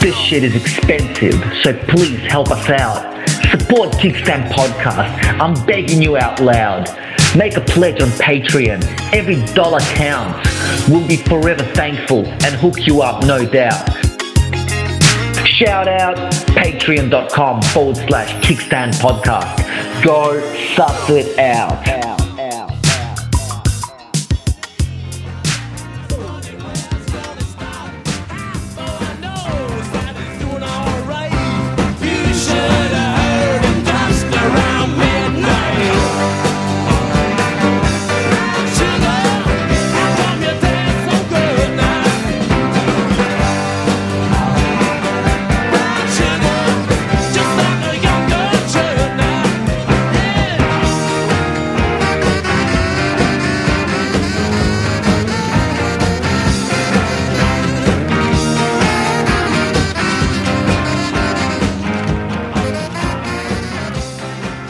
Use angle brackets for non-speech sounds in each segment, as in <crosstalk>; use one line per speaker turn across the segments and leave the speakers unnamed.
This shit is expensive, so please help us out. Support Kickstand Podcast. I'm begging you out loud. Make a pledge on Patreon. Every dollar counts. We'll be forever thankful and hook you up, no doubt. Shout out patreon.com forward slash kickstand podcast. Go suss it out. out, out, out, out, out.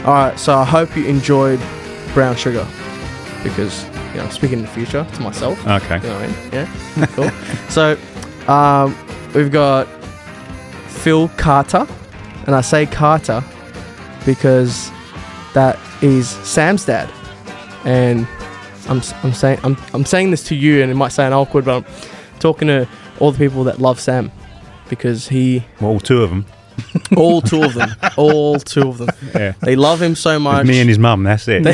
All right, so I hope you enjoyed brown sugar because you know, speaking in the future to myself.
Okay.
You know what I mean? Yeah. Cool. <laughs> so, um, we've got Phil Carter, and I say Carter because that is Sam's dad, and I'm, s- I'm saying I'm, I'm saying this to you, and it might sound awkward, but I'm talking to all the people that love Sam because he
Well, two of them.
all two of
<laughs>
them all two of them
Yeah.
they love him so much
Me and his mum. That's it.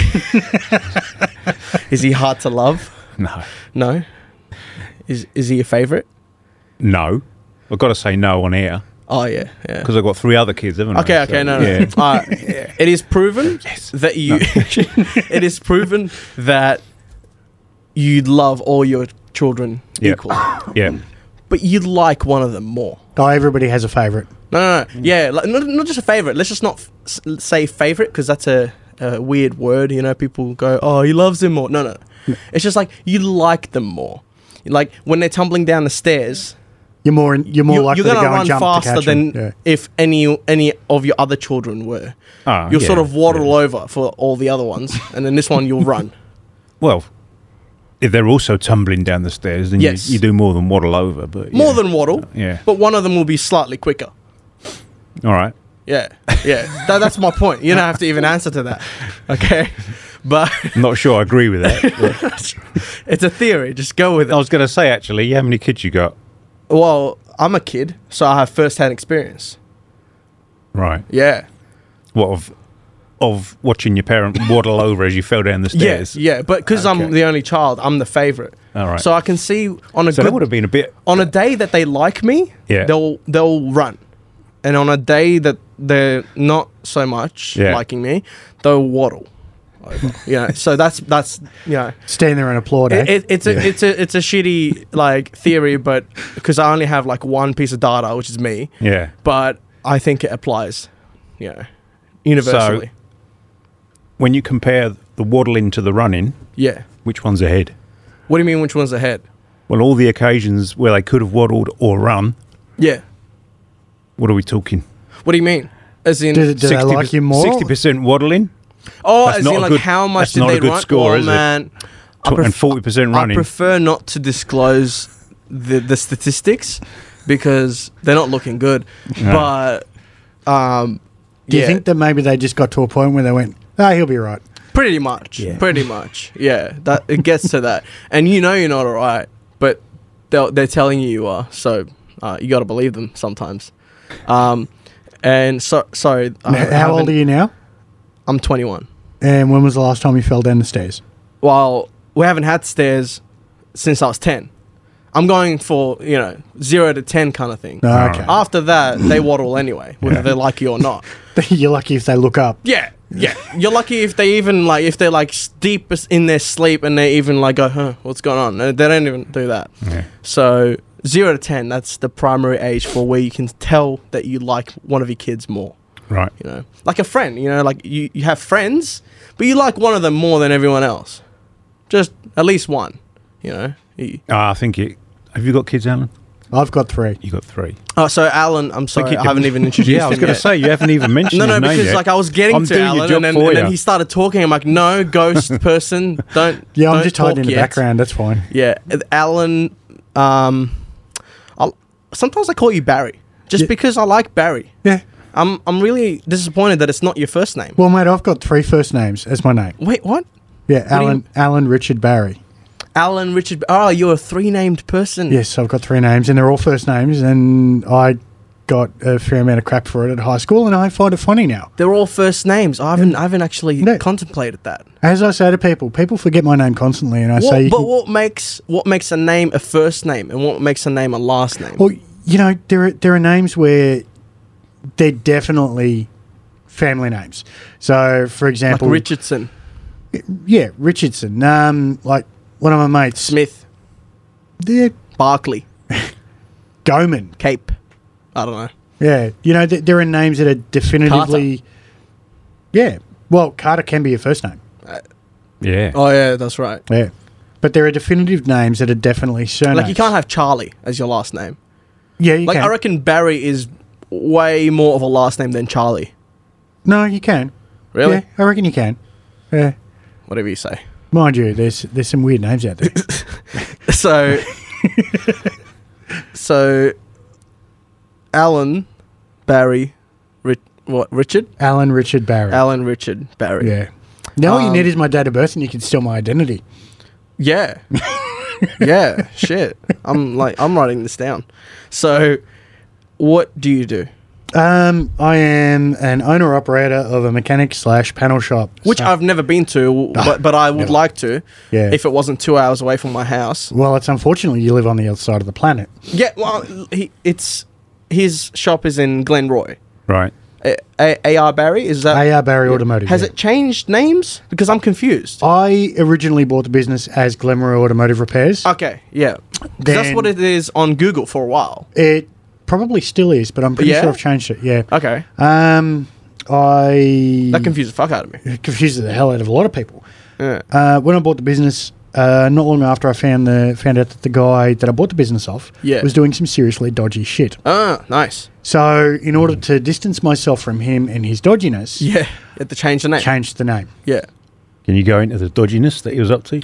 <laughs> Is he hard to love?
<laughs> no,
No. Is is he your favourite?
no. I've got to say no on air
Oh yeah, yeah.
because I've got three other kids, haven't
Okay,
I?
okay,
So,
no, no.
Yeah.
<laughs> All right. It is
<laughs>
proven that you. <laughs> it is proven that you love all your children
Yeah.
equally,
yeah.
but you like one of them more.
Oh, everybody has a favorite.
No, no,
Mm.
no. Yeah, like, not, not just a favorite. Let's just not f- s- say favorite because that's a, a weird word. You know, people go, "Oh, he loves him more." No, no. It's just like you like them more. Like when they're tumbling down the stairs,
You're more you're more
you,
likely
are
to
going to
go and
run
jump to
faster
catch 'em.
than if any any of your other children were.
Oh,
you'll sort
yeah,
of waddle over for all the other ones, and then this one you'll run.
Well, if they're also tumbling down the stairs, then
Yes.
you, you do more than waddle over. But
More
<laughs> yeah.
than waddle,
Yeah.
but one of them will be slightly quicker.
all right.
Yeah, yeah. That, that's my point. You don't have to even answer to that, okay? <laughs> But
I'm not sure I agree with that.
<laughs> it's a theory. Just go with
I
it.
was going to say actually, how many kids you got?
Well, I'm a kid, so I have first-hand experience.
Right.
Yeah.
What of of watching your parent waddle over as you fell down the stairs?
Yeah, yeah. But because I'm
Okay.
the only child, I'm the favorite.
All right.
So I can see on a
So that
good
would have been a bit.
on a day that they like me,
Yeah.
they'll they'll run, and on a day that they're not so much
Yeah.
liking me, they'll waddle. Over. yeah. So that's that's you know.
Stand there and applaud. eh?
It, it, it's a it's a it's a shitty like theory, but because I only have like one piece of data, which is me.
Yeah.
But I think it applies, you know, universally.
When you compare the waddling to the running,
yeah.
which one's ahead?
What do you mean? Which one's ahead?
Well, all the occasions where they could have waddled or run,
Yeah.
what are we talking?
What do you mean? As in,
do do they like you more?
Sixty percent waddling,
oh,
that's
as
not
in
a
like
good-
how much
that's
did
not a
they
good
run?
score,
oh,
is it?
man, I
tw- and
pref-
forty percent
I
running.
prefer not to disclose the the statistics because they're not looking good. But um,
Do you
yeah,
think that maybe they just got to a point where they went, "Ah, he'll be right."
pretty much,
Yeah.
pretty much, yeah. That it gets to that, and you know you're not all right, but they're they're telling you you are. So uh, you got to believe them sometimes. Um, and so sorry, I
Now, how old
haven't-
are you now?
I'm 21.
And when was the last time you fell down the stairs? <laughs>
Well, we haven't had stairs since I was 10. I'm going for, you know, zero to 10 kind of thing.
No,
No.
okay.
After that, they waddle anyway, whether they like you or not.
You're lucky if they look up.
Yeah, yeah. You're lucky if they even like, if they're like s- deep as- in their sleep and they even like go, huh, what's going on? No, They don't even do that.
Yeah.
So, zero to 10, that's the primary age for where you can tell that you like one of your kids more
Right.
you know like a friend you know like you, you have friends but you like one of them more than everyone else just at least one you know He-
Ah, I think it. Have you got kids, Alan?
I've got three.
You got three.
oh so alan i'm sorry i
you-
haven't
<laughs>
even introduced
yeah, I was
him
going to
yet.
say you haven't even
<laughs>
mentioned.
no, no,
his name
because
yet.
like I was getting
I'm
to
doing your
Alan,
job
and then,
for
and then
you.
he started talking. I'm like, no, ghost
<laughs>
person, don't.
Yeah,
don't
I'm just
talk
hiding in the
yet."
background. That's fine.
Yeah, Alan. Um, I'll, sometimes I call you Barry just
Yeah.
because I like Barry.
Yeah.
I'm I'm really disappointed that it's not your first name.
Well, mate, I've got three first names as my name.
Wait, what?
Yeah,
do you-
Alan, Alan Richard Barry.
Alan Richard. Oh, you're a three named person.
Yes, I've got three names, and they're all first names, and I got a fair amount of crap for it at high school, and I find it funny now.
They're all first names. I haven't I haven't actually
No.
contemplated that.
As I say to people, people forget my name constantly, and I
What,
say, you
but
can-
what makes what makes a name a first name and what makes a name a last name?
well, you know, there are, there are names where they're definitely family names. So, for
like
example,
Richardson,
yeah, Richardson. Um, like one of my mates,
Smith,
they're
Barkley,
Goman.
Cape. I don't know.
Yeah, you know, th- there are names that are definitively. Yeah, well, Carter can be your first name.
Yeah.
Oh yeah, that's right.
Yeah, but there are definitive names that are definitely surnames.
Like you can't have Charlie as your last name.
Yeah, you
Like
can.
I reckon Barry is way more of a last name than Charlie.
no, you can.
Really?
Yeah, I reckon you can. Yeah,
Whatever you say.
mind you, there's there's some weird names
<coughs>
out there.
So, so Alan, Barry, Rich, what Richard?
Alan Richard Barry.
Alan Richard Barry.
yeah. Now all you
Um,
need is my date of birth, and you can steal my identity.
Yeah.
<laughs>
yeah. Shit. I'm like I'm writing this down. So, what do you do?
Um, I am an owner operator of a mechanic slash panel shop,
Which
So-
I've never been to, but but I would
Ah. never.
like to.
Yeah.
If it wasn't two hours away from my house.
well, it's unfortunately you live on the other side of the planet.
Yeah. Well, he, it's his shop is in Glenroy.
Right.
A- A- AR Barry is that
AR Barry Automotive,
Has
yeah.
it changed names? Because I'm confused.
I originally bought the business as Glamour Automotive Repairs.
Okay, yeah. 'Cause that's
Then-
what it is on Google for a while.
It probably still is, but I'm pretty
Yeah?
sure I've changed it. Yeah.
Okay.
Um, I
That confused the fuck out of
<laughs>
me.
it confuses the hell out of a lot of people.
Yeah.
Uh, when I bought the business, uh, not long after I found the found out that the guy that I bought the business off
Yeah.
was doing some seriously dodgy shit.
Ah, nice.
So, in order to distance myself from him and his dodginess,
Yeah. You had to change the name.
changed the name.
yeah.
Can you go into the dodginess that he was up to?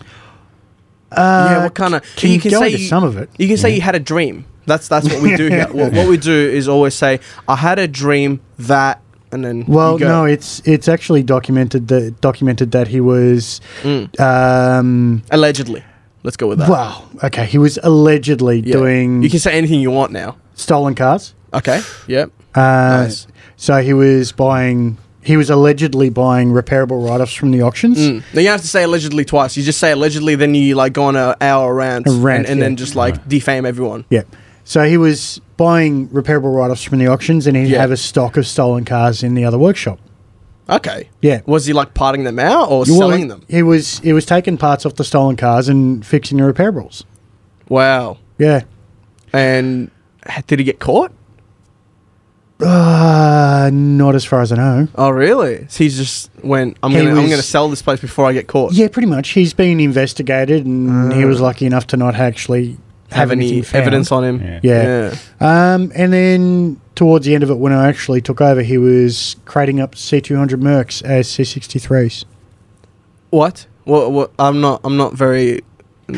yeah, what kind of.
Uh, can you go into some of it?
You can say you had a dream. That's that's what we do
<laughs>
here. What, what we do is always say, I had a dream that, and then. you
Well,
go.
no, it's it's actually documented that documented that he was.
Mm.
Um,
Allegedly. Let's go with that.
wow. Okay, he was allegedly
Yeah.
doing
You can say anything you want now.
stolen cars.
Okay. Yep.
Uh,
Nice.
So he was buying. He was allegedly buying repairable write-offs from the auctions.
Mm. No, you don't have to say allegedly twice. You just say allegedly, then you like go on an hour rant,
A rant,
and, and then
yeah.
just like defame everyone.
Yeah. So he was buying repairable write-offs from the auctions, and he'd
Yeah.
have a stock of stolen cars in the other workshop.
Okay.
Yeah.
Was he like parting them out or
Well,
selling
he-
them?
He was he was taking parts off the stolen cars and fixing the repairables.
Wow.
Yeah.
And h- did he get caught?
Uh, not as far as I know.
Oh, really? So he just went. I'm
He
gonna. I'm
was-
gonna sell this place before I get caught.
Yeah, pretty much. He's been investigated, and he was lucky enough to not actually have,
Ah. Have any
anything found.
evidence on him?
Yeah.
Yeah. Um, and then towards the end of it, when I actually took over, he was crating up C200 Mercs as C63s.
What? What? What? I'm not. I'm not very.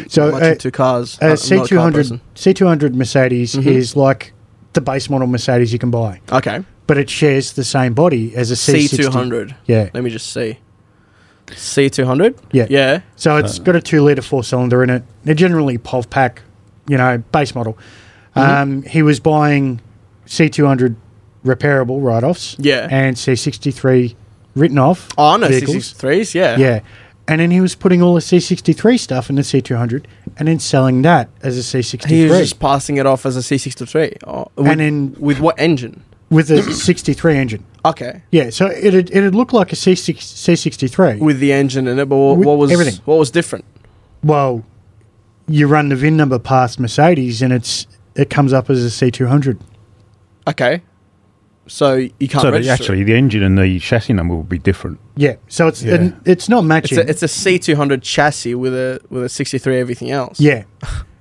So,
much
uh,
into cars.
A
I'm not a car
C200
person. Mm-hmm.
C200 Mercedes is like the base model Mercedes you can buy,
Okay.
but it shares the same body as a
C
C60.
two hundred.
Yeah.
Let me just see. C two hundred.
Yeah.
Yeah.
So it's got a two litre four cylinder in it. They're generally POV pack, you know, base model.
Mm-hmm.
Um, he was buying C200 repairable write offs.
Yeah.
And C63 written off.
Oh, I know
vehicles.
C63s. Yeah.
Yeah. And then he was putting all the C63 stuff in the C200 and then selling that as a C63
He was just passing it off as a C63. Oh, with,
And then-
with what engine?
with a 63 engine.
Okay.
Yeah, so it would it'd look like a C6, C63.
With the engine in it, but what,
With
what was
everything.
what was different?
well, you run the VIN number past Mercedes and it's it comes up as a C200.
Okay. So you can't
So the,
register. it.
actually, the engine and the chassis number would be different.
Yeah, so it's
Yeah.
and it's not
it's
matching.
a, it's a C200 chassis with a with a 63 everything else.
yeah,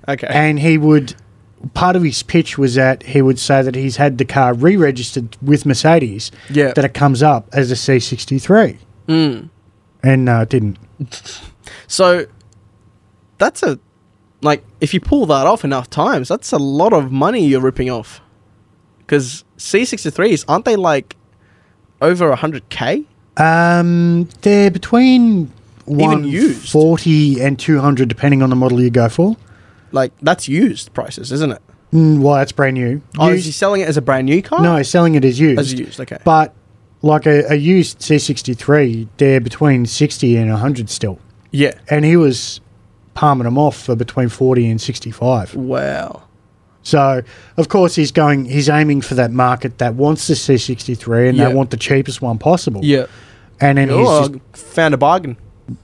Okay.
and he would part of his pitch was that he would say that he's had the car re-registered with Mercedes.
Yeah. Hmm.
that it comes up as a C63. And no, it didn't.
so that's a like if you pull that off enough times, that's a lot of money you're ripping off. Because C63s, aren't they like over 100K?
Um, they're between
Even used.
140 and 200, depending on the model you go for.
Like, that's used prices, isn't it?
Mm, well, that's brand new.
Oh, is
Used-
he selling it as a brand new car?
no, selling it is used.
As used, okay.
But like a, a used C63, they're between 60 and 100 still.
yeah.
And he was palming them off for between 40 and 65.
Wow.
So, of course, he's going, he's aiming for that market that wants the C63 and
Yeah.
they want the cheapest one possible.
Yeah.
And then he's
Oh,
just,
I found a bargain.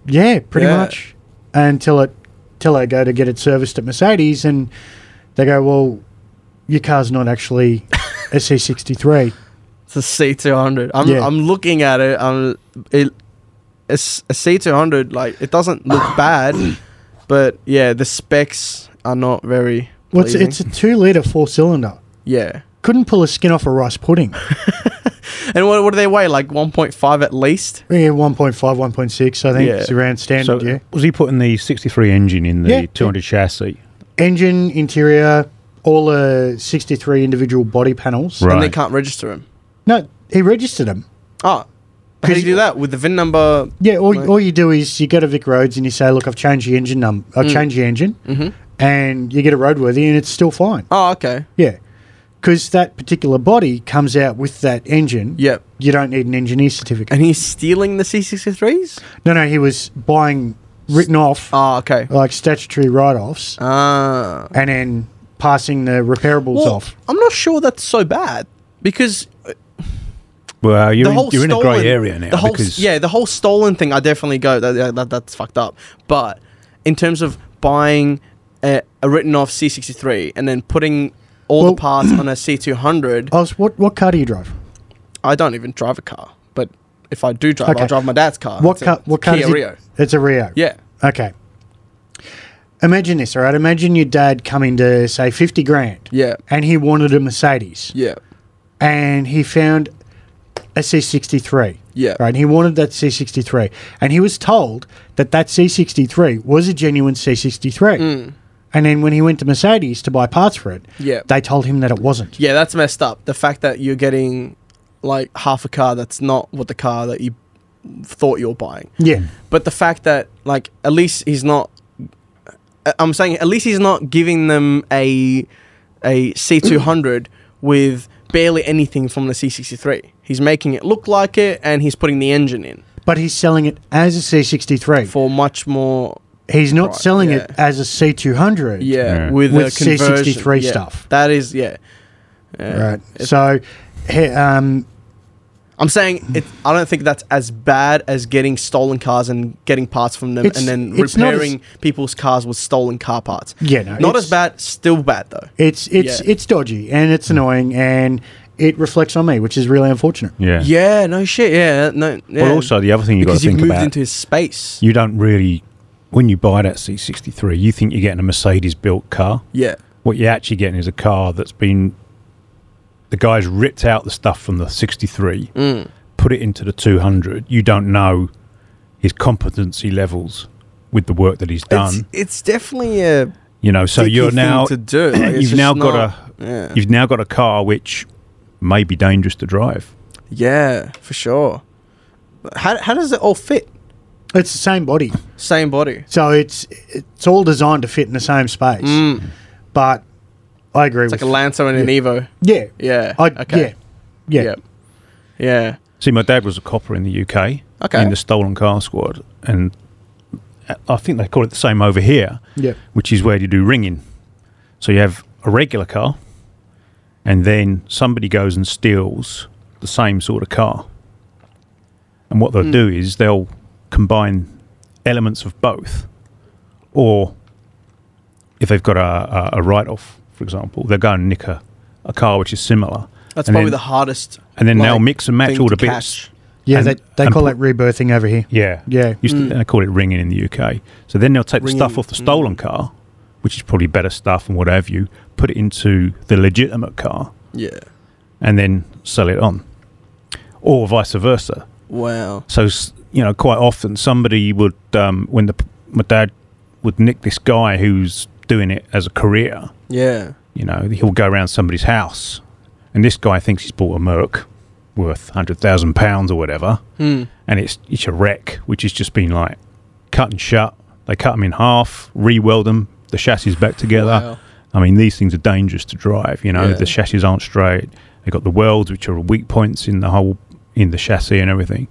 yeah, pretty
Yeah.
much. Until it, till they go to get it serviced at Mercedes and they go, well, your car's not actually a C63.
It's a C200. I'm,
Yeah.
I'm looking at it. I'm, it it's a C200, like, it doesn't
<coughs>
look bad, but yeah, the specs are not very.
Well, it's,
pleasing.
it's a two litre four cylinder.
yeah.
Couldn't pull a skin off a
<laughs>
rice pudding.
And what, what do they weigh? Like 1.5 at least?
Yeah, 1.5, 1.6, I think.
Yeah.
It's around
So
standard, yeah.
was he putting the 63 engine in the
Yeah.
200 chassis?
Engine, interior, all the 63 individual body panels.
Right.
And they can't register them.
No, he registered them.
Oh. How do you do that? With the VIN number?
Yeah, all,
Right.
all you do is you go to Vic Roads and you say, look, I've changed the engine number. I've
Mm.
changed the engine.
Mm-hmm.
And you get a roadworthy and it's still fine.
Oh, okay.
Yeah. Because that particular body comes out with that engine.
Yep.
You don't need an engineer certificate.
And he's stealing the C63s?
No, no, he was buying written off,
Oh, okay.
like statutory write offs,
Ah.
and then passing the repairables
Well,
off.
I'm not sure that's so bad because
Well, you're,
the
in,
whole
you're in a
stolen,
grey area now
The whole,
because
yeah, the whole stolen thing, I definitely go that, that, that- that's fucked up. But in terms of buying a, a written off C63 and then putting all
Well- Oh.
the parts on a C200,
Oz, what, what car do you drive?
I don't even drive a car. But if I do drive,
Okay.
I'll drive my dad's car.
What
That's it.
car? What car?
Oh, Kia
is it?
Rio.
It's a Rio.
Yeah.
Okay. Imagine this, all right? Imagine your dad coming to say fifty grand.
Yeah.
And he wanted a Mercedes.
Yeah.
And he found a C sixty three.
Yeah.
Right. He wanted that C sixty three, and he was told that that C sixty three was a genuine C sixty three. And then when he went to Mercedes to buy parts for it,
Mm. Yeah.
they told him that it wasn't.
Yeah, that's messed up. The fact that you're getting like half a car that's not what the car that you thought you were buying.
Yeah.
But the fact that like at least he's not I- I'm saying at least he's not giving them a a C200 <clears throat> with barely anything from the C63. He's making it look like it and he's putting the engine in
But he's selling it as a C sixty three.
for much more
He's not
Right,
selling
yeah.
it as a C two hundred.
yeah,
Yeah.
with,
With
a conversion.
C63
Yeah,
stuff.
That is yeah.
Right. So, he, um,
I'm saying it, I don't think that's as bad as getting stolen cars and getting parts from them
It's-
and then
it's not as-
repairing people's cars with stolen car parts.
Yeah, no,
not
it's-
as bad. Still bad though.
it's it's
Yeah.
it's dodgy and it's
Hmm.
annoying and it reflects on me, which is really unfortunate.
yeah.
Yeah, no shit. Yeah, no. Yeah.
Well, also the other thing you got to
because you've
think
moved
about
into his space.
you don't really when you buy that C63, you think you're getting a Mercedes-built car.
yeah,
What you're actually getting is a car that's been the guys ripped out the stuff from the 63,
Mm.
put it into the 200. You don't know his competency levels with the work that he's done.
it's it's definitely a
you know, so
dicky
you're
thing
now
to do. Like, it's
you've
just
now got
not-
a
yeah.
you've now got a car which may be dangerous to drive.
yeah for sure. But How how does it all fit?
It's the same body,
Same body.
so it's it's all designed to fit in the same space. But I
Hmm.
agree
It's
with
like a Lancer and an Evo.
yeah
Yeah.
I,
okay.
yeah yeah
Yeah. Yeah.
See, my dad was a copper in the UK
Okay.
in the stolen car squad, and I think they call it the same over here,
yeah.
which is where you do ringing. So you have a regular car, and then somebody goes and steals the same sort of car. And what they'll
Hmm.
do is they'll combine elements of both, or if they've got a, a, a write off, for example, they'll go and nick a, a car which is similar.
That's
and
probably
then-
the hardest.
and then they'll
like,
mix and match
thing
all
to
the bits.
catch.
Yeah,
And-
they, they
and
call
pu-
it rebirthing over here.
Yeah.
Yeah.
Used to, They call it ringing in the UK. So then they'll take the stuff
Ringing,
off the stolen car, which is probably better stuff and what have you, put it into the legitimate car
Yeah.
and then sell it on. Or vice versa.
Wow.
So, s- you know, quite often somebody would, um, when the, p- my dad would nick this guy who's doing it as a career,
Yeah.
you know, he'll go around somebody's house and this guy thinks he's bought a Merc worth hundred thousand pounds or whatever,
Hmm.
and it's it's a wreck, which has just been like cut and shut. They cut them in half, re-weld them, the chassis is back together.
Wow.
I mean, these things are dangerous to drive. You know,
Yeah.
the chassis aren't straight. They got the welds, which are weak points in the whole in the chassis and everything,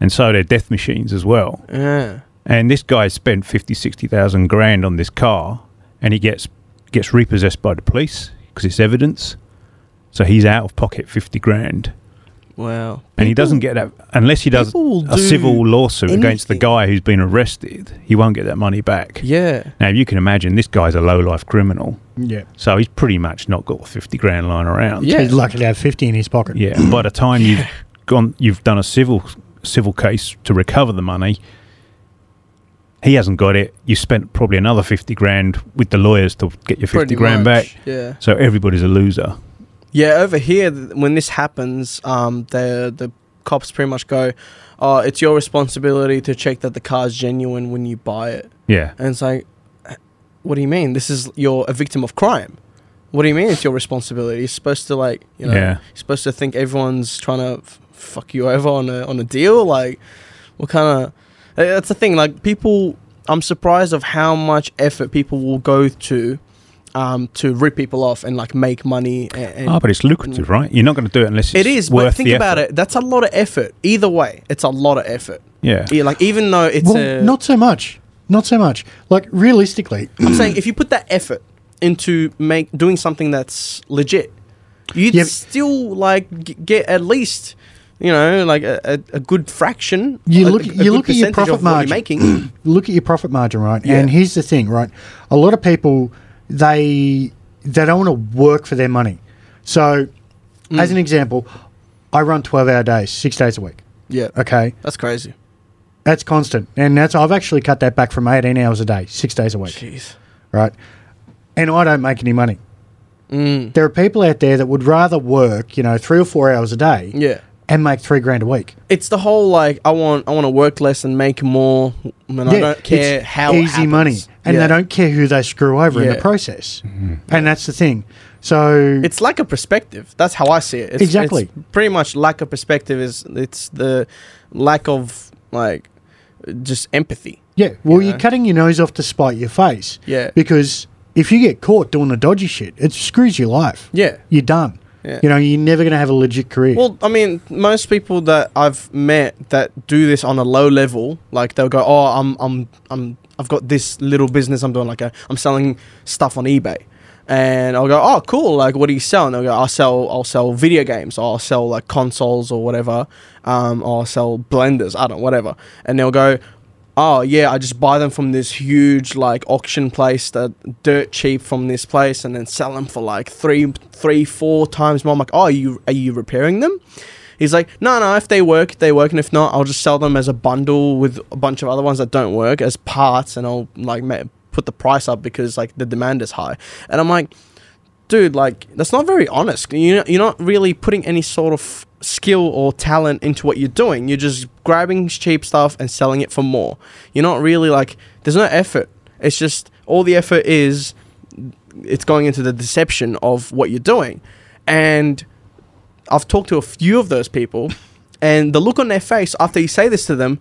and so they're death machines as well.
Yeah.
And this guy spent 50, 60,000 grand on this car and he gets gets repossessed by the police because it's evidence. So he's out of pocket 50 grand.
Wow.
And he doesn't get that unless he does
people will
a
do
civil lawsuit against the
anything.
guy who's been arrested. He won't get that money back.
Yeah.
Now, you can imagine this guy's a low life criminal.
Yeah.
So he's pretty much not got 50 grand lying around.
Yeah.
He's lucky to have 50 in his pocket.
Yeah. By the time you've gone, you've done a civil civil case to recover the money. He hasn't got it. You spent probably another fifty grand with the lawyers to get your fifty
Pretty
grand
much,
back.
Yeah.
So everybody's a loser.
Yeah, over here, th- when this happens, um, the the cops pretty much go, "Oh, it's your responsibility to check that the car's genuine when you buy it."
Yeah.
And it's like, "What do you mean? This is you're a victim of crime. What do you mean it's your responsibility? You're supposed to like, you know,
Yeah.
you're supposed to think everyone's trying to f- fuck you over on a on a deal. Like, what kind of? That's the thing. Like, people, I'm surprised of how much effort people will go to. Um, to rip people off and like make money and, and
Ah, but it's lucrative, right? You're not going to do it unless
Mm. it
it's
is,
Worth
but think
the
about
effort.
it. That's a lot of effort. Either way, it's a lot of effort.
Yeah.
Yeah, like even though it's
Well,
a,
not so much. Not so much. Like, realistically,
I'm saying if you put that effort into make doing something that's legit, you'd
Yeah, but-
still like g- get at least you know like a, a, a good fraction.
You
a-
look-
a- a
you
good
look at your
percentage
profit
of what
margin.
you're
<clears throat>
making.
look at your profit margin, right?
Yeah.
And here's the thing, right? A lot of people they they don't want to work for their money. So,
Mm.
as an example, I run twelve hour days, six days a week.
yeah,
Okay,
that's crazy.
that's constant, and that's I've actually cut that back from eighteen hours a day, six days a week,
Jeez.
right? And I don't make any money.
Mm.
There are people out there that would rather work, you know, three or four hours a day,
Yeah.
and make three grand a week.
It's the whole like I want I want to work less and make more, and I don't
it's
care how it
easy money,
happens.
and
Yeah.
they don't care who they screw over in
Yeah. Mm-hmm.
the process. And that's the thing. So
it's lack of perspective. That's how I see it. It's,
Exactly.
it's pretty much lack of perspective is it's the lack of like just empathy.
yeah, well, you
know.
are cutting your nose off to spite your face.
Yeah.
because if you get caught doing the dodgy shit, it screws your life.
Yeah.
you're done.
Yeah.
You know, you're never going to have a legit career.
Well, I mean, most people that I've met that do this on a low level, like they'll go, "Oh, I'm, I'm, I'm, I've got this little business. I'm doing like a, I'm selling stuff on eBay." And I'll go, oh, cool. Like, what do you sell? And they'll go, I'll sell, I'll sell video games, or I'll sell like consoles or whatever, um, or I'll sell blenders, I don't, whatever. And they'll go, oh yeah, I just buy them from this huge like auction place that dirt cheap from this place, and then sell them for like three, three, four times more. I'm like, oh, are you are you repairing them? He's like, no, no. If they work, they work, and if not, I'll just sell them as a bundle with a bunch of other ones that don't work as parts, and I'll like ma- put the price up because like the demand is high. And I'm like, dude, like that's not very honest. You know, you're not really putting any sort of skill or talent into what you're doing. You're just grabbing cheap stuff and selling it for more. You're not really like there's no effort. It's just all the effort is it's going into the deception of what you're doing. And I've talked to a few of those people, and the look on their face after you say this to them,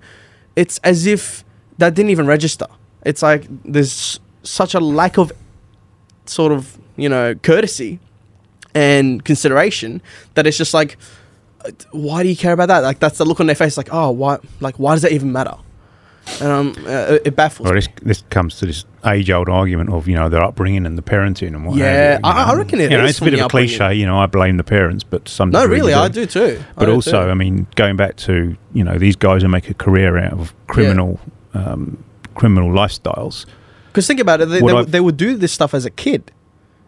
it's as if that didn't even register. It's like there's such a lack of sort of you know courtesy and consideration that it's just like uh, why do you care about that like that's the look on their face like oh why like why does that even matter and um uh, it baffles
Well,
me.
this this comes to this age old argument of you know their upbringing and the parenting and what. have
Yeah,
you, you
I- I
know.
reckon it
You know,
is
it's a
from
bit
the
of a cliche.
upbringing.
You know, I blame the parents, but some.
no
degree you
really i do too I
but
do
also,
too.
I mean, going back to you know these guys who make a career out of criminal um, criminal lifestyles.
Because think about it, they,
What
they,
I-
would- they would do this stuff as a kid,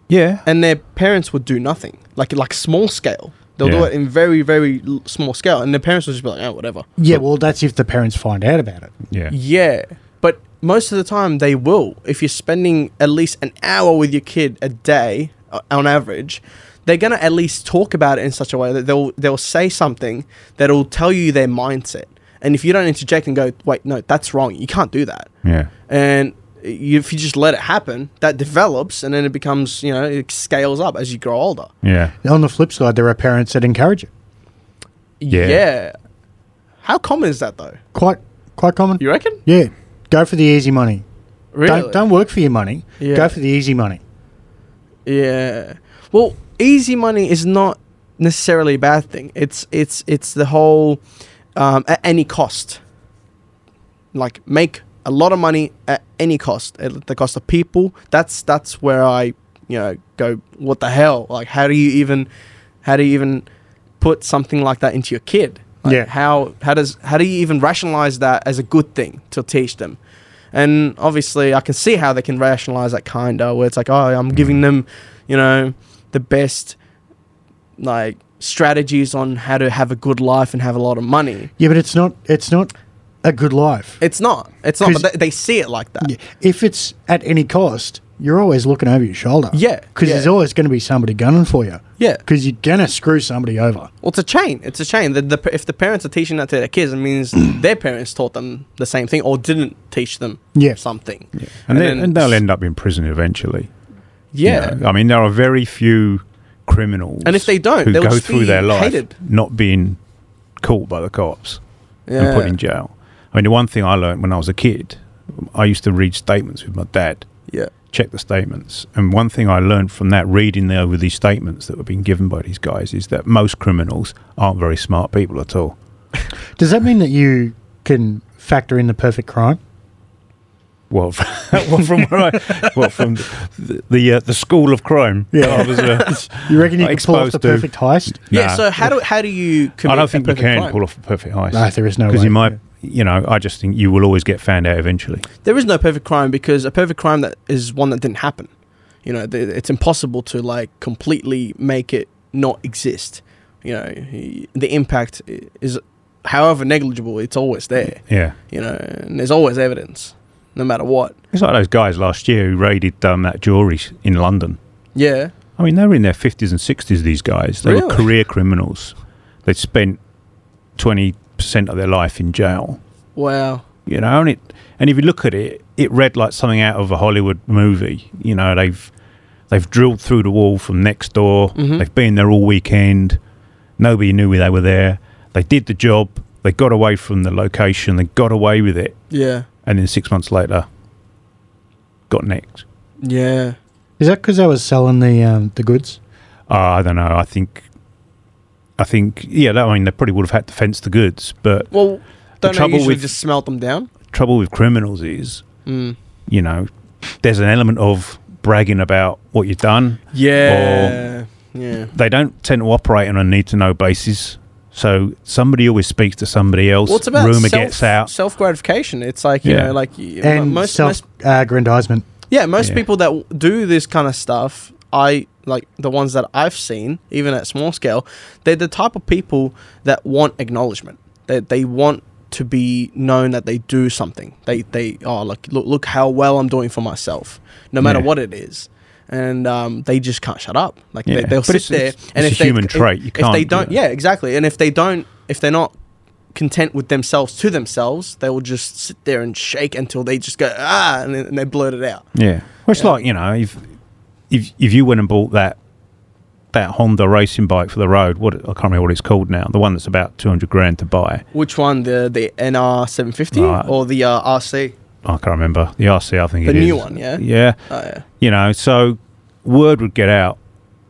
Yeah,
and their parents would do nothing, like like small scale. They'll do
Yeah.
it in very very l- small scale, and their parents would just be like, "Oh, whatever."
yeah, well, that's if the parents find out about it.
yeah,
Yeah, but most of the time they will. If you're spending at least an hour with your kid a day uh, on average, they're gonna at least talk about it in such a way that they'll they'll say something that'll tell you their mindset. And if you don't interject and go, "Wait, no, that's wrong. You can't do that,"
yeah.
and you, if you just let it happen, that develops and then it becomes, you know, it scales up as you grow older.
Yeah.
On the flip side, there are parents that encourage it.
Yeah.
How common is that though?
Quite quite common.
You reckon?
Yeah. Go for the easy money.
Really?
Don't don't work for your money.
Yeah.
Go for the easy money.
Yeah. Well, easy money is not necessarily a bad thing. It's it's it's the whole um, at any cost. Like make a lot of money at any cost, at the cost of people. That's that's where I you know go. What the hell? Like how do you even how do you even put something like that into your kid? Like,
Yeah.
How how does how do you even rationalize that as a good thing to teach them? And obviously, I can see how they can rationalize that kind of where it's like, oh, I'm giving them, you know, the best like strategies on how to have a good life and have a lot of money.
Yeah, but it's not it's not a good life.
It's not. It's not.
'Cause-
But they, they see it like that.
Yeah. If it's at any cost, you're always looking over your shoulder.
Yeah,
Because
yeah.
there's always going to be somebody gunning for you.
Yeah.
Because you're going to screw somebody over.
Well, it's a chain. It's a chain. The, the, if the parents are teaching that to their kids, it means <clears throat>
Mm.
their parents taught them the same thing or didn't teach them
Yeah.
something.
And, then, and they'll
s-
end up in prison eventually. you
Yeah.
know. I mean, there are very few criminals.
And if they don't,
who
they'll
go
just
through
be
their life
hated.
not being caught by the cops
yeah.
and put in jail. I mean, the one thing I learned when I was a kid, I used to read statements with my dad,
Yeah.
check the statements. And one thing I learned from that reading there over these statements that were being given by these guys is that most criminals aren't very smart people at all.
Does that mean that you can factor in the perfect crime?
Well, <laughs> from, well, from where I, well, from the the, uh, the school of crime. Yeah, I was. Uh,
You reckon you
Not
can pull off the
exposed to-
perfect heist?
<laughs> Yeah.
Nah.
So how do how do you? Commit
I
a
don't think you
perfect
can
crime?
pull off a perfect heist.
No, there is no
Because
way.
you might, you know, I just think you will always get found out eventually.
there is no perfect crime because a perfect crime that is one that didn't happen. You know, th- it's impossible to like completely make it not exist. You know, y- the impact i- is, however negligible, it's always there.
Yeah.
You know, and there's always evidence, no matter what.
It's like those guys last year who raided um, that jewelry s- in London.
Yeah,
I mean, they were in their 50s and 60s, these guys. They were
Really?
career criminals. They'd spent 20% of their life in jail.
wow.
you know and it and if you look at it it read like something out of a hollywood movie you know they've they've drilled through the wall from next door they've been there all weekend nobody knew where they were there they did the job they got away from the location they got away with it
Yeah,
and then six months later got next
yeah.
Is that because I was selling the um, the goods?
uh, i don't know i think i think yeah that, i mean they probably would have had to fence the goods but
Well,
The
don't they
trouble
usually
with-
just smelt them down?
trouble with criminals is
Mm.
you know there's an element of bragging about what you've done
Yeah, yeah.
they don't tend to operate on a need to know basis. So somebody always speaks to somebody else.
Well, it's about
rumor
self,
gets out.
self gratification. It's like you
Yeah.
know, like y-
And uh,
most most
self-aggrandizement.
Yeah, most
Yeah.
people that w- do this kind of stuff, I like the ones that I've seen, even at small scale, they're the type of people that want acknowledgement. That they, want to be known that they do something. They they oh look look look how well I'm doing for myself, no matter
Yeah.
what it is. And um, they just can't shut up. Like
Yeah.
they, they'll sit
But it's-
there.
it's-
and
it's
if
a
they,
human
if-
trait. You
If
can't
they
do
don't,
that.
yeah, exactly. And if they don't, if they're not content with themselves to themselves, they will just sit there and shake until they just go ah, and, then- and they blurt it out.
Yeah. Well, it's like you know, if if if you went and bought that that Honda racing bike for the road, what I can't remember what it's called now, the one that's about two hundred grand to buy.
Which one? The the NR seven fifty
Right.
or the uh, RC?
I can't remember the RC. I think
The
it
new
is.
one, yeah?
Yeah.
Oh yeah.
You know, so word would get out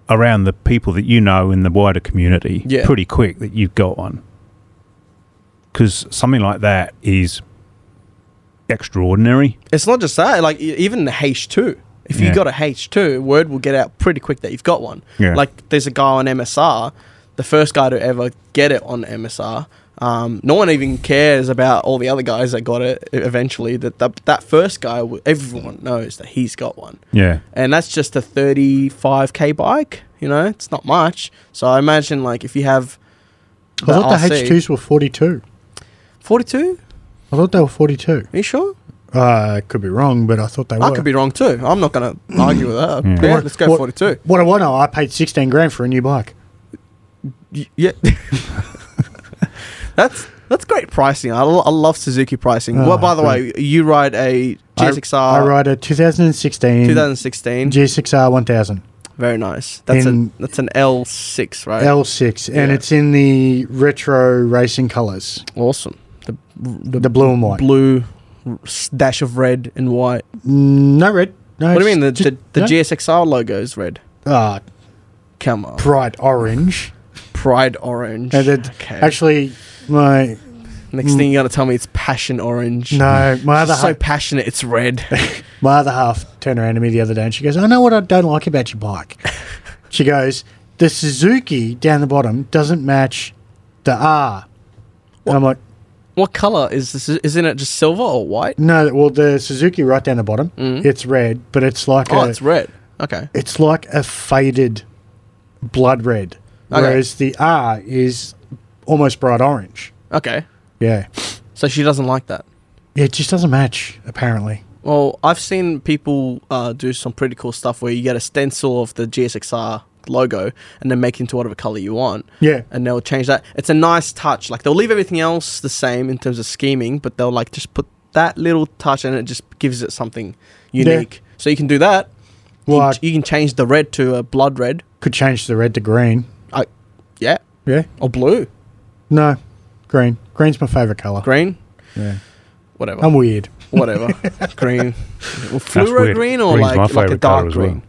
around the people that you know in the wider community
Yeah.
pretty quick that you've got one. Because something like that is extraordinary.
It's not just that. Like e- even the H two. If you
Yeah.
got a H two, word will get out pretty quick that you've got one.
Yeah.
Like there's a guy on MSR, the first guy to ever get it on MSR. Um, no one even cares about all the other guys that got it e- eventually. That that, that first guy, w- everyone knows that he's got one.
Yeah.
and that's just a 35k bike you know it's not much so i imagine like if you have
I thought the H2s were 42.
42
I thought they were 42.
are you sure
Uh, I could be wrong, but I thought they were.
i could be wrong too i'm not
<clears throat>
gonna argue with that yeah. let's go
What-
42
What do I know? <laughs> I paid 16 grand for a new bike.
Y- yeah That's that's great pricing. I, lo- I love Suzuki pricing.
Oh,
well, by the way, you ride a GSXR
I, I ride a 2016
2016.
G6R 1000
Very nice. That's
In-
an that's an L6, right?
L6, and
Yeah.
it's in the retro racing colors,
awesome. The
the, blue and white.
blue r- s- dash of red and white.
Mm, No red. No,
What do you
it's
mean? The
just-
the, the
no?
GSXR logo is red.
Ah,
Come on.
bright orange.
Pride orange.
And it-
okay.
Actually, my
Next thing you gotta tell me it's passion orange.
no, my
It's
other
just <laughs> so
half,
passionate. It's red.
<laughs> my other half turned around to me the other day and she goes, "I know what I don't like about
<laughs>
your bike." she goes, "The Suzuki down the bottom doesn't match the R." And I'm like,
what color is this? Isn't it just silver or white?
"No, well, the Suzuki right down the bottom, it's red, but it's like
Mm. Oh,
a,
it's red. Okay.
it's like a faded blood red,
Okay.
whereas the R is almost bright orange."
Okay.
Yeah,
So she doesn't like that.
it just doesn't match apparently.
Well, I've seen people uh, do some pretty cool stuff where you get a stencil of the GSXR logo and then make it into whatever color you want.
Yeah.
And they'll change that. It's a nice touch. Like they'll leave everything else the same in terms of scheming, but they'll like just put that little touch and it just gives it something unique. So you can do that. You,
Well,
can-
I
you can change the red to a blood red.
could change the red to green.
I, yeah.
Yeah.
Or blue,
No, green. Green's my favorite color.
green,
Yeah.
whatever.
I'm weird.
whatever. green. Well, fluoro
weird.
green or
Green's my
like, like a
favourite colour
dark
as well.
green?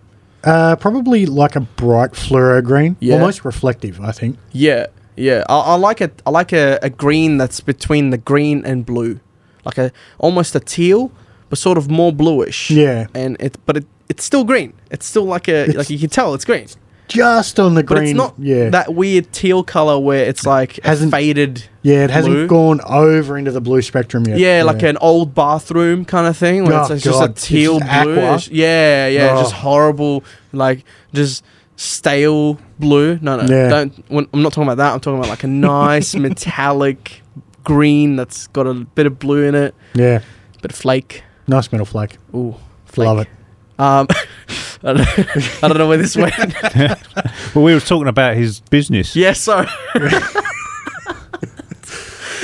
Uh, probably like a bright fluoro green,
Yeah.
almost reflective. I think.
Yeah, yeah. I, I like it. I like a, a green that's between the green and blue, like a almost a teal, but sort of more bluish.
Yeah.
And it, but it, it's still green. It's still like a like you can tell it's green,
Just on the
but
green.
it's not
yeah.
that weird teal color where it's like hasn't
Hasn't-
faded.
yeah, it hasn't
blue.
gone over into the blue spectrum yet.
Yeah, like an old bathroom kind of thing. Where
Oh,
it's, it's
God.
just
It's
a teal
just aqua.
bluish. Yeah, yeah,
Oh.
just horrible, like just stale blue. No, no,
Yeah.
don't. When, I'm not talking about that. I'm talking about
<laughs>
like a nice metallic green that's got a bit of blue in it,
yeah,
bit of flake.
nice metal flake.
Ooh, flake.
Love it.
Um, <laughs> I, don't, I don't know where this went.
<laughs>
Well, we were talking about his business.
yeah, sorry.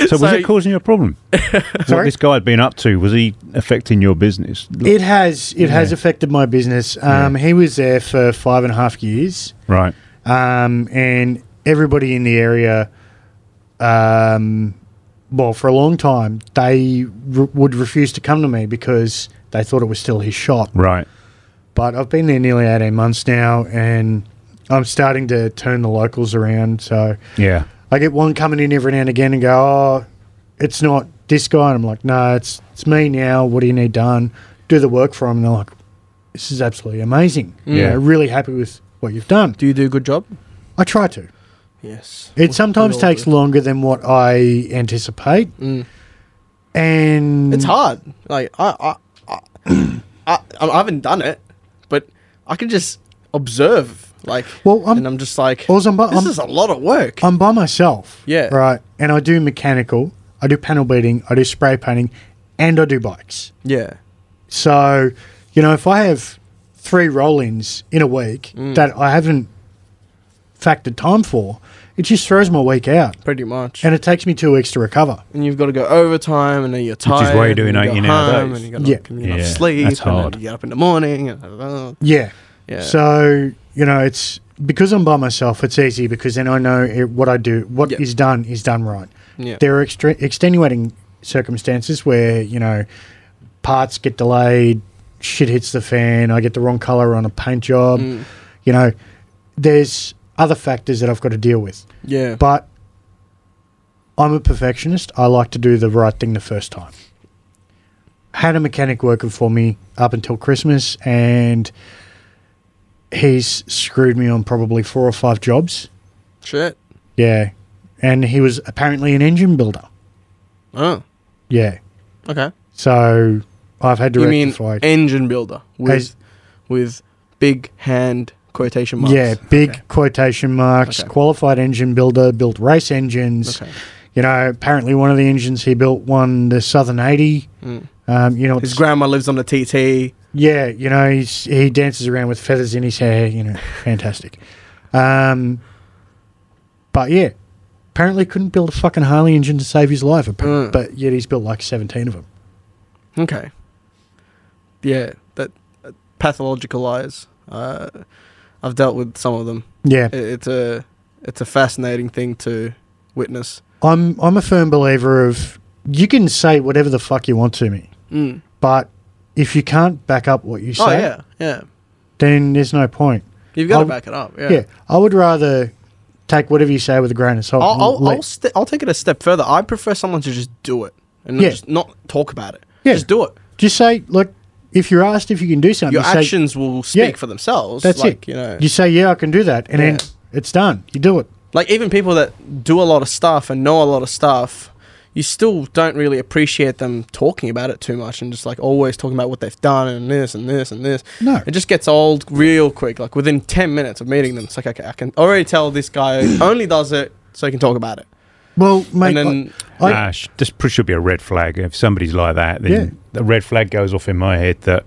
So, was
So-
it causing you
<laughs>
a problem? what
Sorry?
this guy had been up to was he affecting your business?
It has it has affected my business. Um, He was there for five and a half years,
right.
um, and everybody in the area, um, well, for a long time, they re- would refuse to come to me because they thought it was still his shop.
Right.
but I've been there nearly 18 months now and I'm starting to turn the locals around. So
Yeah.
I get one coming in every now and again and go, oh, it's not this guy. And I'm like, no, it's, it's me now. What do you need done? Do the work for him. And they're like, this is absolutely amazing.
Yeah.
You know, really happy with what you've done.
Mm. Do you do a good job?
I try to.
Yes.
It sometimes
all
takes
do.
longer than what I anticipate. And
Mm. It's hard. Like I, I, <clears throat> I, I, I haven't done it, but I can just observe. Like,
Well, I'm-
and I'm just like,
Also, I'm-
this
I'm-
is a lot of work.
I'm by myself.
Yeah.
Right. And I do mechanical, I do panel beating, I do spray painting, and I do bikes.
yeah,
So, you know, if I have three roll ins in a week that I haven't factored time for, it just throws my week out.
pretty much. And,
And it takes me two weeks to recover.
you've got to go overtime, and then you're tired.
why you're doing
and you
18
go
hour
home,
days.
And you got
Yeah.
to yeah.
Yeah,
sleep.
that's
and then
hard.
you get up in the morning. And, uh,
Yeah.
yeah.
So, you know, it's because I'm by myself, it's easy because then I know it, what I do, What is
Yeah.
done is done right.
Yeah.
There are extre- extenuating circumstances where, you know, parts get delayed, shit hits the fan, I get the wrong color on a paint job.
Mm.
You know, there's other factors that I've got to deal with.
yeah.
But I'm a perfectionist. I like to do the right thing the first time. Had a mechanic working for me up until Christmas, and he's screwed me on probably four or five jobs.
shit.
Yeah. And he was apparently an engine builder.
Oh,
Yeah.
okay.
So I've had to
You mean
rectify.
engine builder with
As-
with big hand quotation marks?
yeah, big
Okay.
quotation marks.
Okay.
Qualified engine builder, built race engines.
Okay.
You know, apparently one of the engines he built won the Southern 80. Um, you know,
Mm. His
it's-
grandma lives on the TT.
Yeah, you know, he's he dances around with feathers in his hair, you know, fantastic. Um, but yeah, Apparently, couldn't build a fucking Harley engine to save his life, appa-
Mm.
but yet he's built like 17 of them.
Okay. Yeah, that uh, pathological liars. Uh, I've dealt with some of them.
Yeah.
It, it's a it's a fascinating thing to witness.
I'm, I'm a firm believer of you can say whatever the fuck you want to me,
Mm.
but if you can't back up what you say,
Oh yeah, yeah.
then there's no point.
You've got
I'll-
to back it up. Yeah.
Yeah. I would rather take whatever you say with a grain of salt.
I'll
and
I'll,
let-
I'll, st- I'll take it a step further. I prefer someone to just do it and
Yeah.
just not talk about it.
Yeah.
Just do it.
just say, look, if you're asked if you can do something,
Your
you say,
actions will speak
Yeah.
for themselves.
That's
like,
it.
You know,
You say, yeah, I can do that, and then
Yeah.
it's done. You do it.
like even people that do a lot of stuff and know a lot of stuff you still don't really appreciate them talking about it too much and just like always talking about what they've done and this and this and this
No.
it just gets old real quick like within 10 minutes of meeting them it's like okay i can already tell this
<coughs>
guy only does it so he can talk about it
Well, mate,
and then
I-
nah, sh- this pr- should be a red flag. If somebody's like that, then
Yeah.
the red flag goes off in my head that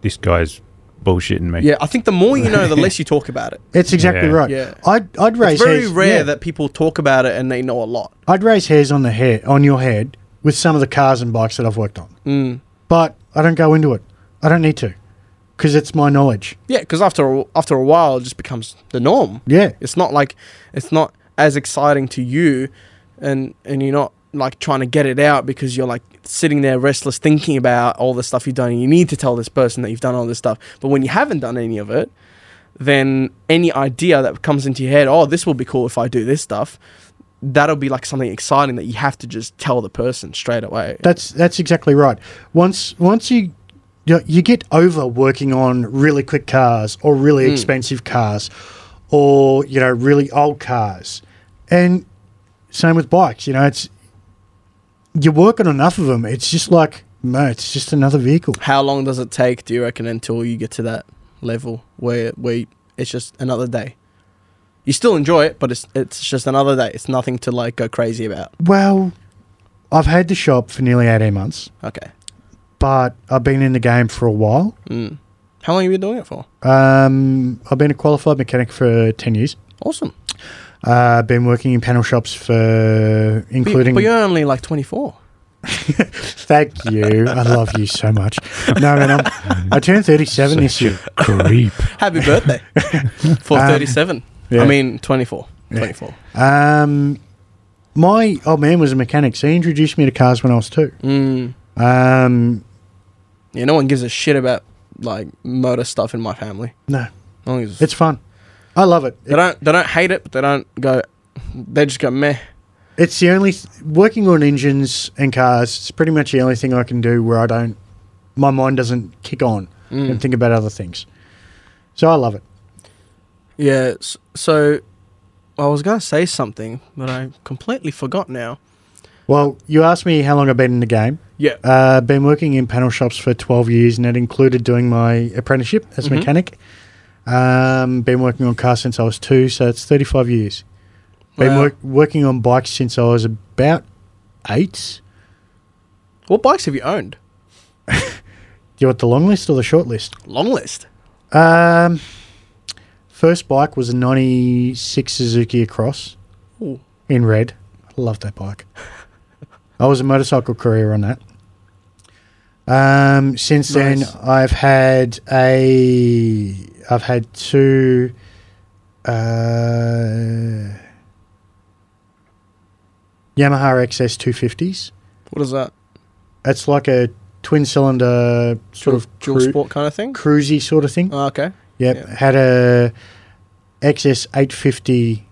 this guy's bullshitting me.
yeah i think the more you know the less you talk about it
it's exactly
Yeah.
right.
Yeah.
I'd, I'd raise
it's very
hairs,
rare
yeah.
that people talk about it and they know a lot
I'd raise hairs on the hair on your head with some of the cars and bikes that I've worked on,
mm.
but I don't go into it. I don't need to, because it's my knowledge.
yeah because after a, after a while it just becomes the norm
Yeah,
It's not like it's not as exciting to you, and and you're not like trying to get it out because you're like sitting there restless thinking about all the stuff you've done. And you need to tell this person that you've done all this stuff, but when you haven't done any of it, then any idea that comes into your head, oh, this will be cool if I do this stuff. That'll be like something exciting that you have to just tell the person straight away.
that's that's exactly right. Once once you you, you get over working on really quick cars or really
Hmm.
expensive cars or you know really old cars, and same with bikes. You know, it's you work on enough of them. It's just like mate, it's just another vehicle.
How long does it take, do you reckon, until you get to that level where where it's just another day? You still enjoy it, but it's it's just another day. It's nothing to like go crazy about.
Well, I've had the shop for nearly eighteen months,
Okay.
but I've been in the game for a while.
Mm. How long have you been doing it for?
Um, I've been a qualified mechanic for ten years.
Awesome.
Uh, been working in panel shops for
But you-
including.
but, you're only like 24.
Thank you. I love you so much. No, man, I'm, I turned 37 this year.
Creep.
Happy
<laughs>
birthday for 37.
Um, yeah.
I mean 24. 24.
Um, my old man was a mechanic, so he introduced me to cars when I was two.
Mm.
Um,
Yeah, no one gives a shit about like motor stuff in my family.
no,
No one gives a
it's fun. I love it.
they don't they don't hate it, but they don't go. They just go meh.
It's the only th- working on engines and cars. It's pretty much the only thing I can do where I don't, my mind doesn't kick on and think about other things. So I love it.
Yeah. s- So I was gonna say something, but I completely forgot now.
Well, you asked me how long I've been in the game.
Yeah.
Uh, been working in panel shops for 12 years, and that included doing my apprenticeship as a mechanic. Um, been working on cars since I was two, so it's 35 years. Been
Wow.
work- working on bikes since I was about eight.
What bikes have you owned?
Do you want the long list or the short list?
Long list.
Um, first bike was a 96 Suzuki Across
Ooh.
in red. I love
<laughs>
that bike. I was a motorcycle courier on that. Um, since
Nice.
then, I've had a, I've had two, uh, Yamaha XS 250s.
What is that?
It's like a twin cylinder sort of
dual
cru-
sport kind of thing.
cruisy sort of thing.
Oh, okay.
Yep.
Yeah.
Had a XS 850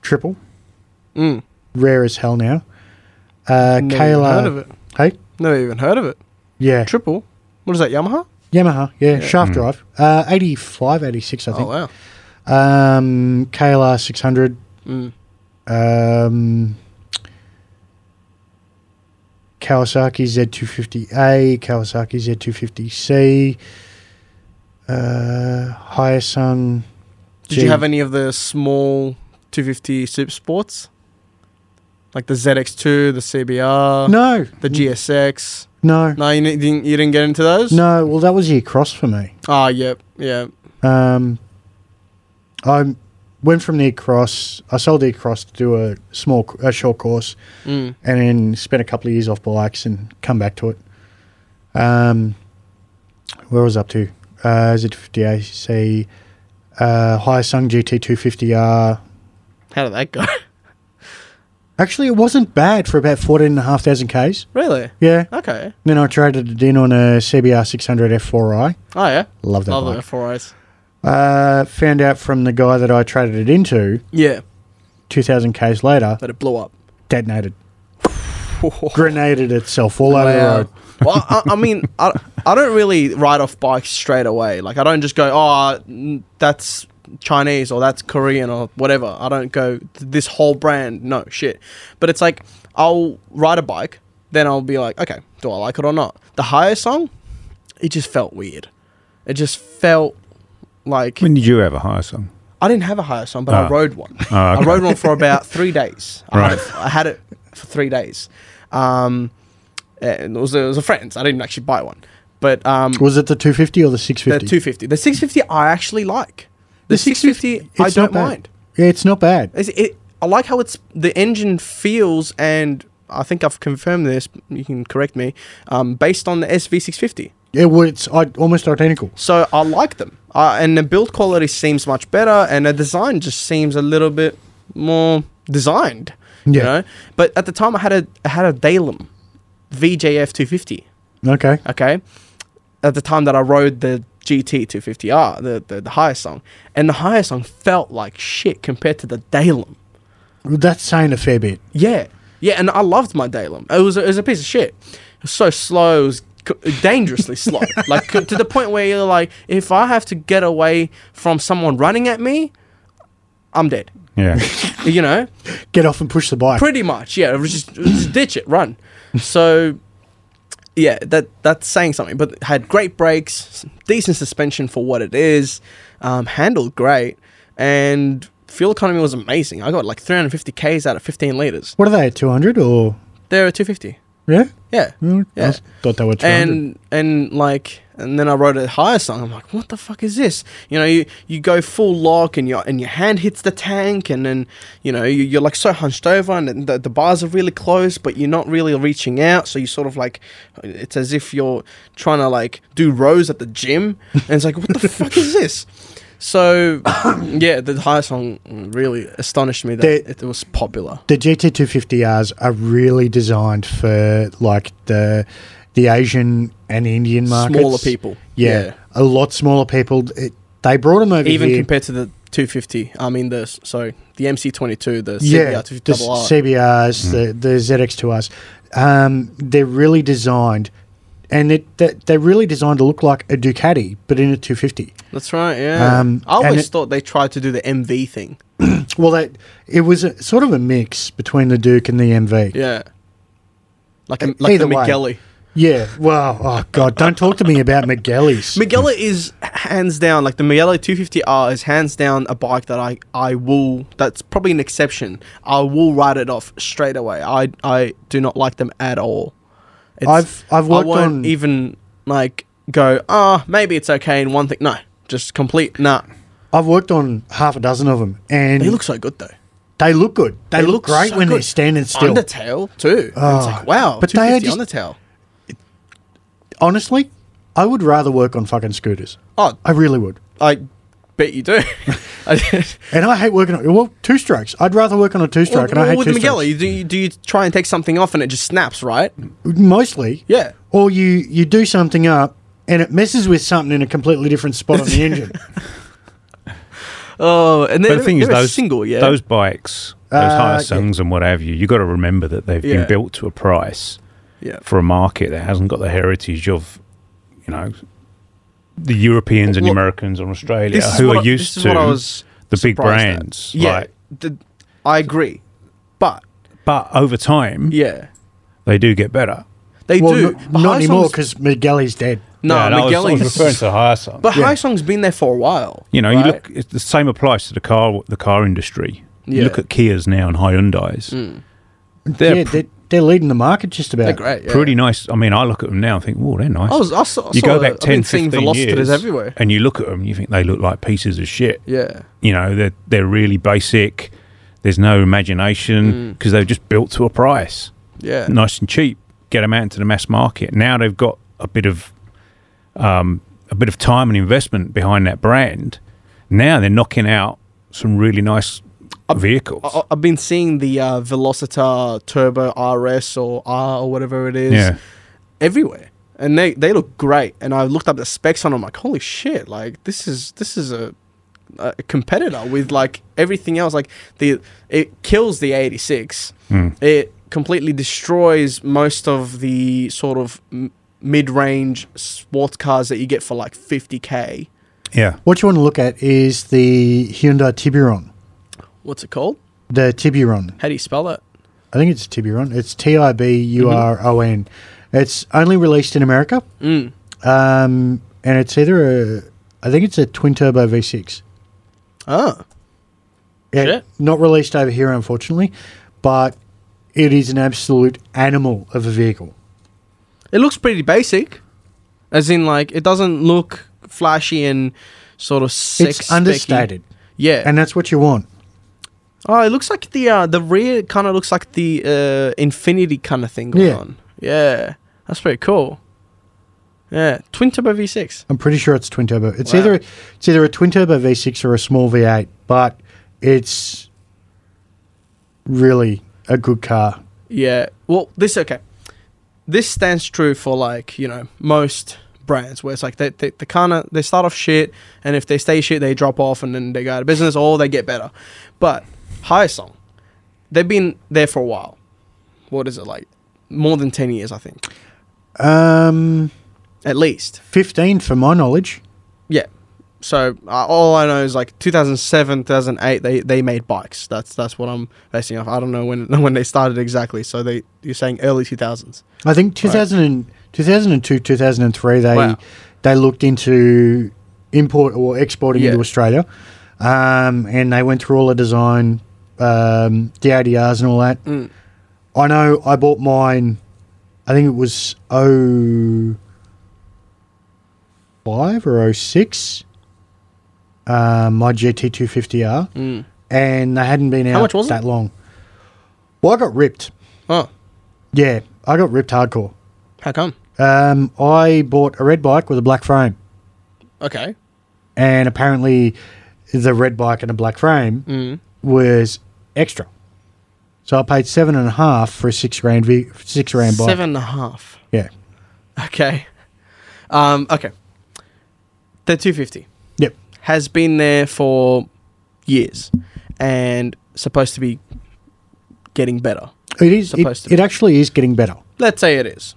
triple,
Mm.
rare as hell now. Uh,
Never even
KLR.
heard of it.
Hey?
Never even heard of it.
Yeah.
Triple. What is that? Yamaha.
Yamaha. Yeah. Shaft
Mm.
drive. Uh, 85, 86, I
Oh
think.
wow.
Um, KLR 600.
Mm.
Um, Kawasaki Z250A, Kawasaki Z250C, uh, Hyosung.
Did you have any of the small 250 Super Sports? Like the ZX2, the CBR,
No,
the GSX.
no,
No, you didn't. You didn't get into those.
no. Well, that was the cross for me.
Ah, yep, yeah.
Um, I'm went from the cross. I sold the cross to do a small, c- a short course,
Mm.
and then spent a couple of years off bikes and come back to it. Um, where was I up to? Uh, is it 50AC? Uh, Hyosung GT250R.
How did that go? <laughs>
Actually, it wasn't bad for about 14,500 Ks.
really?
Yeah.
Okay.
Then I traded it in on a CBR 600 F4i.
Oh yeah.
Love that
Love
bike.
the four eyes.
Uh, found out from the guy that I traded it into
Yeah,
2,000 Ks later,
that it blew up.
detonated. Grenaded itself all over the road.
<laughs> well, I, I mean, I, I don't really ride off bikes straight away. Like, I don't just go, oh, mm, that's Chinese or that's Korean or whatever. I don't go, "Th- this whole brand, no, shit. But it's like, I'll ride a bike, then I'll be like, okay, do I like it or not? The higher song, it just felt weird. It just felt like.
When did you have a hire song?
I didn't have a hire song, but I
Ah.
rode one.
Ah,
I
okay.
rode one for about three days. I, had
Right.
it, I had it for three days. Um, and it was, it was a friend's. I didn't actually buy one, but um,
Was it the 250 or the
the
650?
250, the 650, I actually like. The, 650, I
it's not
don't
bad.
mind.
Yeah, it's not bad.
It's, it, I like how it's the engine feels, and I think I've confirmed this. You can correct me. Um, based on the SV650,
It wa- it's i- almost identical.
so I like them, uh, and the build quality seems much better, and the design just seems a little bit more designed. You
Yeah.
know, but at the time I had a I had a Dalem VJF 250.
Okay.
Okay, at the time that I rode the GT 250R, the the, the higher song, and the higher song felt like shit compared to the Dalem.
Well, That's saying a fair bit.
Yeah, yeah, and I loved my Dalem. It was a, it was a piece of shit. It was so slow, it was c- dangerously slow, like c- to the point where you're like, if I have to get away from someone running at me, I'm dead.
Yeah.
You know,
Get off and push the bike.
pretty much. Yeah, it was just, just ditch it, run. So, yeah, that that's saying something. But it had great brakes, decent suspension for what it is, um, handled great, and fuel economy was amazing. I got like 350 k's out of 15 liters.
What are they, 200 or?
They're at 250.
Yeah?
Yeah.
Mm,
Yeah.
I s- thought they were 200.
and and like and then I wrote a higher song. I'm like, what the fuck is this? You know, you, you go full lock and your and your hand hits the tank, and then you know you, you're like so hunched over, and then the, the bars are really close, but you're not really reaching out. So you sort of like it's as if you're trying to like do rows at the gym, and it's like, what the fuck is this? So yeah, the higher song really astonished me that
They-
it, it was popular.
the GT250Rs are really designed for like the the Asian and Indian markets.
Smaller people,
Yeah, a lot smaller people. It, they brought them over
even
here.
compared to the 250 i mean the sorry the mc22 the
yeah,
cbr
the
250 R.
CBRs, the, the ZX2Rs. Um, they're really designed, and it, they, they're really designed to look like a Ducati, but in a 250.
that's right yeah
Um,
i
and
always
it-
thought they tried to do the mv thing
Well, that it was a, sort of a mix between the Duke and the MV.
yeah like, a,
E-
like the
either way.
mcgelly
Yeah. Well, oh god, don't talk to me
<laughs>
about Miguelis.
mcgelly is hands down like the mcgelly 250r is hands down a bike that i i will that's probably an exception i will write it off straight away i i do not like them at all it's,
I've I've
I
worked
won't
on
even like go ah maybe it's okay in one thing no just complete nah
I've worked on half a dozen of them, and
they look so good though
They look good. They,
They look
look, great
so
when
good.
they're standing still. Ah.
Undertale too. And it's like wow,
but
but
they are
250 Undertale.
Honestly, I would rather work on fucking scooters.
Oh,
I really would.
I bet you do.
<laughs>
I
And I hate working on well two strokes. I'd rather work on a two
well,
stroke, and I hate
with
two
the Miguel,
strokes.
you do, you, do you try and take something off and it just snaps, right?
Mostly,
Yeah.
Or you you do something up, and it messes with something in a completely different spot on
<laughs>
the engine.
Oh, and
But
then
the thing is, those
single, yeah,
those bikes, those
Uh,
higher
yeah.
songs and what have you, you got to remember that they've
Yeah.
been built to a price
yeah,
for a market that hasn't got the heritage of, you know, the Europeans and
Well,
Americans and Australia
this is
who
what
are
I-
used
this is
to
what I was
the big
surprised at.
brands.
Yeah,
like-
the- I agree, but
but over time,
yeah,
they do get better.
they
well,
do.
no-
But
not
High
anymore
Song's-
because Migueli's dead.
no,
Yeah, and I was- I was,
Migueli's-
referring to higher songs.
<laughs> But High Song's been there for a while.
you know,
right?
you look. It's the same applies to the car, the car industry. You
Yeah. Mm.
look at Kias now and Hyundai's. They're
yeah,
pr-
they're, They're leading the market just about.
They're great. yeah.
Pretty nice. I mean, I look at them now and think, oh, they're nice.
I was. I saw, I
you
saw
go back
I've
10,
been seeing
15
velocitators
years
everywhere.
and you look at them, you think they look like pieces of shit.
Yeah.
You know, they're, they're really basic. There's no imagination because they're just built to a price.
Mm. Yeah.
nice and cheap, get them out into the mass market. Now they've got a bit of um, a bit of time and investment behind that brand. Now they're knocking out some really nice vehicles.
I, I- I've been seeing the uh, Velocitar Turbo RS or R or whatever it is
Yeah.
everywhere, and they they look great. And I looked up the specs on them, like holy shit, like this is this is a, a competitor with like everything else. Like the it kills the eighty six. It completely destroys most of the sort of m- mid range sports cars that you get for like fifty k.
yeah,
What you want to look at is the Hyundai Tiburon.
What's it called?
The Tiburon.
How do you spell it?
I think it's Tiburon. It's T I B U R O N. It's only released in America.
Mm.
Um, and it's either a, I think it's a twin turbo V6.
Oh,
Yeah,
Shit.
Not released over here, unfortunately, but it is an absolute animal of a vehicle.
It looks pretty basic, as in like it doesn't look flashy and sort of sexy.
it's understated,
Yeah,
and that's what you want.
oh, it looks like the uh, the rear kind of looks like the uh, Infinity kind of thing going
Yeah.
on. Yeah, that's pretty cool. Yeah, twin turbo V6.
I'm pretty sure it's twin turbo. It's
Wow.
either it's either a twin turbo V6 or a small V8, but it's really a good car.
Yeah. Well, this okay. This stands true for like you know most brands where it's like they they, they kind of they start off shit and if they stay shit they drop off and then they go out of business or they get better. But Song, they've been there for a while. What is it like? More than ten years, I think,
Um,
at least.
15 for my knowledge.
Yeah. So uh, all I know is like 2007, 2008, they, they made bikes. That's that's what I'm basing off. I don't know when <laughs> when they started exactly. So they you're saying early 2000s.
I think 2000 and, 2002, 2003, they
Wow.
they looked into import or exporting
Yeah.
into Australia, um, and they went through all the design, um, the ADRs and all that.
Mm.
I know I bought mine. I think it was oh five or oh six. Uh, my GT two fifty R, and they hadn't been out
Mm. much was
that
it?
long. Well, I got ripped.
Oh,
Yeah, I got ripped hardcore.
how come?
Um, I bought a red bike with a black frame,
Okay.
and apparently, the red bike and a black frame
Mm.
was extra. So I paid seven and a half for a six grand v- six grand bike.
Seven and a half.
Yeah.
Okay. Um, okay. The 250
Yep.
has been there for years and supposed to be getting better.
It is.
Supposed
It,
to
it
be.
actually is getting better.
Let's say it is.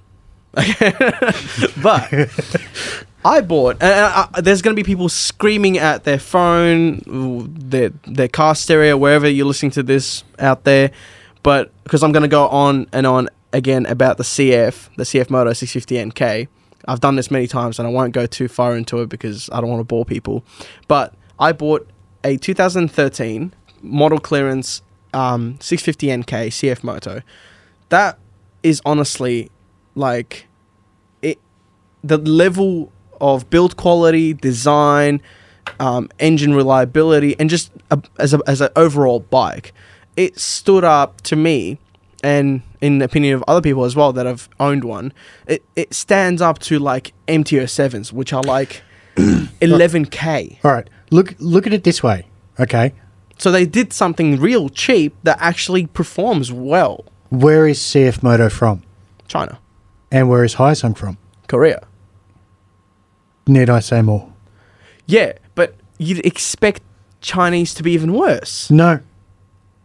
<laughs> but I bought, and I, I, there's going to be people screaming at their phone, ooh, their their car stereo, wherever you're listening to this out there. But because I'm going to go on and on again about the CF, the CF Moto 650NK. I've done this many times, and I won't go too far into it because I don't want to bore people. But I bought a 2013 model clearance um, 650NK CF Moto. That is honestly like it the level of build quality, design, um, engine reliability, and just a, as a, as an overall bike, it stood up to me, and in the opinion of other people as well that have owned one, it, it stands up to like MTO sevens, which are like eleven k.
All right. Look. Look at it this way. Okay.
So they did something real cheap that actually performs well.
Where is CF Moto from,
China,
and where is Hyosung from?
Korea.
Need I say more?
Yeah, but you'd expect Chinese to be even worse.
No.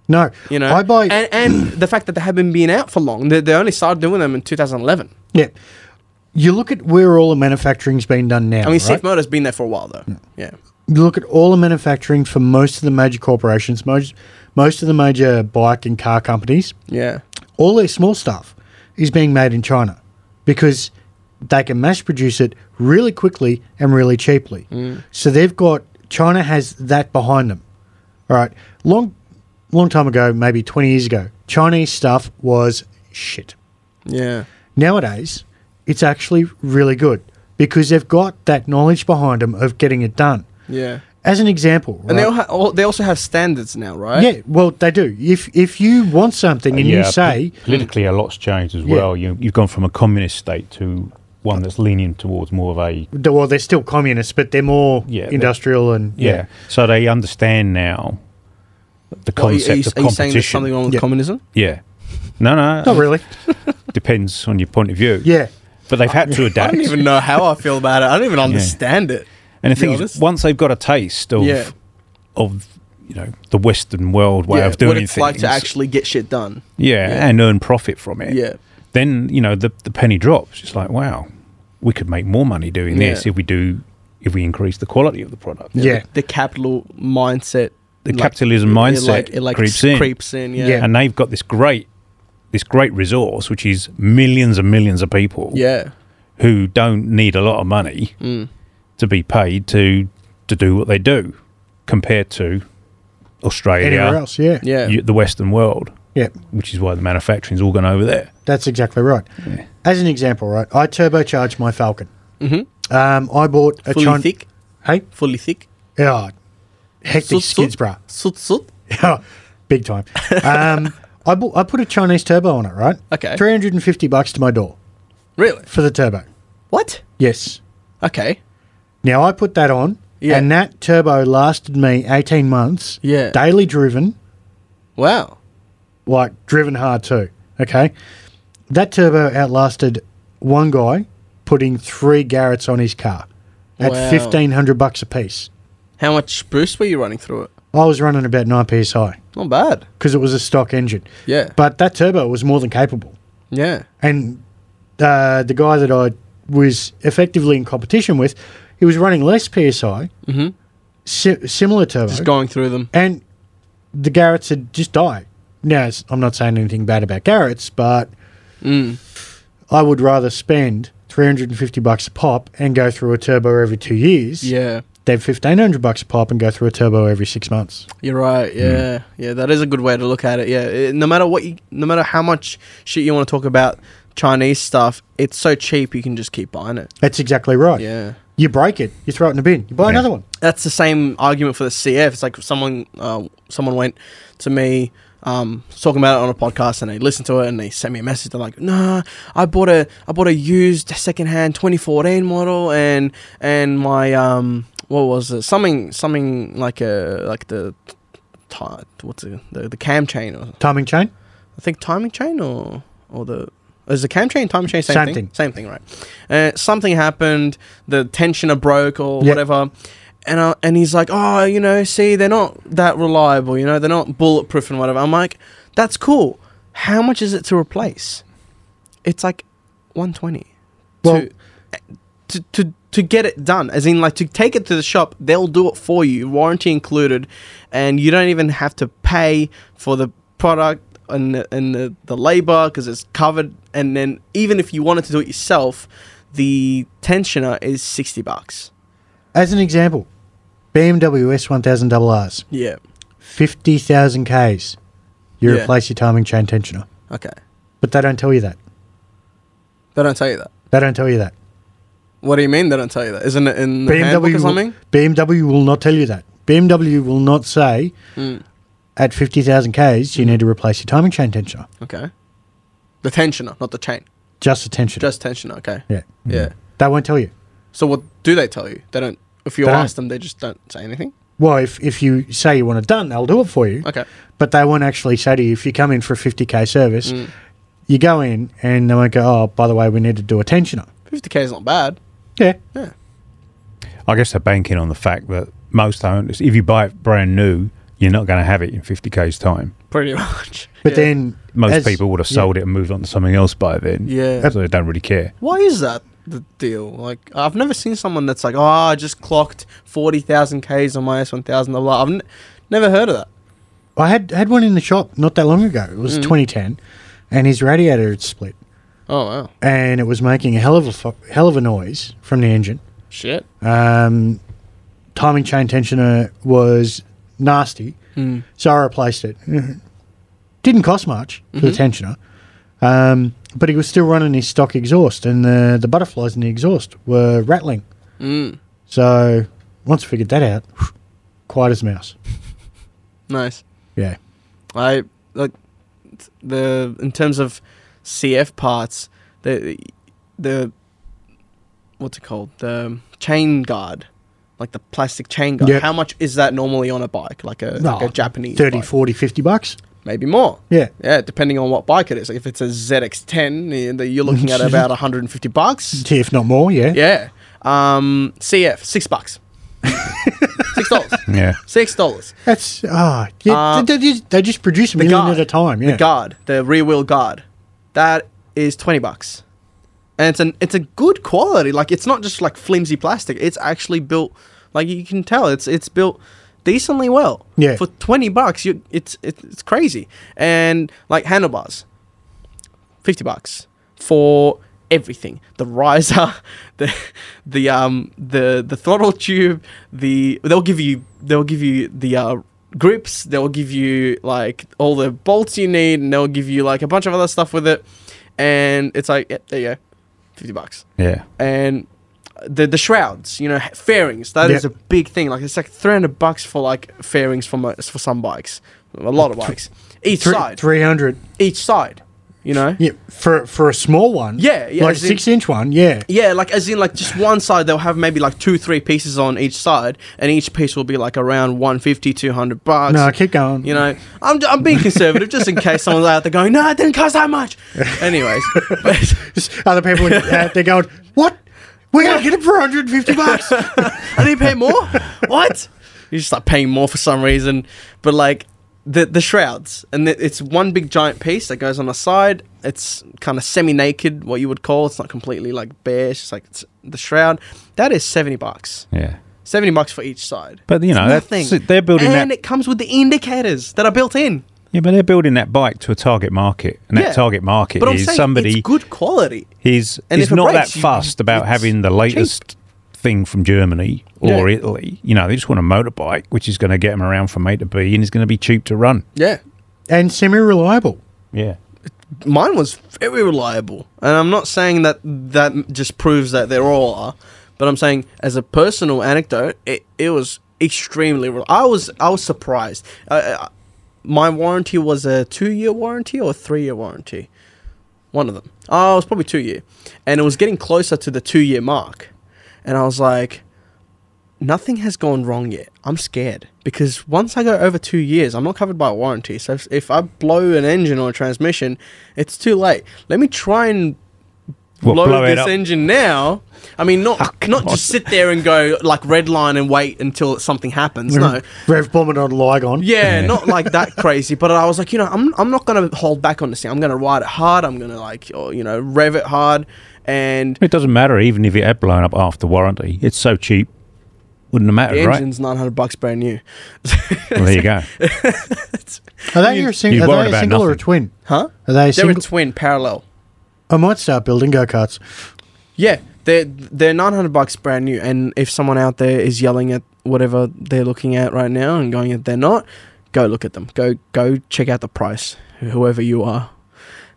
No.
You know,
I buy.
and, and the fact that they haven't been out for long. They, they only started doing them in 2011.
yeah. You look at where all the manufacturing's been done now.
I mean,
right?
Safe Motor's been there for a while though. Yeah,
you look at all the manufacturing for most of the major corporations, most most of the major bike and car companies,
yeah,
all their small stuff is being made in China because they can mass produce it really quickly and really cheaply.
Mm.
So they've got China has that behind them. All right, long long time ago, maybe twenty years ago, Chinese stuff was shit.
Yeah.
Nowadays, it's actually really good because they've got that knowledge behind them of getting it done.
Yeah.
As an example, right?
And they all ha- all, they also have standards now, right?
yeah, well, they do. If if you want something and you
pol-
say,
politically a lot's changed as well. You, you've gone from a communist state to one that's leaning towards more of a
well, they're still communists, but they're more
Yeah, they-
industrial and
yeah. So they understand now the
What, are you-
concept
are you,
of
are you saying there's
competition.
something wrong with
Yeah.
communism?
yeah. No, no.
Not really.
Depends on your point of view.
Yeah.
But they've had to
I
adapt.
don't even know how I feel about it. I don't even understand it.
and the
be
thing
honest.
is, once they've got a taste of
Yeah.
of you know the Western world way
yeah.
of doing
what it's
things,
like to actually get shit done.
yeah,
yeah.
and earn profit from it,
Yeah.
then you know the the penny drops. It's like wow, we could make more money doing
Yeah.
this if we do if we increase the quality of the product.
Yeah.
The capital mindset.
The
like-
capitalism
it,
mindset
like, it like
creeps in.
Creeps in. Yeah.
Yeah.
Yeah.
and they've got this great this great resource which is millions and millions of people who don't need a lot of money
Mm.
to be paid to to do what they do compared to Australia
Anywhere else, yeah. yeah.
Yeah.
y- the western world which is why the manufacturing's all gone over there
That's exactly right. As an example, right, I turbocharged my Falcon. Mm-hmm. Um, I bought a
Fully
Chin-
thick.
Hey,
Fully thick.
yeah,
Sut,
hectic skids,
sut.
bruh.
Sut, sut.
Yeah, <laughs> big time.
<laughs>
Um, I bought, I put a Chinese turbo on it, right?
Okay.
Three hundred and fifty bucks to my door
Really?
for the turbo.
What?
Yes.
Okay.
Now I put that on,
Yeah.
and that turbo lasted me eighteen months.
Yeah.
Daily driven,
Wow.
like driven hard too. Okay. That turbo outlasted one guy putting three Garrett's on his car at
Wow.
fifteen hundred bucks a piece.
How much spruce were you running through it?
I was running about nine psi
Not bad.
because it was a stock engine.
Yeah.
But that turbo was more than capable.
Yeah.
And uh, the guy that I was effectively in competition with, he was running less psi,
Mhm.
si- similar turbo,
Just going through them.
and the Garrett's had just died. Now it's, I'm not saying anything bad about Garrett's, but
Mm.
I would rather spend 350 bucks a pop and go through a turbo every two years
Yeah.
than 1500 bucks a pop and go through a turbo every six months.
You're
Hmm.
right. Yeah, yeah, that is a good way to look at it. Yeah, It- no matter what you, no matter how much shit you want to talk about Chinese stuff, it's so cheap you can just keep buying it.
That's exactly right.
Yeah,
You break it, you throw it in the bin, you buy
Yeah.
another one.
that's the same argument for the CF. It's like someone, uh, someone went to me. Um, was talking about it on a podcast, and they listened to it, and they sent me a message. They're like, "Nah, I bought a, I bought a used secondhand 2014 model, and and my um, what was it? Something, something like a like the, t- what's it? The, the cam chain or
Timing chain?
I think timing chain or or the oh, is the cam chain timing chain same,
Same
thing?
thing.
Same thing, right? Uh, something happened. The tensioner broke or
Yeah.
whatever. And, I, and he's like, oh, you know, see, they're not that reliable, you know, they're not bulletproof and whatever. I'm like, that's cool. How much is it to replace? It's like 120.
Well-
to, to, to, to get it done, as in, like, to take it to the shop, they'll do it for you, warranty included, and you don't even have to pay for the product and the, and the, the labor because it's covered. And then, even if you wanted to do it yourself, the tensioner is 60 bucks.
As an example, BMW S1000RRs,
Yeah.
50,000 Ks, you
Yeah.
replace your timing chain tensioner.
Okay.
But they don't tell you that.
They don't tell you that.
They don't tell you that.
What do you mean they don't tell you that? Isn't it in the handbook
BMW,
or
will, <laughs>
something?
BMW will not tell you that. BMW will not say
Mm.
at 50,000 Ks, you need to replace your timing chain tensioner.
Okay. The tensioner, not the chain.
Just the tensioner.
Just tensioner, okay.
yeah. Mm.
Yeah.
They won't tell you.
So what do they tell you? They don't if you
They don't.
ask them they just don't say anything?
Well, if, if you say you want it done, they'll do it for you.
Okay.
But they won't actually say to you, if you come in for a 50K service,
Mm.
you go in and they won't go, oh, by the way, we need to do a tensioner.
Fifty K is not bad.
Yeah.
Yeah.
i guess they're banking on the fact that most owners if you buy it brand new you're not going to have it in 50k's time
Pretty <laughs> much.
But
Yeah.
then
most
as-
people would have
yeah.
sold it and moved on to something else by then
Yeah.
so they don't really care
Why is that the deal? Like I've never seen someone that's like, Oh, I just clocked forty thousand Ks on my S one thousand I've n- never heard of that.
I had had one in the shop not that long ago. It was
Mm.
2010, and his radiator had split,
Oh wow.
and it was making a hell of a fu- hell of a noise from the engine.
Shit.
Um, timing chain tensioner was
Mm. Mm-hmm.
nasty, so I replaced it. Didn't cost much for the tensioner. Um, but he was still running his stock exhaust, and the, the butterflies in the exhaust were rattling.
Mm,
So once I figured that out, quiet as a mouse.
nice.
Yeah.
I like th- the in terms of CF parts, the the what's it called? The chain guard, like the plastic chain guard.
Yep.
How much is that normally on a bike? Like a like
No,
a Japanese
30,
bike?
40, 50 bucks.
maybe more.
Yeah.
Yeah, depending on what bike it is. Like if it's a ZX10, y- eh, you're looking at about 150 bucks.
If not more, yeah.
Yeah. Um, CF, six bucks. six dollars.
Yeah.
Six dollars.
That's, ah, yeah,
Uh,
they, they just, they just produce a
the
million
guard.
at a time. Yeah.
The guard, the rear wheel guard, that is twenty bucks, and it's an it's a good quality. Like it's not just like flimsy plastic. It's actually built like you can tell it's it's built decently well.
Yeah.
For twenty bucks, you it's it's it's crazy. And like handlebars, fifty bucks for everything the riser <laughs> the the um the the throttle tube the they'll give you they'll give you the uh grips they'll give you like all the bolts you need and they'll give you like a bunch of other stuff with it and it's like yep there you go 50 bucks
Yeah.
and the the shrouds, you know, fairings. That is
Yep.
a big thing. Like it's like three hundred bucks for like fairings for mo- for some bikes, a lot of bikes. Each
Three,
side,
300.
each side. You know.
Yeah. For, for a small one.
Yeah, yeah,
Like a
as in-
six inch one. Yeah.
Yeah, like as in like just one side they'll have maybe like two three pieces on each side, and each piece will be like around 150, 200 bucks.
No, keep going.
You know, I'm, I'm being conservative just in case someone's out there going, no, it didn't cost that
<laughs>
much. Anyways, but-
Other people,
<laughs>
uh, they're going, what? We're going to get it for 150
<laughs>
bucks.
I need to pay <laughs> more? what? You just like paying more for some reason. But like the the shrouds, and it- it's one big giant piece that goes on the side. It's kind of semi naked, what you would call. It's not completely like bare. It's just like it's the shroud. That is seventy bucks.
Yeah.
Seventy bucks for each side.
But, you know,
It's
that's- they're building
and
that-
it comes with the indicators that are built in.
Yeah, but they're building that bike to a target market, and
Yeah.
that target market
But I'm
is
saying
somebody
it's good quality.
He's
And
he's
if it
not
breaks,
that
you-
fussed about
it's
having the latest thing from Germany or
Yeah.
Italy. You know, they just want a motorbike which is going to get them around from A to B and is going to be cheap to run.
Yeah.
and semi reliable.
Yeah.
mine was very reliable. And I'm not saying that that just proves that they're all are, but I'm saying as a personal anecdote, it, it was extremely. Re- I was I was surprised. Uh, uh, my warranty was a two year warranty or a three year warranty, one of them. Oh, it was probably two year, and it was getting closer to the two year mark, and I was like. Nothing has gone wrong yet. I'm scared because once I go over two years, I'm not covered by a warranty. So if, if I blow an engine or a transmission, it's too late. Let me try and
Well,
blow,
blow it
this
up.
engine now. I mean, not not just sit there and go like red line and wait until something happens. No,
Rev bomber on Ligon.
yeah, not like that crazy. But I was like, you know, I'm, I'm not gonna hold back on this thing. I'm gonna ride it hard. I'm gonna like, or, you know, rev it hard. And
It doesn't matter even if it had blown up after warranty. It's so cheap. Wouldn't have
the
mattered, right?
engine's 900 bucks brand new. <laughs>
Well, there you go.
Are they a, sing-
you're
are
worried
they a
about
single or a
nothing.
twin?
Huh?
Are they a
They're a
single?
twin parallel.
I might start building go karts.
Yeah, they're they're nine hundred bucks brand new, and if someone out there is yelling at whatever they're looking at right now and going that they're not, go look at them. Go go check out the price, whoever you are,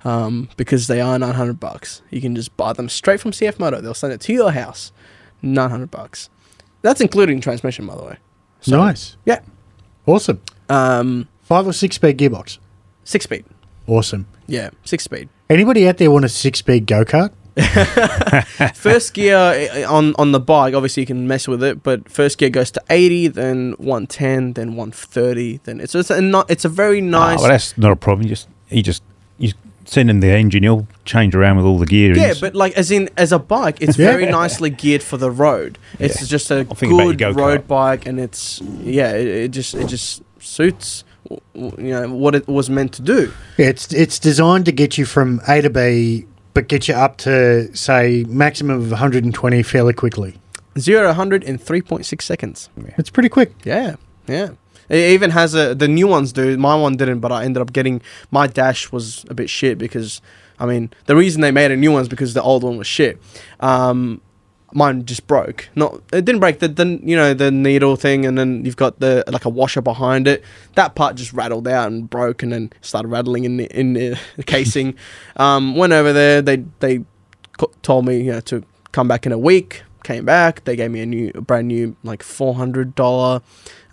um, because they are nine hundred bucks. You can just buy them straight from CF Moto. They'll send it to your house, nine hundred bucks. That's including transmission, by the way.
Nice.
Yeah,
Awesome.
um,
Five or six speed gearbox.
six speed.
Awesome.
Yeah, six speed.
Anybody out there want a six speed go kart?
first gear eh, on on the bike obviously you can mess with it but first gear goes to 80 then 110 then 130 then it's it's a not it's a very
Ah,
nice
well, that's not a problem. You just you just you send him the engine. He'll change around with all the gearings.
yeah but like as in as a bike it's
Yeah.
very nicely geared for the road it's
Yeah.
just a
think about your
good
go-kart.
road bike and it's yeah it, it just it just suits w- w- you know what it was meant to do
Yeah, It's it's designed to get you from A to B, but get you up to say maximum of 120 fairly quickly.
0 to 100 in 3.6 seconds
It's pretty quick.
Yeah, yeah. It even has a the new ones do. My one didn't, but I ended up getting my dash was a bit shit because I mean the reason they made a new one is because the old one was shit. Um, mine just broke. Not it didn't break. The, the you know the needle thing, and then you've got the like a washer behind it. That part just rattled out and broke, and then started rattling in the, in the <laughs> casing. um, went over there. They they co- told me you know to come back in a week. Came back. They gave me a new, a brand new like four hundred dollar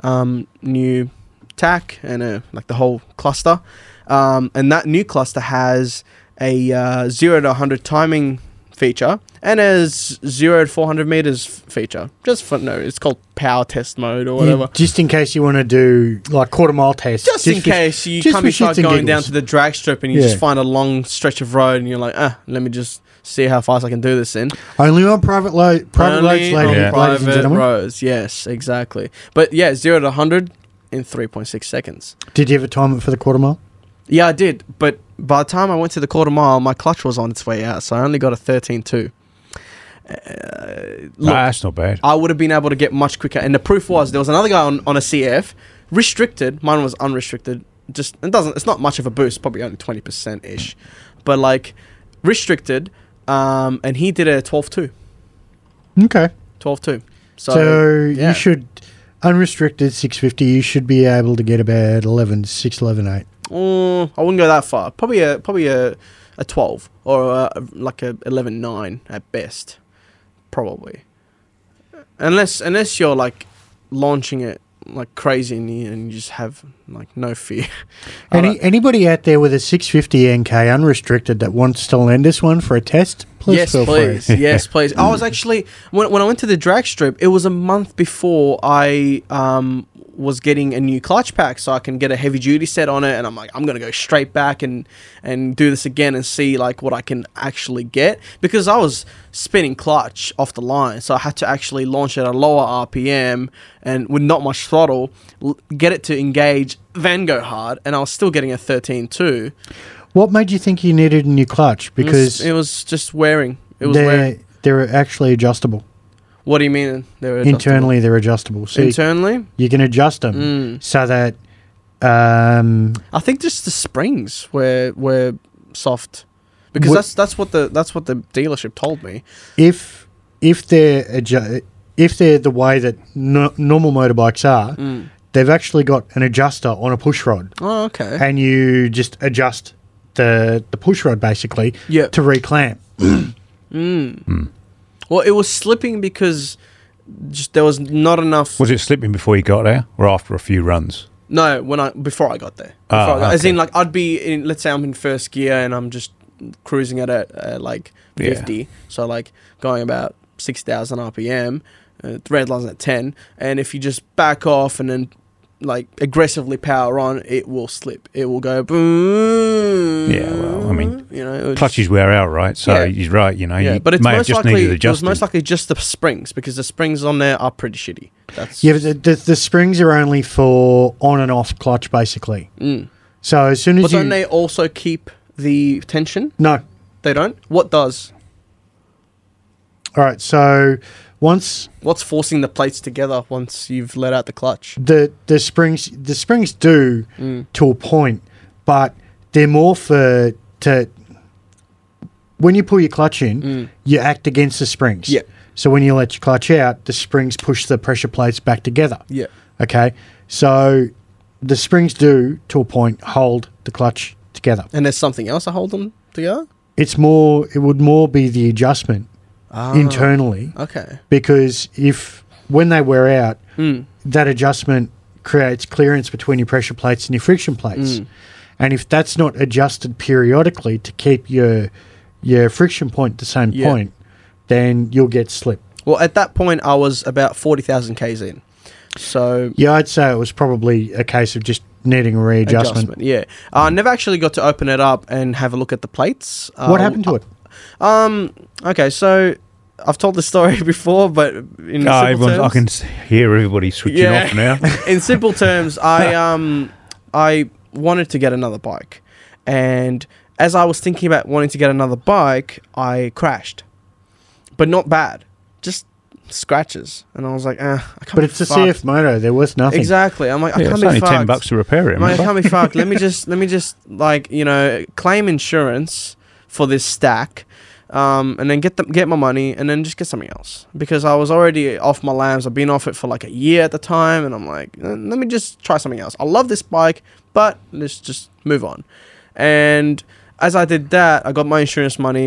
um, new tack and a, like the whole cluster. Um, and that new cluster has a uh, zero to 100 timing feature and a z- zero to 400 meters f- feature. Just for no, it's called power test mode or whatever.
You- just in case you want to do like quarter mile test.
just, in
for-
case you
just
come
for
and start
shits and
going down
giggles.
to the drag strip and you
Yeah.
just find a long stretch of road and you're like, ah, let me just see how fast I can do this in.
only on private load, private
Only
loads, ladies,
on
Yeah.
ladies and
private
gentlemen.
roads. Yes, exactly. But yeah, zero to 100 in 3.6 seconds.
Did you have a time for the quarter mile?
Yeah, I did. But by the time I went to the quarter mile, my clutch was on its way out, so I only got a 13.2. Uh,
Nah,
look,
Ah, that's not bad.
I would have been able to get much quicker. And the proof was there was another guy on, on a CF, restricted. Mine was unrestricted. Just it doesn't. It's not much of a boost. Probably only twenty percent ish, but like restricted. Um, and he did a 12.2.
Okay.
12.2. So,
So,
yeah.
you should unrestricted 650. You should be able to get about 11, 6, 11, 8.
Mm, I wouldn't go that far. Probably a probably a, a twelve or a, a- like a eleven nine at best, probably. Unless unless you're like launching it like crazy and you, and you just have like no fear. <laughs> I
Any,
don't-
anybody out there with a 650 NK unrestricted that wants to lend us one for a test, please
yes,
feel
please.
free. <laughs>
yes, please. I was actually when when I went to the drag strip, it was a month before I um was getting a new clutch pack, so I can get a heavy duty set on it, and I'm like, I'm gonna go straight back and and do this again and see like what I can actually get because I was spinning clutch off the line, so I had to actually launch at a lower RPM and with not much throttle, l- get it to engage, then go hard, and I was still getting a 13.2
What made you think you needed a new clutch?
It was-
Because
it was just wearing. It was wearing.
they're, they're actually adjustable.
What do you mean? They're adoptable?
Internally, they're adjustable. So you,
Internally,
you can adjust them
Mm.
so that um,
I think just the springs were were soft, because
Wh-
that's that's what the that's what the dealership told me.
if if they're adju- if they're the way that no- normal motorbikes are,
Mm.
they've actually got an adjuster on a push rod,
Oh, okay.
and you just adjust the the push rod basically
Yep.
to reclamp.
Well, it was slipping because just there was not enough.
Was it slipping before you got there or after a few runs?
No, when I before I got there,
Oh,
Before I got- as
okay.
in like I'd be in. Let's say I'm in first gear and I'm just cruising at a, a like
Yeah.
50, so like going about 6,000 RPM. Uh, the red line's at 10, and if you just back off and then like aggressively power on, it will slip. It will go boom.
Yeah, well, I mean,
you know, it would just-
Clutches wear out, right? So
Mm. Yeah.
he's right, you know.
Yeah,
you
but it's
may have
most
just
likely
needed
it was
adjusting.
most likely just the springs because the springs on there are pretty shitty. That's
Yeah, but the, the, the springs are only for on and off clutch basically. So as soon as
Mm. but
you
don't they also keep the tension?
no,
They don't. What does?
all right. So once
What's forcing the plates together once you've let out the clutch?
the the springs the springs do
Mm.
to a point, but they're more for to when you pull your clutch in, you act against the springs.
Mm. Yeah.
So when you let your clutch out, the springs push the pressure plates back together.
Yeah.
Okay. So the springs do to a point hold the clutch together.
And there's something else to hold them together?
It's more it would more be the adjustment internally
Ah. Okay.
because if when they wear out,
Hmm.
that adjustment creates clearance between your pressure plates and your friction plates,
Hmm.
and if that's not adjusted periodically to keep your your friction point the same
Yeah.
point, then you'll get slip.
Well, at that point, I was about 40,000 Ks in. So,
Yeah, I'd say it was probably a case of just needing a readjustment.
adjustment. Yeah. I never actually got to open it up and have a look at the plates. Uh,
What happened to it?
Okay, so I've told the story <laughs> before, but in
Ah,
simple
everyone's- I
terms-
can s- hear everybody switching
<laughs>
off now.
in simple terms,
<laughs>
I um I wanted to get another bike, and as I was thinking about wanting to get another bike, I crashed, but not bad, just scratches, and I was like, eh, I can't.
But
be
it's a
fucked."
CF motor. There was nothing.
Exactly. I'm like, I
Yeah,
can't
it's
be
only
fucked.
ten bucks to repair it.
I'm like, I
remember?
can't be fucked. Let me just let me just like you know claim insurance for this stack. um, and then get the, get my money, and then just get something else because I was already off my lambs. I've been off it for like a year at the time, and I'm like, "Eh, let me just try something else. I love this bike, but let's just move on. And as I did that, I got my insurance money.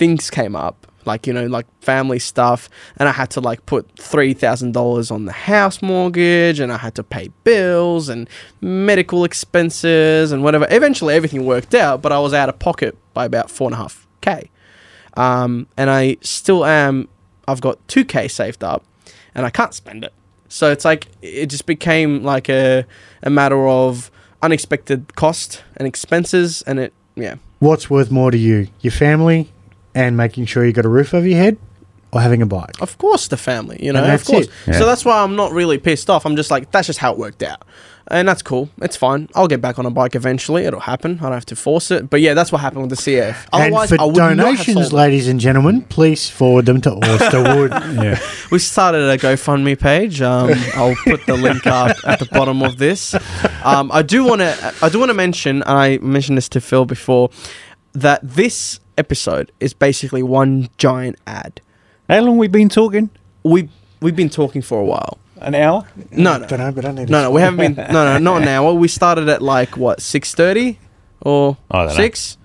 Things came up, like you know, like family stuff, and I had to like put three thousand dollars on the house mortgage, and I had to pay bills and medical expenses and whatever. Eventually, everything worked out, but I was out of pocket by about four and a half k um, and I still am. I've got two k saved up, and I can't spend it. So it's like it just became like a a matter of unexpected cost and expenses, and it yeah.
What's worth more to you, your family, and making sure you got a roof over your head, or having a bike?
Of course, the family, you know,
And
of
that's
course.
it.
Yeah.
So that's why I'm not really pissed off. I'm just like, that's just how it worked out. And that's cool. It's fine. I'll get back on a bike eventually. It'll happen. I don't have to force it. But yeah, that's what happened with the CF. Otherwise,
and
I
for
would not have
donations,
sold it.
ladies and gentlemen, please forward them to
<laughs>
Auster Wood.
Yeah.
We started a GoFundMe page. Um,
<laughs>
I'll put the link up at the bottom of this. Um, I do want to. I do want to mention. And I mentioned this to Phil before that this episode is basically one giant ad.
How long we been talking?
We we've been talking for a while.
An hour?
No, no,
Don't know, but I need
no,
to-
no. We haven't been. No, no,
<laughs>
not an hour. We started at like what six thirty or
I don't know.
six.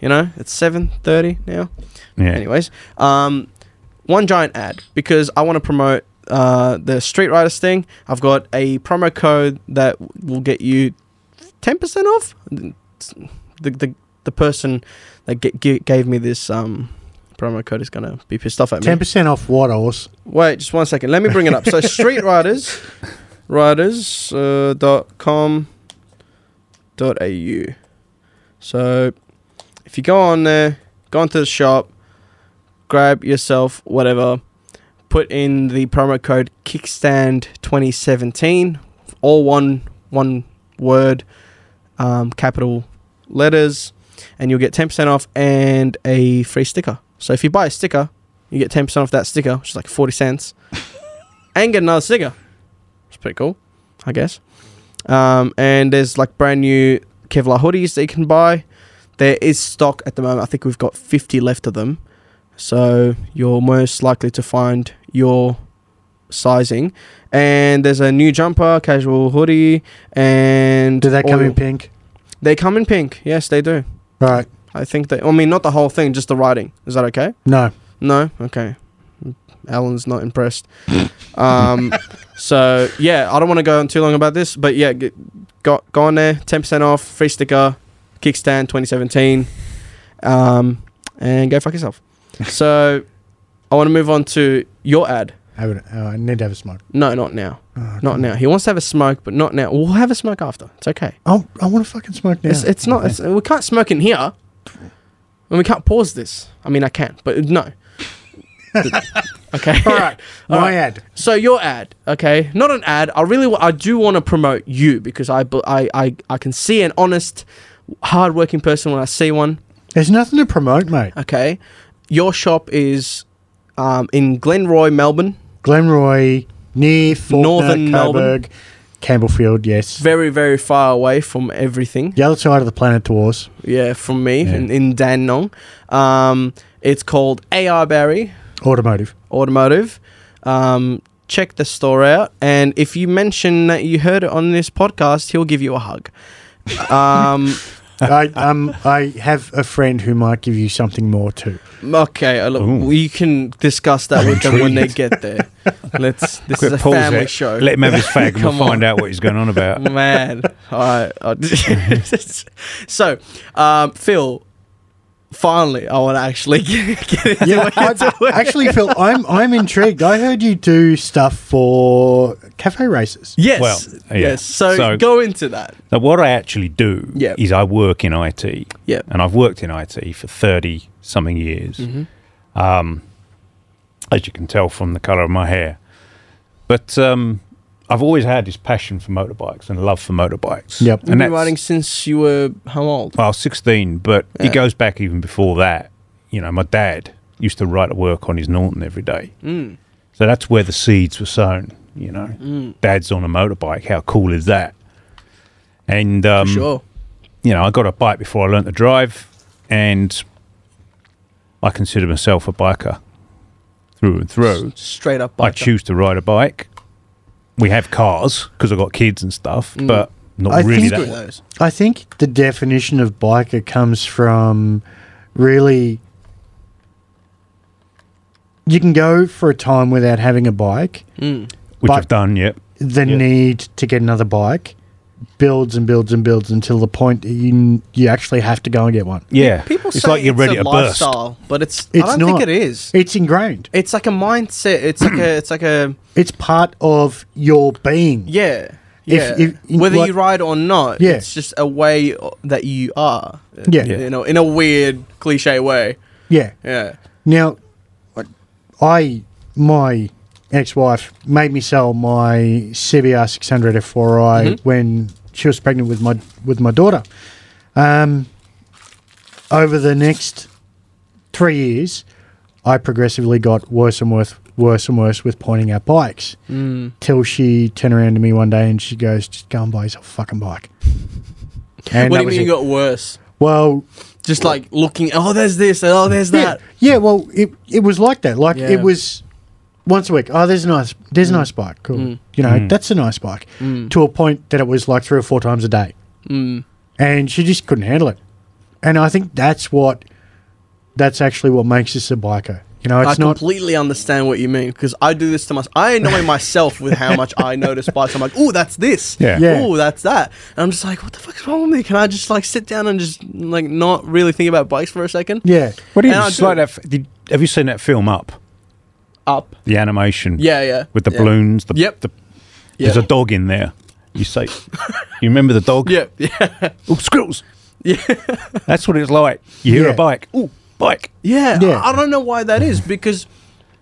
You know, it's seven thirty now.
Yeah.
Anyways, um, one giant ad because I want to promote uh, the Street Riders thing. I've got a promo code that will get you ten percent off. The, the the person that g- g- gave me this um, promo code is gonna be pissed off at me.
Ten percent off what else?
Wait, just one second. Let me bring it up. So Street Riders, riders uh, dot com dot au. So if you go on there, go onto the shop, grab yourself whatever, put in the promo code Kickstand twenty seventeen, all one one word, um, capital letters, and you'll get ten percent off and a free sticker. So if you buy a sticker, you get ten percent off that sticker, which is like forty
<laughs>
cents, and get another sticker. It's pretty cool, I guess. Um, and there's like brand new Kevlar hoodies that you can buy. There is stock at the moment. I think we've got fifty left of them, so you're most likely to find your sizing. And there's a new jumper, casual hoodie, and
Do they
all-
come in pink?
They come in pink. Yes, they do.
Right.
I think they. I mean, not the whole thing, just the writing. Is that okay?
No.
No. Okay. Alan's not impressed. um, so yeah, I don't want to go on too long about this, but yeah, g go, go on there. Ten percent off, free sticker, kickstand 2017, um, and go fuck yourself. So I want to move on to your ad.
Have it- oh, I need to have a smoke.
No, not now.
Oh,
Not now. He wants to have a smoke, but not now. We'll have a smoke after. It's okay.
I, I want to fucking smoke now.
It's, it's not. It's, we can't smoke in here, and we can't pause this. I mean, I can, but no. okay.
All right. My
All right.
ad.
So your ad, okay, not an ad. I really, wa- I do want to promote you because I, bu- I, I, I can see an honest, hardworking person when I see one.
There's nothing to promote, mate.
Okay, your shop is um, in Glenroy, Melbourne.
Glenroy, near Faulkner,
Northern
Northern
Melbourne.
Coburg, Campbellfield, yes.
Very, very far away from everything.
the other side of the planet to us.
Yeah, from me
Yeah.
in, in Dan Nong. Um, it's called AR Barry.
Automotive.
Automotive. Um, check the store out, and if you mention that you heard it on this podcast, he'll give you a hug. Um, <laughs>
I um I have a friend who might give you something more
<laughs>
too.
okay, uh, look,
Ooh.
we can discuss that with them when they get
<laughs>
there. Let's. This
Quick
is a
pause
family
there.
show.
Let him have his fag and we'll
Come on.
find out what he's going on
<laughs>
about.
Man, all right. <laughs> all right. so, um, Phil. Finally, I want to actually <laughs> get, get into
Yeah,
what you're
I,
doing.
actually, Phil, I'm I'm intrigued. I heard you do stuff for cafe races.
Yes.
Well, yeah.
Yes. So,
So-
go into that.
Now, what I actually do
Yeah.
is I work in IT.
Yeah.
And I've worked in IT for 30 something years,
Mm-hmm.
um, as you can tell from the colour of my hair. But um, I've always had this passion for motorbikes and love for motorbikes.
You've
Yep.
And
been
that's,
riding since you were how old?
well, I was 16, but
Yeah.
it goes back even before that. You know, my dad used to ride to work on his Norton every day.
Mm.
So that's where the seeds were sown, you know. Dad's on a motorbike. How cool is that? And um,
sure.
you know, I got a bike before I learnt to drive, and I consider myself a biker through and through.
Straight up.
I
biker.
choose to ride a bike. We have cars because I've got kids and stuff,
Mm.
but not
I
really
think
that.
it-
Those.
I think the definition of biker comes from really. You can go for a time without having a bike.
which
but-
I've done. Yep.
The need to get another bike builds and builds and builds until the point that you you actually have to go and get one.
Yeah.
People
it's
say
like you're
it's
ready
a
to burst.
lifestyle, but it's.
It's
I don't
not.
think it is.
It's ingrained.
It's like a mindset. It's like a. It's like a.
It's part of your being.
Yeah. Yeah.
if- in-
Whether
like-
you ride or not,
Yeah.
it's just a way o- that you are.
Yeah.
Yeah.
You know, in a weird cliche way.
Yeah.
Yeah.
Now, I my ex-wife made me sell my CBR 600 F4i
Mm-hmm.
when she was pregnant with my with my daughter. Um, over the next three years, I progressively got worse and worse, worse and worse with pointing out bikes. Mm. Till she turned around to me one day and she goes, "Just go and buy yourself a fucking bike."
<laughs>
And
what
that
do you
was
mean
it.
you got worse?
well,
Just like looking. Oh, there's this. and, Oh, there's that.
Yeah, yeah well, it it was like that. Like
Yeah. Mm.
it was once a week. Oh, there's a nice there's a nice bike. Cool. You know, that's a nice bike. To a point that it was like three or four times a day.
Mm.
And she just couldn't handle it. And I think that's what that's actually what makes us a biker. You know,
I
it's not
completely understand what you mean because I do this to myself. I annoy myself with how much I notice bikes. I'm like, oh, that's this.
Yeah.
Yeah.
Oh, that's that. And I'm just like, what the fuck is wrong with me? Can I just like sit down and just like not really think about bikes for a second?
Yeah.
What do you
And I
it's
do
like
it.
that? f- Did, have you seen that film Up?
Up.
The animation.
Yeah, yeah.
With the
yeah.
balloons. The,
Yep.
The,
Yeah.
There's a dog in there. You say, you remember the dog?
Yeah. <laughs> Yeah.
Oh, squirrels. Yeah. <laughs> That's what it's like. You hear
Yeah.
a bike. Oh, bike.
Yeah,
Yeah.
I, I don't know why that is because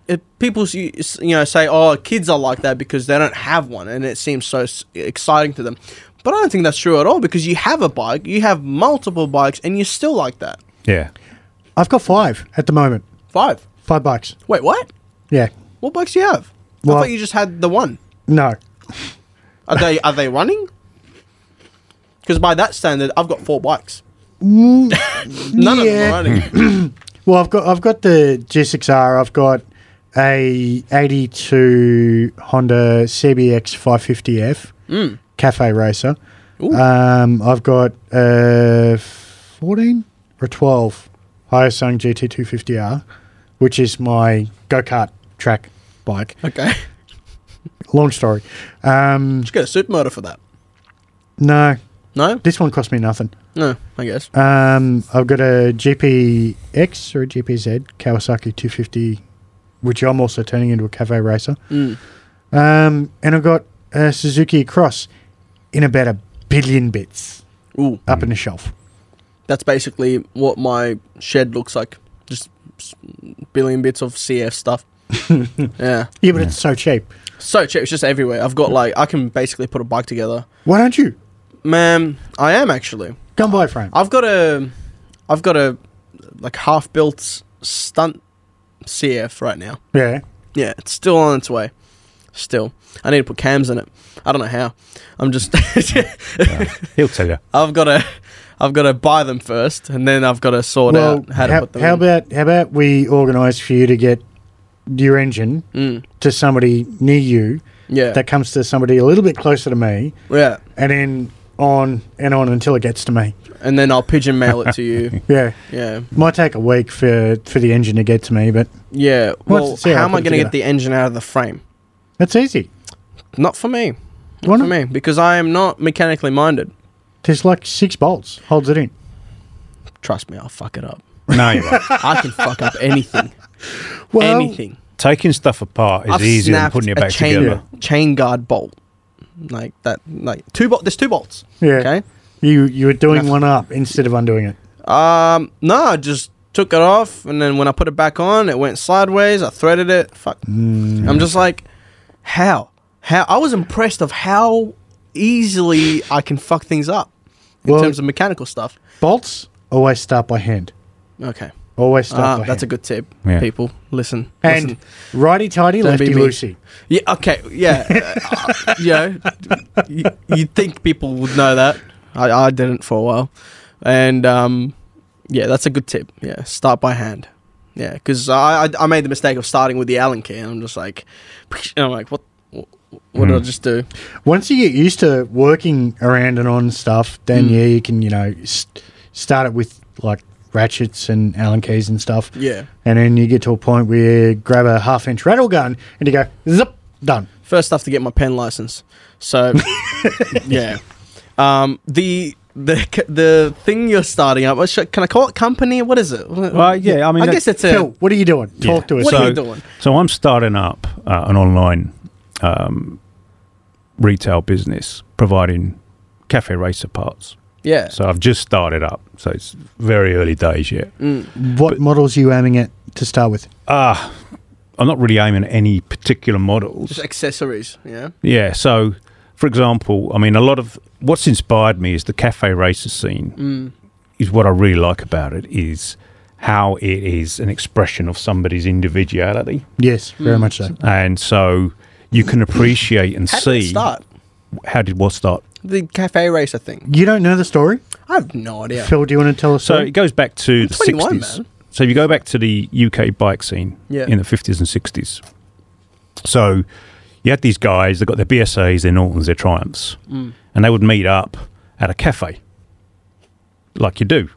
it, people s- you s- you know say oh kids are like that because they don't have one and it seems so s- exciting to them. But I don't think that's true at all because you have a bike, you have multiple bikes and you're still like that.
Yeah.
I've got five at the moment.
Five.
Five bikes.
Wait, what?
Yeah.
What bikes do you have? I
Well-
thought you just had the one.
No.
Are they are they running? Because by that standard, I've got four bikes. <laughs> None
Mm, yeah.
of them are
<laughs>
running.
Well, I've got I've got the G6R. I've got a 82 Honda CBX 550F cafe racer.
Ooh.
Um, I've got a 14 or 12 Hyosung GT250R, which is my go kart track bike.
okay,
Long story. Um,
just get a supermoto for that.
no,
No,
this one cost me nothing.
no, I guess.
Um, I've got a GPX or a GPZ Kawasaki 250, which I'm also turning into a cafe racer.
Mm.
Um, and I've got a Suzuki Cross in about a billion bits
Ooh.
up in the shelf.
that's basically what my shed looks like. Just s- billion bits of CF
<laughs>
stuff. yeah.
Yeah, but it's so cheap.
So cheap. It's just everywhere. I've got like, I can basically put a bike together.
Why don't you
Man, I am actually.
go and buy a frame?
I've got a, I've got a, like half built stunt CF right now.
yeah,
Yeah, it's still on its way. Still. I need to put cams in it. I don't know how. I'm just, <laughs>
He'll tell you.
I've got to, I've got to buy them first and then I've got to sort
well,
out how to
how,
put them
how
in.
about how about we organise for you to get your engine to somebody near you
Mm. yeah.
that comes to somebody a little bit closer to me,
yeah.
and then on and on until it gets to me.
and then I'll pigeon mail it to
<laughs>
you.
Yeah.
Yeah,
Might take a week for for the engine to get to me, but
yeah. Well,
Let's see how
how
I
am
put
I going
it
to
together.
get the engine out of the frame?
that's easy.
Not for me. Not
Why
for
not?
me because I am not mechanically minded.
There's like six bolts holds it in.
Trust me, I'll fuck it up.
No, you
<laughs>
won't.
I can fuck up anything.
Well,
anything.
Taking stuff apart is
I've
easier than
snapped
putting it
a
back
chain,
together.
chain guard bolt. Like that, like two bolts. There's two bolts.
Yeah.
Okay.
you you were doing
Nothing.
one up instead of undoing it.
Um. No, I just took it off, and then when I put it back on, it went sideways. I threaded it. Fuck.
Mm.
I'm just like, how? How? I was impressed of how easily I can fuck things up in
Well-
terms of mechanical stuff.
Bolts always start by hand.
Okay.
Always start
Ah,
by
that's a
hand.
good tip,
Yeah.
people. Listen.
and
listen.
righty tighty,
Don't be
lefty
me.
loosey.
yeah. Okay. Yeah. uh, you know, you, you'd think people would know that. I, I didn't for a while, and um, yeah, that's a good tip. Yeah, start by hand. Yeah, because I, I I made the mistake of starting with the Allen key, and I'm just like, <laughs> and I'm like, what what, what
Hmm.
did I just do?
Once you get used to working around and on stuff,
Mm.
then yeah, you can you know st- start it with like ratchets and Allen keys and stuff.
Yeah.
and then you get to a point where you grab a half inch rattle gun and you go zip done.
First, I have to get my pen license.
<laughs>
So, yeah, um, the the c- the thing you're starting up. what should- Can I call it company? What is it?
Well, yeah, I mean,
I
that-
guess it's a
Phil, what are you doing? Talk to us.
What
so,
are you doing?
So I'm starting up uh, an online um, retail business providing cafe racer parts.
yeah.
So I've just started up. So it's very early days yet.
Mm.
what models are you aiming at to start with?
Ah, I'm not really aiming at any particular models.
Just accessories. Yeah.
Yeah. So, for example, I mean, a lot of what's inspired me is the cafe racer scene.
Mm.
Is what I really like about it is how it is an expression of somebody's individuality,
Yes, very much Hmm. so.
and so you can appreciate and
How did
see
it start
how did what start.
the cafe racer thing?
You don't know the story,
I have no idea.
Phil? Do you want to tell us?
So it goes back to the
21,
60s.
man.
So if you go back to the UK bike scene
Yeah.
in the 50s and 60s. So you had these guys, they've got their BSAs, their Nortons, their Triumphs,
Mm.
and they would meet up at a cafe like you do.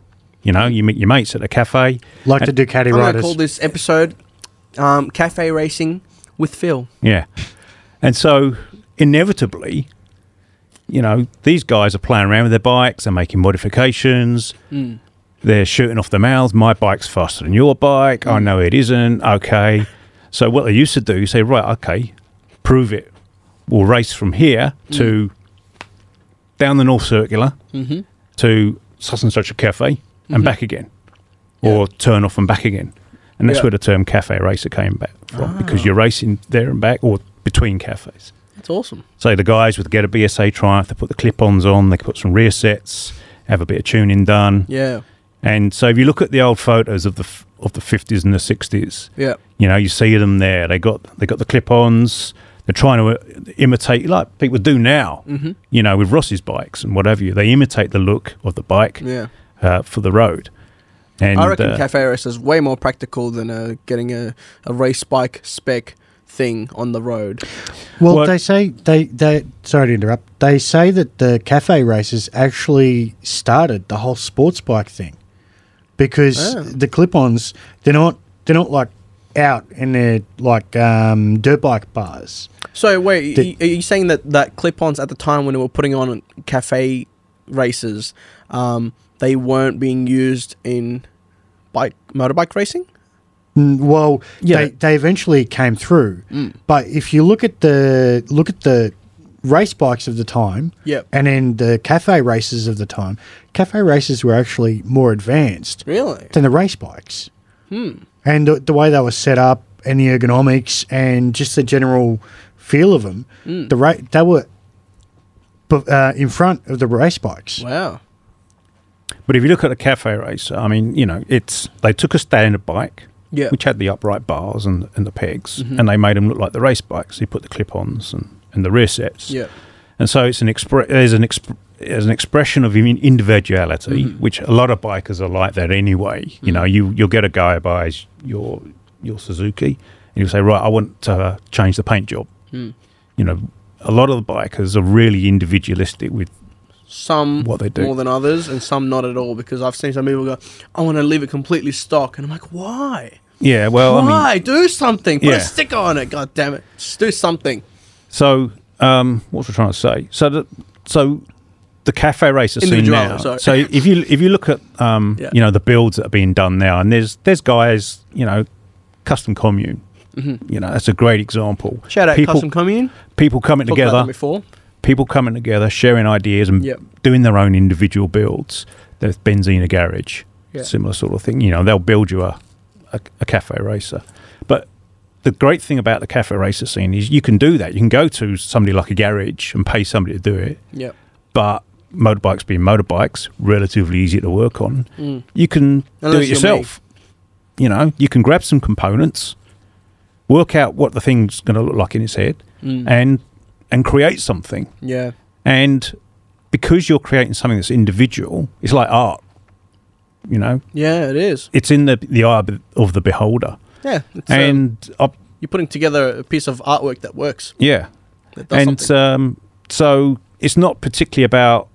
You know, you meet your mates at a cafe.
like the Ducati
I'm gonna
riders.
call this episode um, "Cafe Racing with Phil."
Yeah. And so inevitably, you know, these guys are playing around with their bikes, they're making modifications, they're shooting off the mouths, my bike's faster than your bike, I know it isn't, okay. So what they used to do, you say, right, okay, prove it. We'll race from here to down the North Circular to such and such a cafe and back again. Or turn off and back again. And that's
Yeah. Ah.
where the term cafe racer came back from because you're racing there and back or between cafes.
That's awesome.
So the guys would get a BSA Triumph, they put the clip ons on, they put some rear sets, have a bit of tuning done.
Yeah.
And so if you look at the old photos of the f- of the 50s and the 60s,
Yeah.
you know, you see them there. They got they got the clip-ons. They're trying to uh, imitate like people do now.
Mm-hmm.
You know, with Ross's bikes and whatever. you They imitate the look of the bike
Yeah.
uh, for the road. And
I reckon
uh,
cafe race is way more practical than uh, getting a, a race bike spec thing on the road.
Well,
What-
they say they they sorry to interrupt. They say that the cafe races actually started the whole sports bike thing because
Oh.
the clip-ons they're not they're not like out in their like um, dirt bike bars.
So wait,
The-
y- are you saying that that clip-ons at the time when they were putting on cafe races, um, they weren't being used in bike motorbike racing?
Mm, Well,
Yeah.
they, they eventually came through,
Mm.
but if you look at the look at the race bikes of the time,
Yep.
and then the cafe races of the time, cafe races were actually more advanced.
Really? Hmm.
than the race bikes. And the, the way they were set up and the ergonomics and just the general feel of them,
Mm.
the ra- they were bu- uh, in front of the race bikes.
Wow.
But if you look at a cafe racer, I mean, you know, it's they took a standard bike,
Yeah. Mm-hmm.
which had the upright bars and, and the pegs, and they made them look like the race bikes. They put the clip-ons and, and the rear sets.
Yeah.
And so it's an expre- there's an exp- there's an expression of in- individuality,
Mm-hmm.
which a lot of bikers are like that anyway. You know, you you'll get a guy who buys your your Suzuki, and you'll say, right, I want to uh, change the paint job.
Mm.
You know, a lot of the bikers are really individualistic with
Some
What they do.
more than others, and some not at all. Because I've seen some people go, "I want to leave it completely stock," and I'm like, "Why?
yeah. Well, I mean,
Why? do something. Put
Yeah.
a sticker on it. God damn it. Just do something."
So, um, what was I trying to say? So, the, so the cafe racer scene
Individual,
now.
sorry. <laughs>
So, if you if you look at um,
Yeah.
you know the builds that are being done now, and there's there's guys you know, custom commune. You know, that's a great example.
Mm-hmm. Shout out
people,
Custom Commune.
People coming
Talked about
together,
them before.
people coming together, sharing ideas and
Yep.
doing their own individual builds. There's Benzina Garage,
Yeah.
similar sort of thing. You know, they'll build you a, a, a cafe racer. But the great thing about the cafe racer scene is you can do that. You can go to somebody like a garage and pay somebody to do it.
Yep.
But motorbikes being motorbikes, relatively easy to work on, you can do
Mm. Unless
it
you're
yourself. You know, you can grab some components, work out what the thing's going to look like in its head,
Mm.
and and create something.
Yeah.
And because you're creating something that's individual, it's like art. You know,
Yeah, it is.
it's in the the eye of- of the beholder.
Yeah, it's, um,
and I,
you're putting together a piece of artwork that works.
yeah,
That does
and
something.
um, so it's not particularly about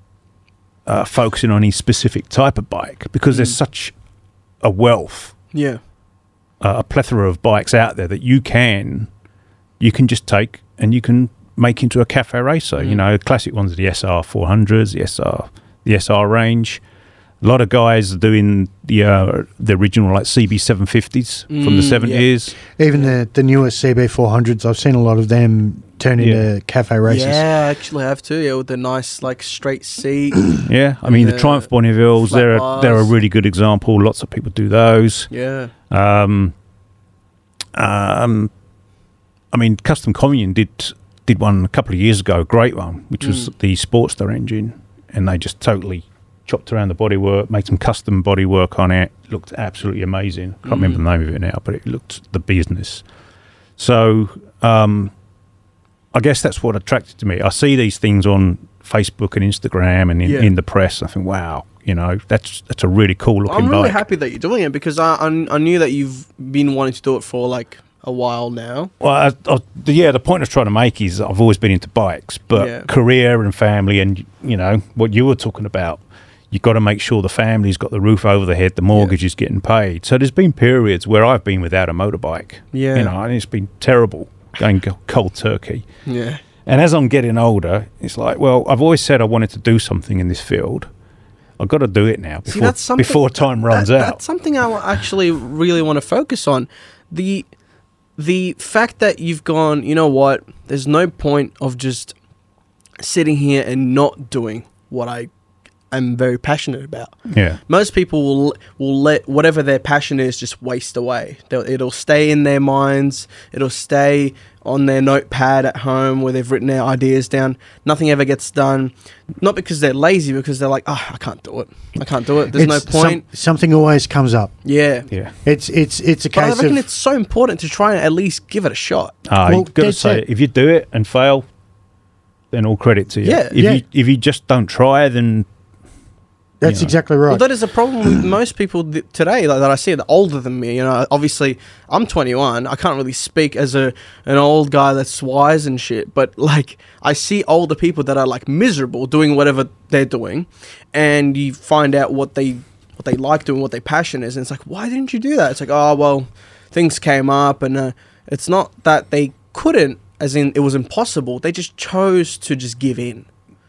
uh, focusing on any specific type of bike because there's such a wealth
yeah,
uh, a plethora of bikes out there that you can you can just take and you can make into a cafe racer. You
Mm.
know, classic ones are the SR 400s, the SR the SR range. A lot of guys are doing the uh, the original like CB 750s from the
Mm, yeah.
70s.
Even the, the newer CB400s, I've seen a lot of them turn
Yeah.
into cafe races.
yeah, I actually have too. Yeah, with the nice like
<clears throat>
straight seat.
Yeah, I mean the
Yeah.
Triumph Bonnevilles,
Flat
they're a, they're a
bars.
really good example. Lots of people do those.
yeah,
Um, um, I mean, Custom Communion did did one a couple of years ago, a great one, which was
Mm.
the Sportster engine, and they just totally chopped around the bodywork, made some custom bodywork on it. Looked absolutely amazing. Can't remember the
Mm.
name of it now, but it looked the business. So, um, I guess that's what attracted to me. I see these things on Facebook and Instagram and in,
Yeah.
in the press. I think, wow, you know, that's that's a really cool looking
I'm really
bike.
happy that you're doing it because I, I I knew that you've been wanting to do it for like a while now.
Well, I, I, the- yeah, the point I was trying to make is I've always been into bikes, but
Yeah.
career and family, and you know what you were talking about, you've got to make sure the family's got the roof over the head, the mortgage is getting paid. So there's been periods where I've been without a motorbike,
Yeah.
you know, and it's been terrible going co- cold turkey.
Yeah,
And as I'm getting older, it's like, well, I've always said I wanted to do something in this field. I've got to do it now before,
that's something-
before time runs
That-
out.
That's something I wa- actually really want to focus on. The the fact that you've gone, you know what? There's no point of just sitting here and not doing what I am very passionate about.
yeah,
Most people will will let whatever their passion is just waste away. They'll, it'll stay in their minds. It'll stay on their notepad at home where they've written their ideas down. Nothing ever gets done, not because they're lazy, because they're like, oh, I can't do it. I can't do it. There's
It's
no
some-
point.
something always comes up.
yeah,
yeah.
It's it's it's a
but I
case
reckon
of
it's so important to try and at least give it a shot.
Ah,
Well,
you've got to
that's
say,
it.
if you do it and fail, then all credit to you.
Yeah,
if
yeah.
you if you just don't try, then
that's
you know.
exactly right.
Well, that is a problem with most people th- today like, that I see that are older than me. You know, obviously I'm 21. I can't really speak as a an old guy that's wise and shit. But like, I see older people that are like miserable doing whatever they're doing, and you find out what they what they like doing, what their passion is, and it's like, why didn't you do that? It's like, oh well, things came up, and uh, it's not that they couldn't, as in it was impossible. They just chose to just give in.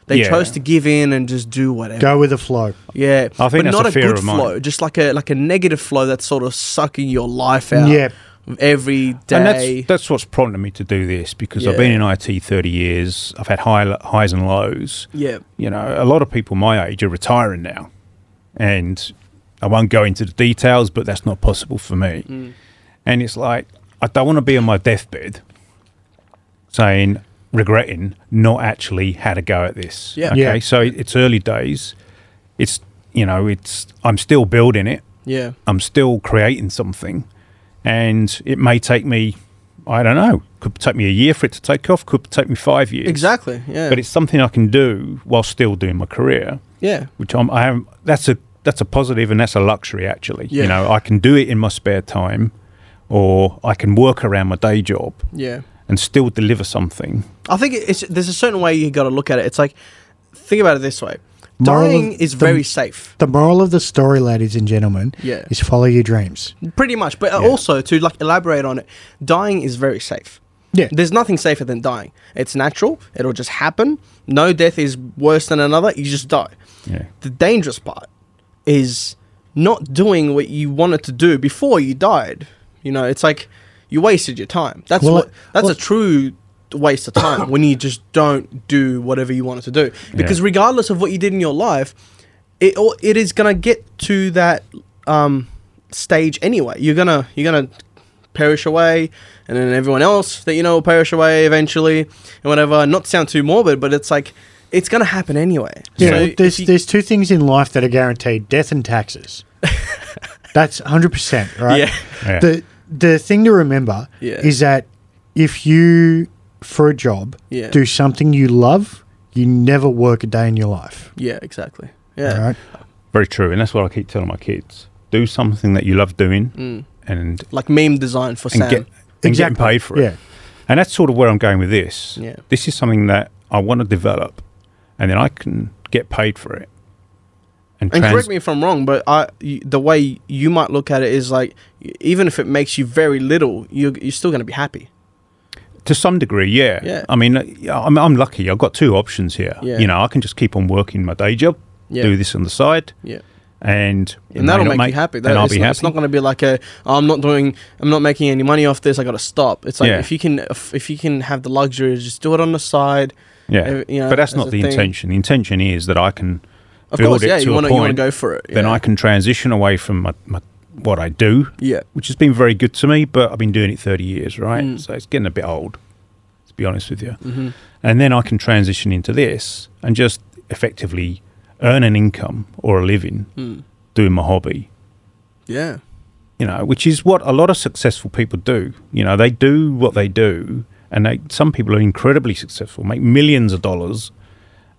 They
Yeah.
chose to give in and just do whatever.
Go with the flow.
Yeah,
I
but
think that's
not
a
a,
fear
good
of mine.
flow, just like a like a negative flow that's sort of sucking your life out.
Yeah.
every day.
and that's that's what's prompted me to do this because I've been in IT thirty years. I've had high highs and lows.
yeah,
You know, a lot of people my age are retiring now, and I won't go into the details, but that's not possible for me.
Mm.
And it's like I don't want to be on my deathbed saying regretting not actually had a go at this.
Yeah.
Okay.
Yeah.
So it- it's early days. It's you know it's I'm still building it.
yeah,
I'm still creating something, and it may take me I don't know. Could take me a year for it to take off. Could take me five years.
exactly. Yeah,
But it's something I can do while still doing my career
yeah,
which I'm, I am. That's a that's a positive and that's a luxury actually. You
Yeah.
know, I can do it in my spare time, or I can work around my day job
yeah.
and still deliver something.
I think it's there's a certain way you got to look at it. It's like think about it this way:
Moral of
dying is
the-
very safe,
The moral of the story, ladies and gentlemen,
Yeah.
is follow your dreams.
pretty much. But uh,
Yeah.
also to like elaborate on it, dying is very safe.
Yeah.
There's nothing safer than dying. It's natural. It'll just happen. No death is worse than another. You just die.
Yeah,
the dangerous part is not doing what you wanted to do before you died. You know, it's like you wasted your time. That's
Well,
what
I-
that's
well-
a true waste of time when you just don't do whatever you wanted to do. Because regardless of what you did in your life, it all- it is gonna get to that um, stage anyway. You're gonna you're gonna perish away, and then everyone else that you know will perish away eventually, and whatever. Not to sound too morbid, but it's like it's gonna happen anyway.
Yeah.
So
Well,
if
there's
you-
there's two things in life that are guaranteed: death and
<laughs>
taxes. That's hundred percent right.
Yeah.
Yeah.
The the thing to remember
Yeah.
is that if you for a job
Yeah.
do something you love, you never work a day in your life.
Yeah, exactly. Yeah.
All right.
Very true. And that's what I keep telling my kids. Do something that you love doing
Mm.
and,
Like meme design for
and,
Sam.
get, and getting paid for it.
Yeah.
And that's sort of where I'm going with this.
Yeah.
This is something that I want to develop and then I can get paid for it.
and correct me if I'm wrong, but I y- the way you might look at it is like y- even if it makes you very little, you're you're still going to be happy.
To some degree, yeah.
Yeah.
I mean, I- I'm, I'm lucky. I've got two options here.
Yeah.
You know, I can just keep on working my day job,
Yeah.
do this on the side,
Yeah.
and it
And
may
that'll
not
make, you happy. That,
and I'll
it's
be
not,
happy.
It's not going to be like a oh, I'm not doing, I'm not making any money off this. I got to stop. It's like
Yeah.
if you can, if, if you can have the luxury, to just do it on the side.
yeah.
uh, you know,
but that's
as
not
a
the
thing.
intention. The intention is that I can
Of
build
course,
it
yeah.
to
You
a
want to, you want
point.
to go for it.
Then
yeah.
I can transition away from my, my what I do,
Yeah. Mm.
which has been very good to me. But I've been doing it 30 years, right? So it's getting a bit old. To be honest with you,
Mm-hmm.
and then I can transition into this and just effectively earn an income or a living
Mm.
doing my hobby.
Yeah.
you know, which is what a lot of successful people do. You know, they do what they do, and they, some people are incredibly successful, make millions of dollars,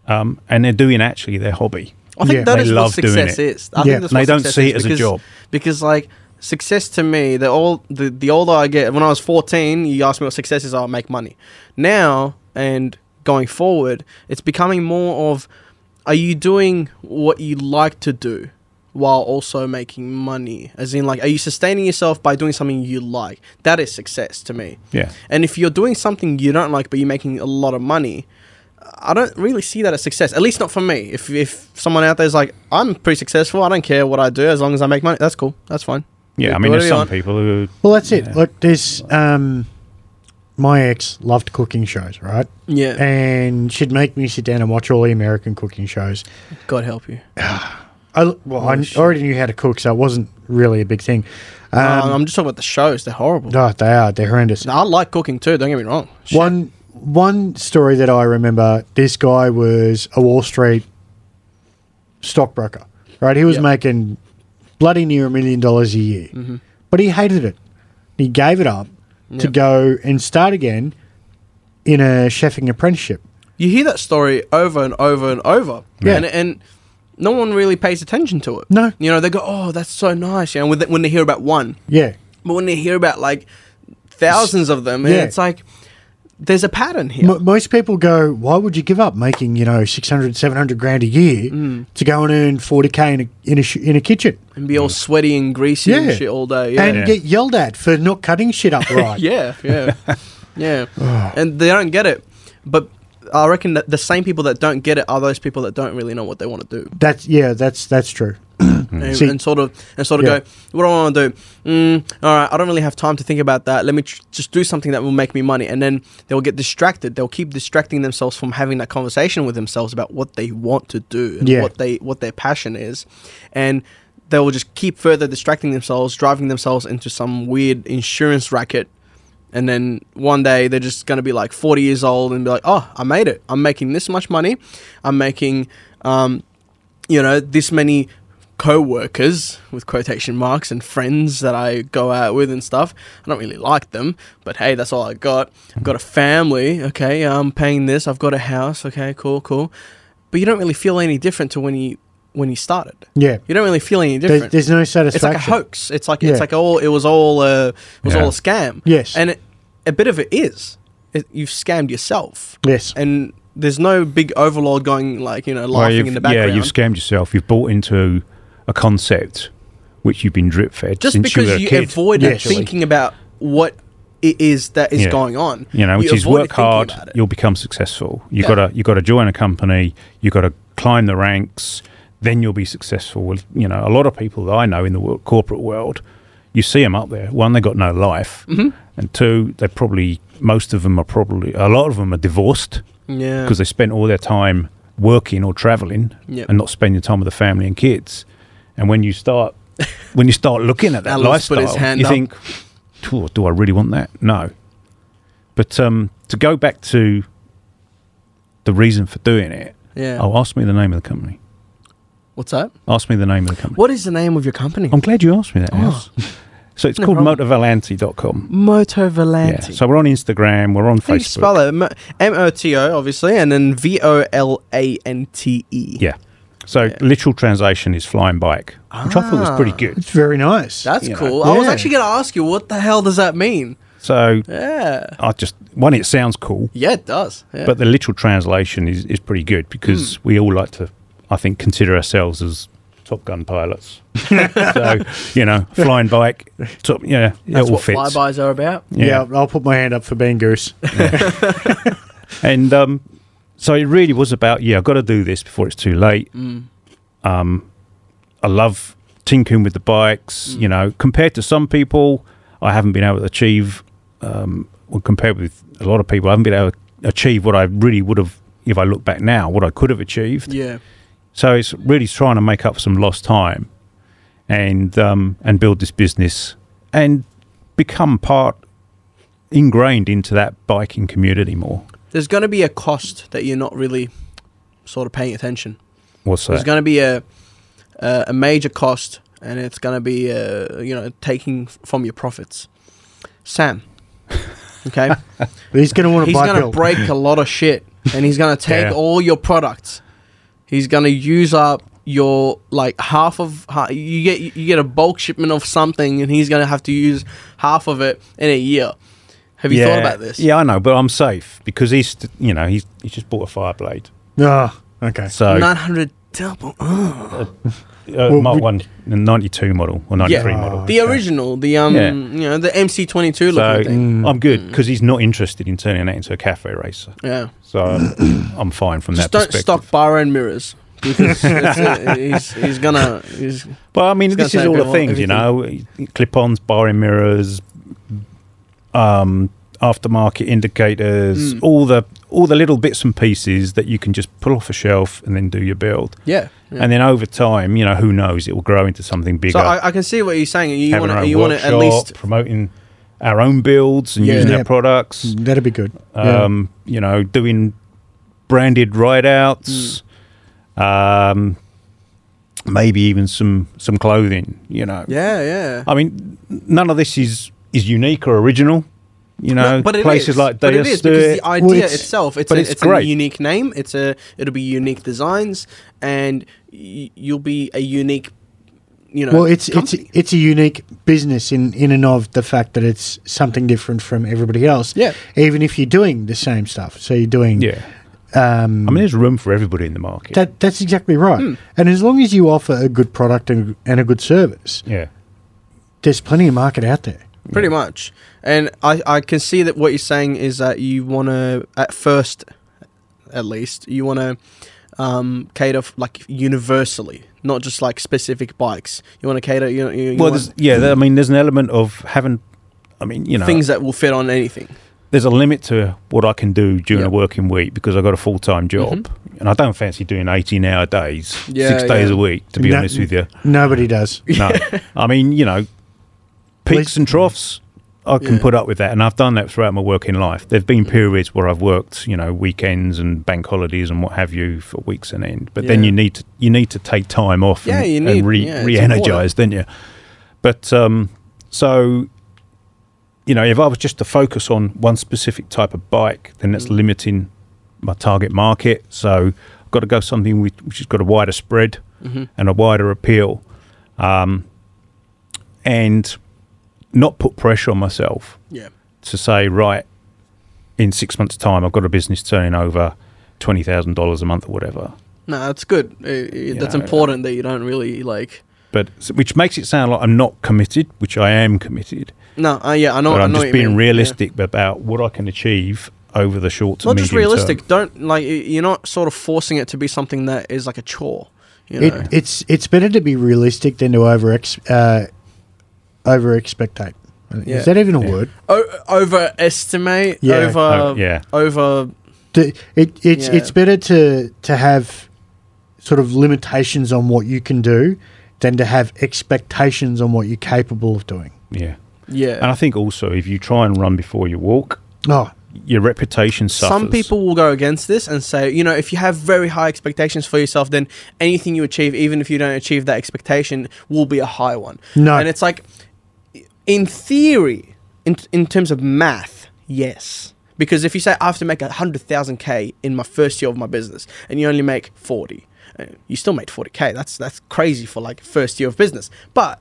um, and they're doing actually their hobby.
I think
Yeah.
that
They
is what
love doing
success
it.
is. I
Yeah.
think that's
And
what
they don't
success
see
is
it as a
because-
job.
because like success to me, the all the, the older I get, when I was fourteen, you asked me what success is, I'll make money. Now and going forward, it's becoming more of are you doing what you like to do while also making money? As in like are you sustaining yourself by doing something you like? That is success to me.
Yeah.
And if you're doing something you don't like, but you're making a lot of money, I don't really see that as success. At least not for me. If if someone out there's like, I'm pretty successful. I don't care what I do as long as I make money. That's cool. That's fine.
Yeah,
Do
I
whatever
mean, there's
you
some
want.
people who.
Well, that's it. Look, there's um, my ex loved cooking shows, right?
Yeah.
And she'd make me sit down and watch all the American cooking shows.
God help you.
I, well, I already knew how to cook, so it wasn't really a big thing. Um,
Um, I'm just talking about the shows. They're horrible.
no, they are. They're horrendous.
Now, I like cooking too. Don't get me wrong. Shit.
One one story that I remember, this guy was a Wall Street stockbroker, right? He was
Yep.
making bloody near a million dollars a year,
Mm-hmm.
but he hated it. He gave it up to
Yep.
go and start again in a chefing apprenticeship.
You hear that story over and over and over.
Yeah.
And, and no one really pays attention to it.
No.
You know, they go, oh, that's so nice. You know, when they, when they hear about one.
Yeah,
But when they hear about like thousands of them,
Yeah.
and it's like, there's a pattern here.
Mo most people go, why would you give up making you know 600, 700 grand a year to go and earn forty k in a in a, sh- in a kitchen?
Mm. and be all sweaty and greasy and shit all day. Yeah.
and
Yeah.
get yelled at for not cutting shit
<laughs>
up right.
yeah,
<laughs>
yeah,
Oh.
yeah. and they don't get it. But I reckon that the same people that don't get it are those people that don't really know what they want to do.
That's yeah, that's that's true. <clears throat>
And,
Mm. See-
and sort of and sort of
Yeah.
go, what do I want to do? Mm, all right, I don't really have time to think about that. Let me tr- just do something that will make me money. And then they'll get distracted. They'll keep distracting themselves from having that conversation with themselves about what they want to do and
Yeah.
what they what their passion is, and they will just keep further distracting themselves, driving themselves into some weird insurance racket. And then one day they're just going to be like 40 years old and be like, oh, I made it. I'm making this much money. I'm making um, you know, this many co-workers with quotation marks and friends that I go out with and stuff. I don't really like them, but hey, that's all I got. I've got a family, okay, I'm paying this, I've got a house, okay, cool, cool. But you don't really feel any different to when you when you started.
Yeah,
You don't really feel any
there's,
different.
there's no
it's like
satisfaction.
a hoax. It's like
Yeah.
it's like all it was all uh, it was
Yeah.
all a scam.
Yes.
And it, a bit of it is. It, you've scammed yourself.
Yes,
And there's no big overlord going like, you know, laughing
you've-
in the
yeah,
background.
you've scammed yourself. You've bought into a concept which you've been drip fed
just
since you were
because
a
you,
kid.
avoided
Yes.
thinking about what it is that is
Yeah.
going on.
you know, which is
avoided
work
thinking
hard,
about it.
you'll become successful. You
Yeah.
gotta you gotta join a company, you gotta climb the ranks, then you'll be successful. Well, You know, a lot of people that I know in the wor- corporate world, you see them up there. One, they got no life,
Mm-hmm.
and two, they probably most of them are probably a lot of them are divorced
Mm. yeah.
because they spent all their time working or traveling
Yep.
and not spending time with the family and kids. And when you
<laughs>
start when you start looking at that
Alan's put
lifestyle,
his hand
you
up.
think, "Phew, do I really want that? No. But um, to go back to the reason for doing it,
Yeah.
oh, ask me the name of the company.
What's that?
Ask me the name of the company.
What is the name of your company?
I'm glad you asked me that.
<laughs>
Alice. So it's
No
called
problem.
motivalanti.com.
Moto
Yeah.
Valenti.
So we're on Instagram, we're on
How do
Facebook.
you spell it? M O T O, obviously, and then V O L A N T E.
Yeah. So
Yeah. Ah.
literal translation is flying bike, which I thought was pretty good.
It's very nice.
That's
You know.
cool. I was
Yeah.
actually going to ask you, what the hell does that mean?
So
Yeah.
I just one, it sounds cool,
Yeah, it does. Yeah. Hmm.
but the literal translation is, is pretty good because we all like to, I think, consider ourselves as Top Gun
<laughs>
pilots. so you know, flying bike, top, yeah,
that's
it all
what
fits.
flybys are about.
yeah. I'll put my hand up for being
<laughs>
goose.
And um, so it really was about, yeah, I've got to do this before it's too late. Um, I love tinkering with the bikes, you know, compared to some people, I haven't been able to achieve, um, well, compared with a lot of people, I haven't been able to achieve what I really would have, if I look back now, what I could have achieved.
Yeah.
So it's really trying to make up some lost time and um, and build this business and become part ingrained into that biking community more.
There's going to be a cost that you're not really sort of paying attention.
What's that?
There's going to be a, a a major cost, and it's going to be uh, you know taking f- from your profits.
<laughs>
Sam, okay,
But he's going to want to
he's
buy
going to
Bill.
break a lot of shit, and he's
<laughs>
going to take
Yeah.
all your products. He's going to use up your like half of ha- you get you get a bulk shipment of something, and he's going to have to use half of it in a year. Have you thought about this?
Yeah, I know, but I'm safe because he's, st- you know, he's he's just bought a Fireblade.
Ah, okay.
So
nine hundred double.
uh,
Well,
Mark
we-
One, the 92 model or 93
Yeah.
model.
The original, the um,
Yeah.
you know, the MC22
So mm.
looking Mm. thing.
Mm.
I'm good because he's not interested in turning that into a cafe racer.
Yeah.
So
<clears throat>
I'm, I'm fine from
Just
that
don't
perspective.
stock bar and mirrors
<laughs>
because it's, uh, he's, he's gonna. He's,
But I mean,
It's gonna
this is
save
all the
everyone-
things, you know, clip-ons, bar and mirrors, um, aftermarket indicators,
Mm.
all the all the little bits and pieces that you can just pull off a shelf and then do your build.
yeah. yeah.
And then over time, you know, who knows, it will grow into something bigger.
so I, I can see what you're saying. You
having
want
our
to.
own
You want to at
workshop,
least.
promoting our own builds and
Yeah.
using
Yeah.
our products.
That'd be good. Yeah.
Um, You know, doing branded ride outs.
Mm.
Um, maybe even some some clothing. You know.
Yeah, yeah.
I mean, none of this is is unique or original. You know,
No, it
places
is.
like
but it
Deus
is
do
because
it.
the idea
it's-
itself. It's
but
a,
it's
it's,
great.
a unique name. It's a. It'll be unique designs, and y- you'll be a unique. You know.
well, it's it's
company.
it's a unique business in in and of the fact that it's something different from everybody else.
Yeah.
Even if you're doing the same stuff, so you're doing
yeah. Um, I mean, there's room for everybody in the market.
That that's exactly right.
Hmm.
And as long as you offer a good product and, and a good service,
yeah.
there's plenty of market out there.
pretty much and I, I can see that what you're saying is that you want to at first at least you want to um, cater f- like universally not just like specific bikes you want to cater you, you, you
Well,
want
there's, yeah. there- I mean, there's an element of having. I mean, you know,
things that will fit on anything
there's a limit to what I can do during
Yeah. Mm-hmm.
a working week because I've got a full time job and I don't fancy doing 18 hour days,
Yeah,
six days
yeah.
a week, to be
No-
honest with
<laughs>
you.
Nobody does.
No. I mean, you know, peaks
Least-
and troughs, I can
Yeah. Mm-hmm.
put up with that. And I've done that throughout my working life. There have been periods where I've worked, you know, weekends and bank holidays and what have you for weeks on end. But then
Yeah.
you need to, you need to take time off
Yeah,
and,
you
and
need-
re,
yeah, it's
re-energize, don't you? But um, so, you know, if I was just to focus on one specific type of bike, then that's
Mm.
limiting my target market. So I've got to go something with, which has got a wider spread
Mm-hmm.
and a wider appeal, um, and not put pressure on myself
yeah
to say, right, in six months' time, I've got a business turning over twenty thousand dollars a month or whatever.
no that's good Uh, uh, that's
know,
important that you don't really like
But which makes it sound like I'm not committed, which I am committed.
no uh, yeah i know
but
I
I'm
know what
just
you mean.
being
Yeah.
realistic about what I can achieve over the short to
not
medium
just realistic
term.
don't like y- you're not sort of forcing it to be something that is like a chore you know
It, it's it's better to be realistic than to over ex, uh, over expectate.
Yeah.
Is that even a word?
o- overestimate
Yeah.
over
Oh, yeah.
over
The- it, it's
Yeah.
it's better to to have sort of limitations on what you can do than to have expectations on what you're capable of doing.
Yeah.
yeah
And I think also if you try and run before you walk,
Oh,
your reputation suffers.
Some people will go against this and say, you know, if you have very high expectations for yourself, then anything you achieve, even if you don't achieve that expectation, will be a high one.
No.
And it's like, in theory, in, in terms of math, yes. Because if you say I have to make 100,000K in my first year of my business and you only make 40, uh, you still made 40k. That's that's crazy for like first year of business. But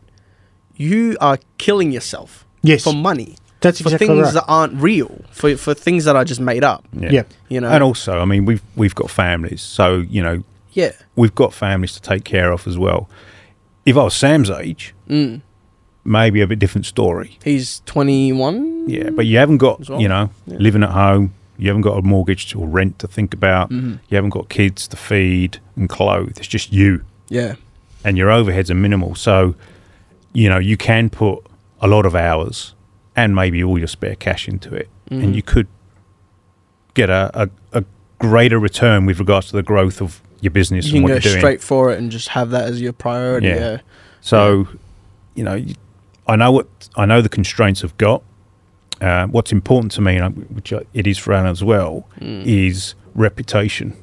you are killing yourself
Yes.
for money.
That's
for
exactly
things
right.
that aren't real, for for things that are just made up.
Yeah.
You know.
And also, I mean, we've we've got families, so you know,
Yeah.
we've got families to take care of as well. If I was Sam's age,
Mm.
maybe a bit different story.
He's 21.
Yeah, but you haven't got
As well.
you know living at home. You haven't got a mortgage or rent to think about.
Mm-hmm.
You haven't got kids to feed and clothe. It's just you,
Yeah.
and your overheads are minimal. So, you know, you can put a lot of hours and maybe all your spare cash into it,
Mm-hmm.
and you could get a, a, a greater return with regards to the growth of your business
You
and
can
what
go
you're doing.
straight for it and just have that as your priority.
Yeah.
uh, Yeah.
So, you know, you- I know what I know the constraints I've got. Uh, what's important to me, and I, which I, it is for Alan as well,
Hmm.
is reputation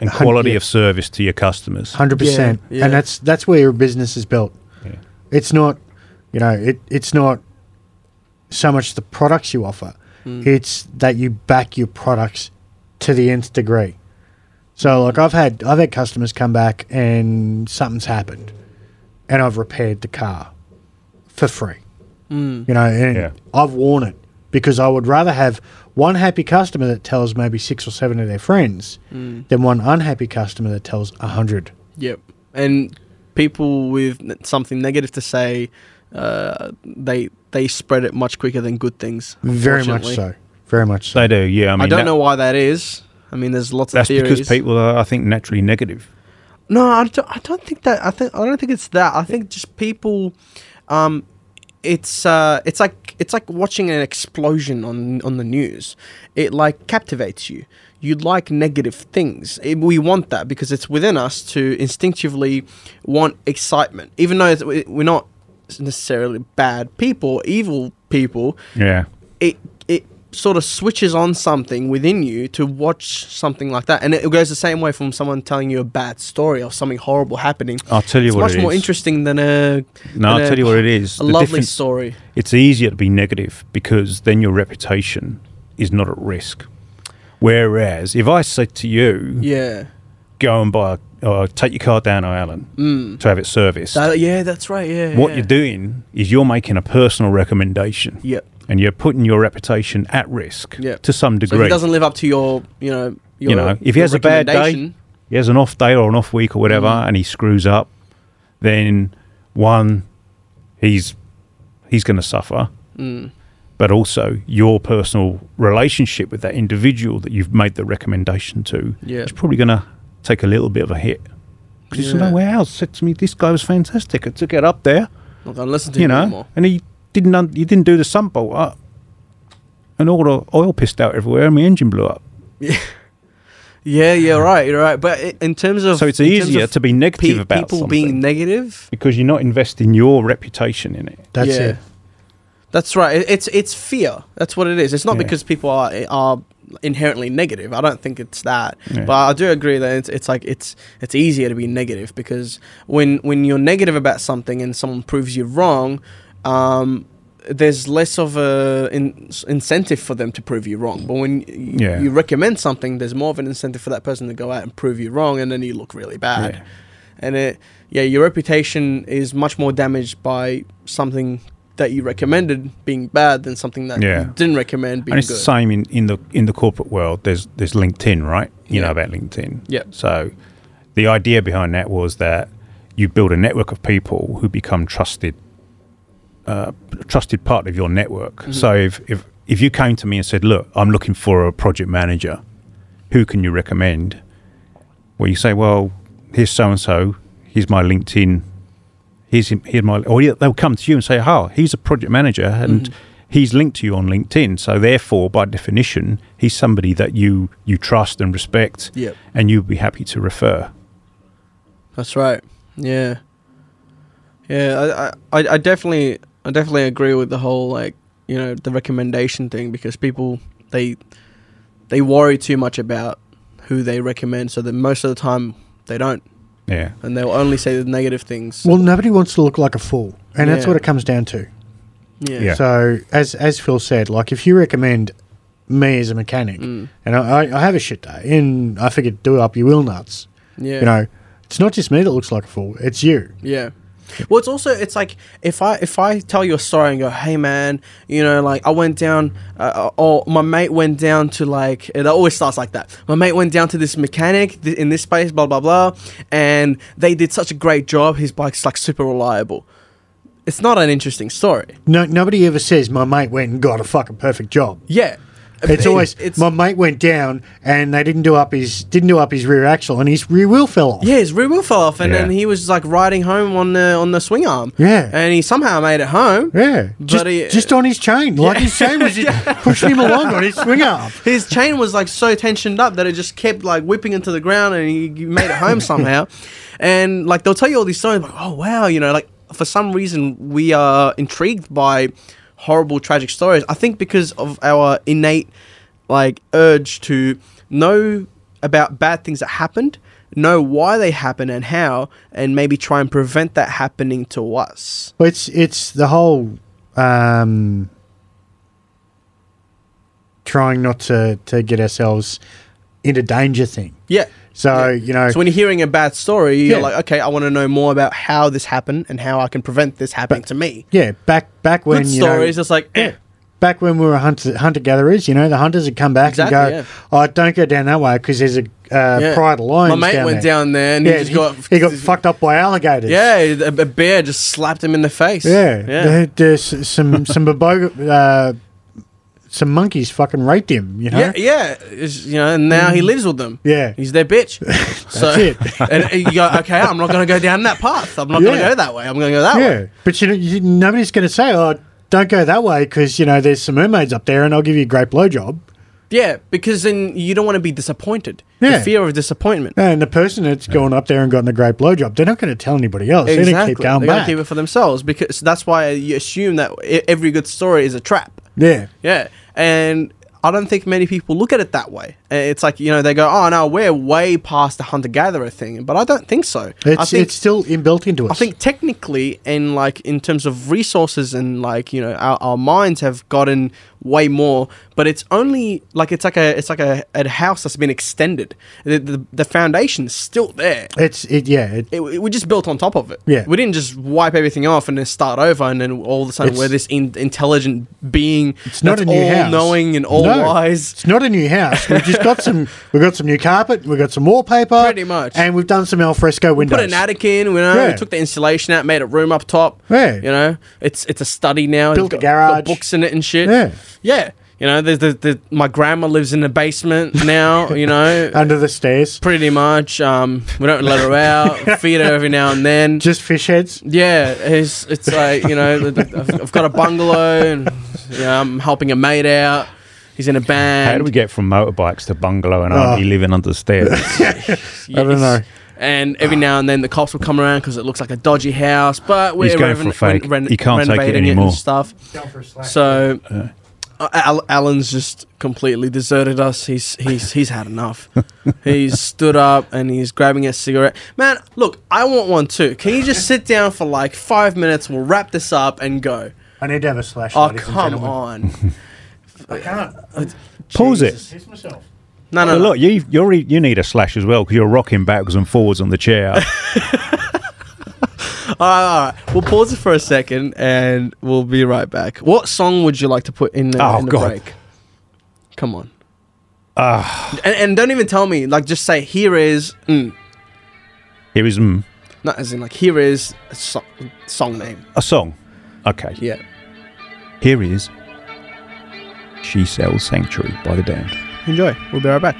and
Hun-
quality
yeah.
of service to your customers.
hundred percent.
Yeah, yeah.
And that's that's where your business is built.
Yeah.
It's not, you know, it it's not so much the products you offer.
Mm.
It's that you back your products to the nth degree. So like I've had I've had customers come back and something's happened, and I've repaired the car for free.
Mm.
You know, and
Yeah.
I've worn it because I would rather have one happy customer that tells maybe six or seven of their friends
Mm.
than one unhappy customer that tells a hundred.
Yep. And people with n- something negative to say, uh, they they spread it much quicker than good things.
Very much
unfortunately.
so. Very much so.
They do, yeah. I mean,
I don't
that-
know why that is. I mean, there's lots
That's
of theories.
because people are, I think, naturally negative.
No, I don't, I don't think that. I think I don't think it's that. I think just people. Um, it's uh, it's like it's like watching an explosion on on the news. It like captivates you. You like negative things. It- we want that because it's within us to instinctively want excitement, even though it's, we- we're not necessarily bad people, evil people
Yeah.
it it sort of switches on something within you to watch something like that, and it goes the same way from someone telling you a bad story or something horrible happening.
I'll tell you
it's
what
much
it
more
is.
interesting than a
No,
than
I'll
a-
tell you what it is.
a
The
lovely
difference-
story.
It's easier to be negative because then your reputation is not at risk. Whereas if I said to you,
Yeah,
go and buy or take your car down to Allen to have it serviced.
Hmm. That- yeah, that's right. Yeah,
what
yeah.
you're doing is you're making a personal recommendation.
Yep.
And you're putting your reputation at risk
Yep.
to some
So if
degree.
he doesn't live up to your, you know, your,
you know, if he
your
has a bad day,
recommendation, Mm.
he has an off day or an off week or whatever, and he screws up, then one, he's he's going to suffer.
Mm.
But also, your personal relationship with that individual that you've made the recommendation to
Yeah.
is probably going to take a little bit of a hit. Because he's
Yeah.
nowhere else. Said to me, this guy was fantastic. I took it up there,
not gonna listen to
you
him
know,
anymore.
and he didn't un- he didn't do the sunbolt up, and all the oil pissed out everywhere, and my engine blew up.
Yeah, you're right. You're right. But i- in terms of
So it's
in terms
easier
of
to be negative
pe-
about
people
something.
being negative.
because you're not investing your reputation in it.
That's
Yeah.
it.
That's right. It- It's it's fear. That's what it is. It's not
Yeah.
because people are are inherently negative. I don't think it's that.
Yeah.
But I do agree that it's, it's like it's it's easier to be negative because when when you're negative about something and someone proves you wrong, um, there's less of a in, incentive for them to prove you wrong. But when you,
Yeah.
you recommend something, there's more of an incentive for that person to go out and prove you wrong, and then you look really bad
Yeah.
and it yeah your reputation is much more damaged by something that you recommended being bad than something that
Yeah.
you didn't recommend being
and it's
good
the same in, in the in the corporate world. There's there's LinkedIn, right? You know
Yeah.
about LinkedIn.
Yeah.
So the idea behind that was that you build a network of people who become trusted uh, trusted part of your network. So if, if if you came to me and said, "Look, I'm looking for a project manager. Who can you recommend?" Well, you say, "Well, here's so and so. Here's my LinkedIn. Here's him, here's my." Or yeah, they'll come to you and say, "Oh, he's a project manager, and
Mm-hmm.
he's linked to you on LinkedIn. So therefore, by definition, he's somebody that you you trust and respect,
Yep.
and you'd be happy to refer."
that's right yeah yeah I, I i I definitely i definitely agree with the whole like you know the recommendation thing because people they they worry too much about who they recommend so that most of the time they don't
Yeah.
and they'll only say the negative things
Well, nobody wants to look like a fool, and that's
Yeah.
what it comes down to.
yeah
yeah.
So, as as Phil said, like if you recommend me as a
Mm.
mechanic, and I, I have a shit day, and I figure do up your wheel nuts,
yeah
you know, It's not just me that looks like a fool. It's you.
Yeah. Well, it's also it's like if I if I tell you a story and go, hey man, you know, like I went down, uh, or my mate went down to like it always starts like that. My mate went down to this mechanic th- in this space, blah blah blah, and they did such a great job. His bike's like super reliable. It's not an interesting story.
No, nobody ever says my mate went and got a fucking perfect job.
Yeah,
It's
It-
always
it's
my mate went down and they didn't do up his didn't do up his rear axle and his rear wheel fell off.
yeah, his rear wheel fell off, and then
Yeah.
he was like riding home on the on the swing arm.
Yeah.
and he somehow made it home.
Yeah, just,
he-
just on his chain, like his chain
<laughs>
was just pushing him along on his swing arm.
his chain was like so tensioned up that it just kept like whipping into the ground and he he made it home somehow and like they'll tell you all these stories like oh wow you know like for some reason we are intrigued by horrible tragic stories i think because of our innate like urge to know about bad things that happened know why they happen and how and maybe try and prevent that happening to us
Well, It's it's the whole um, trying not to to get ourselves into danger thing.
yeah
So you know,
so when you're hearing a bad story you're
Yeah.
like okay i want to know more about how this happened and how i can prevent this happening to me
yeah, back back when
good
you know,
stories. it's like, eh.
back when we were hunter hunter gatherers, you know, the hunters would come back
Exactly,
and go, "Oh, don't go down that way because there's a uh,
yeah.
pride of
My
lions."
mate
down
went
there.
down there and
Yeah,
he just got,
he
<laughs>
got fucked up by alligators.
Yeah, a, a bear just slapped him in the face.
yeah.
yeah.
There- There's
<laughs>
some some baboga, uh, some monkeys fucking raped him. You know.
Yeah, yeah, It's- you know, and now he lives with them.
Mm. Yeah.
he's their
<laughs>
bitch. <laughs> so,
it.
and and you go, okay, I'm not going to go down that path. I'm not going
Yeah.
to go that way. I'm going to go that
Yeah,
way.
but you know, you, nobody's going to say, "Oh, don't go that way," because you know there's some mermaids up there, and I'll give you a great blowjob.
Yeah, because then you don't want to be disappointed.
Yeah.
the fear of disappointment.
And the person that's gone up there and gotten a great blowjob, they're not going to tell anybody else. They're going to keep going
They're gonna
back.
keep it for themselves because that's why you assume that e- every good story is a trap.
yeah,
Yeah, and I don't think many people look at it that way. Uh, It's like you know they go, "Oh no, we're way past the hunter gatherer thing," but I don't think so. I
it's
think
it's still inbuilt into us.
I think technically and like in terms of resources and like you know our, our minds have gotten way more, but it's only like it's like a it's like a, a house that's been extended. The the, the foundation is still there.
it's it. Yeah, it,
It, we just built on top of it.
Yeah.
we didn't just wipe everything off and then start over, and then all of a sudden
It's-
we're this in, intelligent being.
it's not a new
all
house.
knowing and all
No,
wise.
It's not a new house. We've just got some. We've got some new carpet. We've got some wallpaper.
Pretty much.
And we've done some alfresco windows.
put an attic in. You know,
Yeah.
we took the insulation out, made a room up top.
Yeah.
you know, it's it's a study now.
Built
It's
a garage.
books in it and shit.
Yeah.
yeah. You know, there's the, the my grandma lives in the
<laughs>
basement now. You know,
under the stairs.
pretty much. Um, we don't let her
<laughs>
out. feed her every now and then.
Just fish heads.
yeah, it's it's like you know, th- th- I've, I've got a bungalow, and you know, I'm helping a mate out. He's in a band.
How do we get from motorbikes to bungalow and auntie
Ah.
living under
<laughs>
stairs?
I
don't know.
And every now and then the cops will come around because it looks like a dodgy house, but we're
He's going for fake. He can't take it
renovating
anymore.
and stuff. So uh, Al- Alan's just completely deserted us. He's he's he's had
<laughs>
enough. he's stood up and he's grabbing a cigarette. Man, look, I want one too. Can you just sit down for like five minutes? We'll wrap this up and go.
I need to have a slash.
Oh
ladies and
come
gentlemen.
<laughs>
on!
I can't.
Pause it.
Piss myself.
No, no,
But
no.
look, you you're, you need a slash as well because you're rocking backwards and forwards on the chair.
<laughs> All right, all right. We'll pause it for a second and we'll be right back. What song would you like to put in the,
Oh,
in the
God.
break? Come on. Ah. and, and don't even tell me. Like, just say, here is. Mm.
Here is mm,
Not as in, like, here is a so- song name.
a song. Okay.
Yeah.
Here is She Sells Sanctuary by the Damned.
Enjoy. We'll be right back.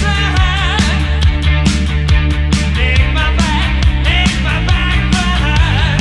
Take my back, take my back, my heart.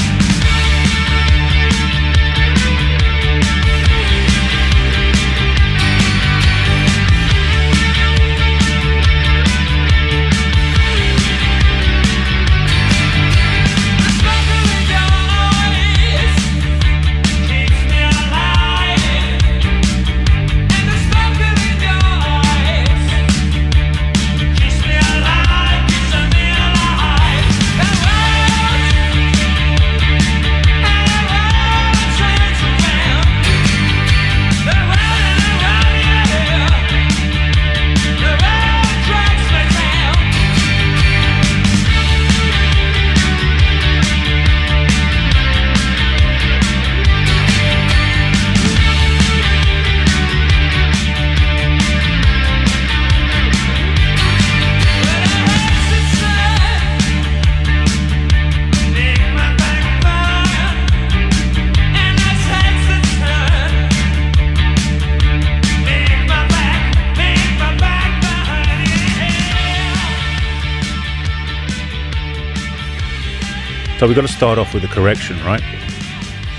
So we've got to start off with a correction, right?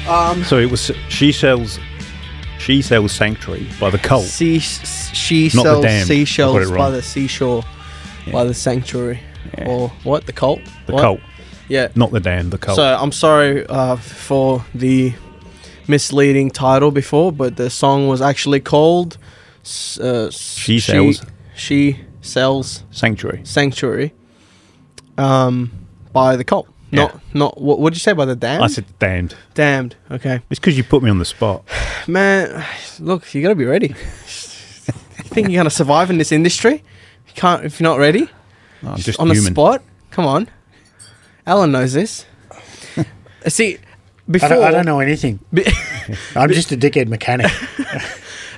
Um. So it was she sells, she sells sanctuary by the cult.
Sea, s- she
Not the
sells
damned. I got it
seashells by
wrong.
the seashore, by the sanctuary, or what? The cult.
the
What?
cult,
Yeah.
not the damned. The cult.
So I'm sorry uh, for the misleading title before, but the song was actually called s- uh, s-
She Sells.
She Sells
sanctuary.
Sanctuary um, by the cult.
Yeah.
Not not what would you say by the damned?
I said damned.
damned. Okay,
It's because you put me on the spot.
man. Look, you gotta be ready. you think you're gonna survive in this industry? You can't if you're not ready
I'm just
on
human.
the spot. Come on, Alan knows
<laughs>
this. See,
I
before
don't, I don't
<laughs>
know anything. I'm just a dickhead mechanic.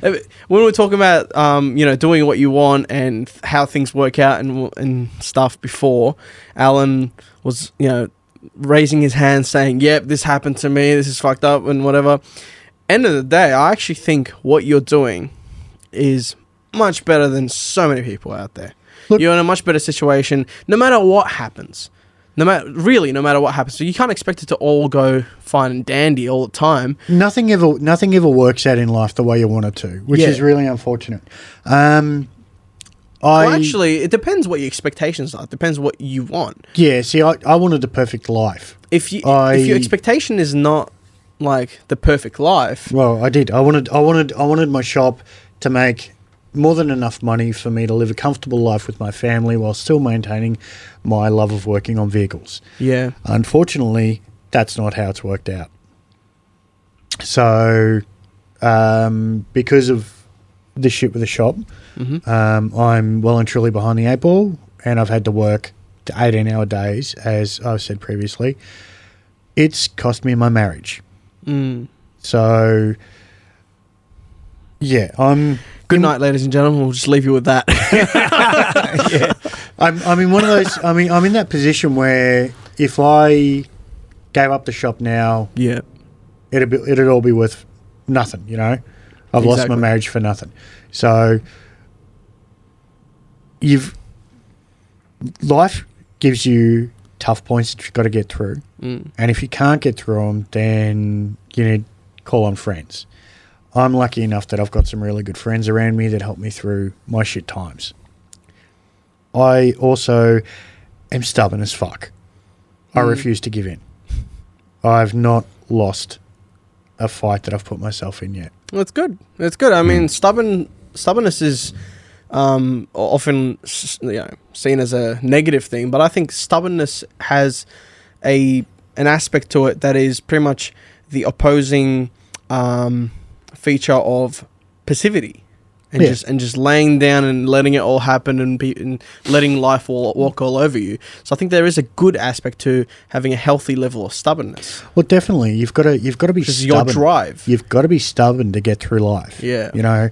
Uh, when we're talking about um, you know doing what you want and th- how things work out and w- and stuff before Alan was you know raising his hand saying yep this happened to me this is fucked up and whatever end of the day I actually think what you're doing is much better than so many people out there
Look-
you're in a much better situation no matter what happens no matter really no matter what happens so you can't expect it to all go fine and dandy all the time
nothing ever nothing ever works out in life the way you want it to, which
Yeah.
is really unfortunate. Um, I
Well, actually, it depends what your expectations are. It depends what you want.
yeah. See, I, I wanted a perfect life.
If you if
I-
your expectation is not like the perfect life,
Well, I did. I wanted I wanted I wanted my shop to make more than enough money for me to live a comfortable life with my family while still maintaining my love of working on vehicles.
yeah,
Unfortunately, that's not how it's worked out. So, um, because of the shit with the shop, um, I'm well and truly behind the eight ball, and I've had to work to 18 hour days, as I've said previously. It's cost me my marriage. So, yeah, I'm.
good
in-
night, ladies and gentlemen. We'll just leave you with that. <laughs>
I'm, I'm in one of those. I mean, I'm in that position where if I gave up the shop now,
yeah,
it'd be, it'd all be worth nothing, you know. I've lost my
Exactly.
marriage for nothing. So you've life gives you tough points that you've got to get through, and if you can't get through them, then you need to call on friends. I'm lucky enough that I've got some really good friends around me that help me through my shit times. I also am stubborn as fuck. I refuse to give in. I've not lost a fight that I've put myself in yet.
that's good. That's good. I mean, stubborn stubbornness is um, o- often s- you know seen as a negative thing, but I think stubbornness has a an aspect to it that is pretty much the opposing um, feature of passivity and
Yeah.
just and just laying down and letting it all happen and, be, and letting life all, walk all over you. So I think there is a good aspect to having a healthy level of stubbornness.
Well, definitely, you've got to you've got to be
This is your
stubborn.
drive.
You've got to be stubborn to get through life.
Yeah.
you know,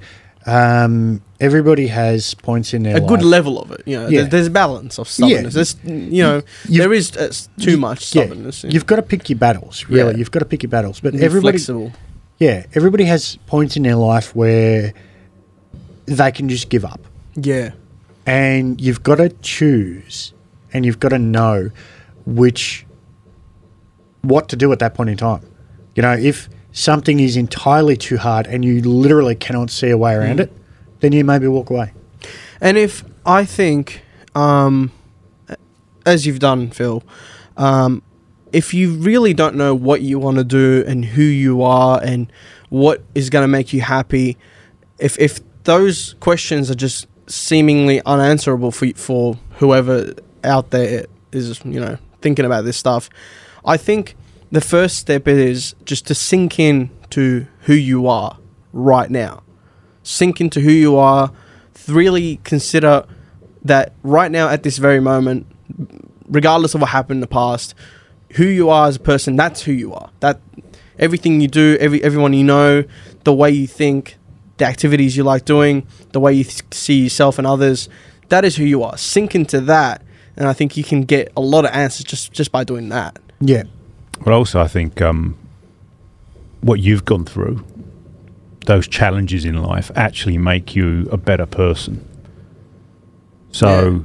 um, everybody has points in their
a good
life.
level of it. You know,
Yeah.
there's, there's a balance of stubbornness. There's, you know,
You've-
there is uh, s- too much
Yeah,
stubbornness.
you've got to pick your battles. Really,
Yeah.
you've got to pick your battles. But
Be
everybody,
flexible.
yeah, everybody has points in their life where they can just give up.
Yeah,
and you've got to choose and you've got to know which what to do at that point in time you know if something is entirely too hard and you literally cannot see a way around it then you maybe walk away
and if I think, um, as you've done, Phil, um, if you really don't know what you want to do and who you are and what is going to make you happy, if if those questions are just seemingly unanswerable for for whoever out there is you know thinking about this stuff, I think the first step is just to sink in to who you are right now. Sink into who you are. Really consider that right now at this very moment, regardless of what happened in the past, who you are as a person, that's who you are. That everything you do, every everyone you know, the way you think, the activities you like doing, the way you th- see yourself and others, that is who you are. Sink into that, and I think you can get a lot of answers just just by doing that.
yeah
But also, I think um, what you've gone through, those challenges in life, actually make you a better person. So,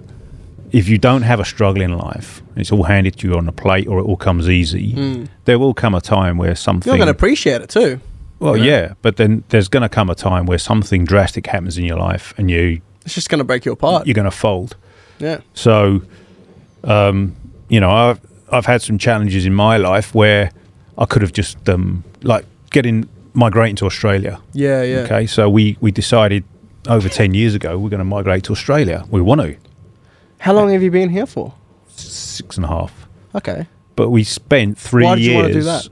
if you don't have a struggle in life, it's all handed to you on a plate or it all comes easy,
Mm.
there will come a time where something.
You're going to appreciate it too.
well,
you know?
yeah, but then there's going to come a time where something drastic happens in your life and you
It's just going to break you apart.
you're going to fold.
yeah.
So, um, you know, I've I've had some challenges in my life where I could have just um, like getting migrating to Australia.
Yeah, yeah.
Okay, so we we decided over ten years ago we're going to migrate to Australia. We want to
How long have you been here for?
six and a half,
Okay.
but we spent three
Why did
years.
you wanna do that?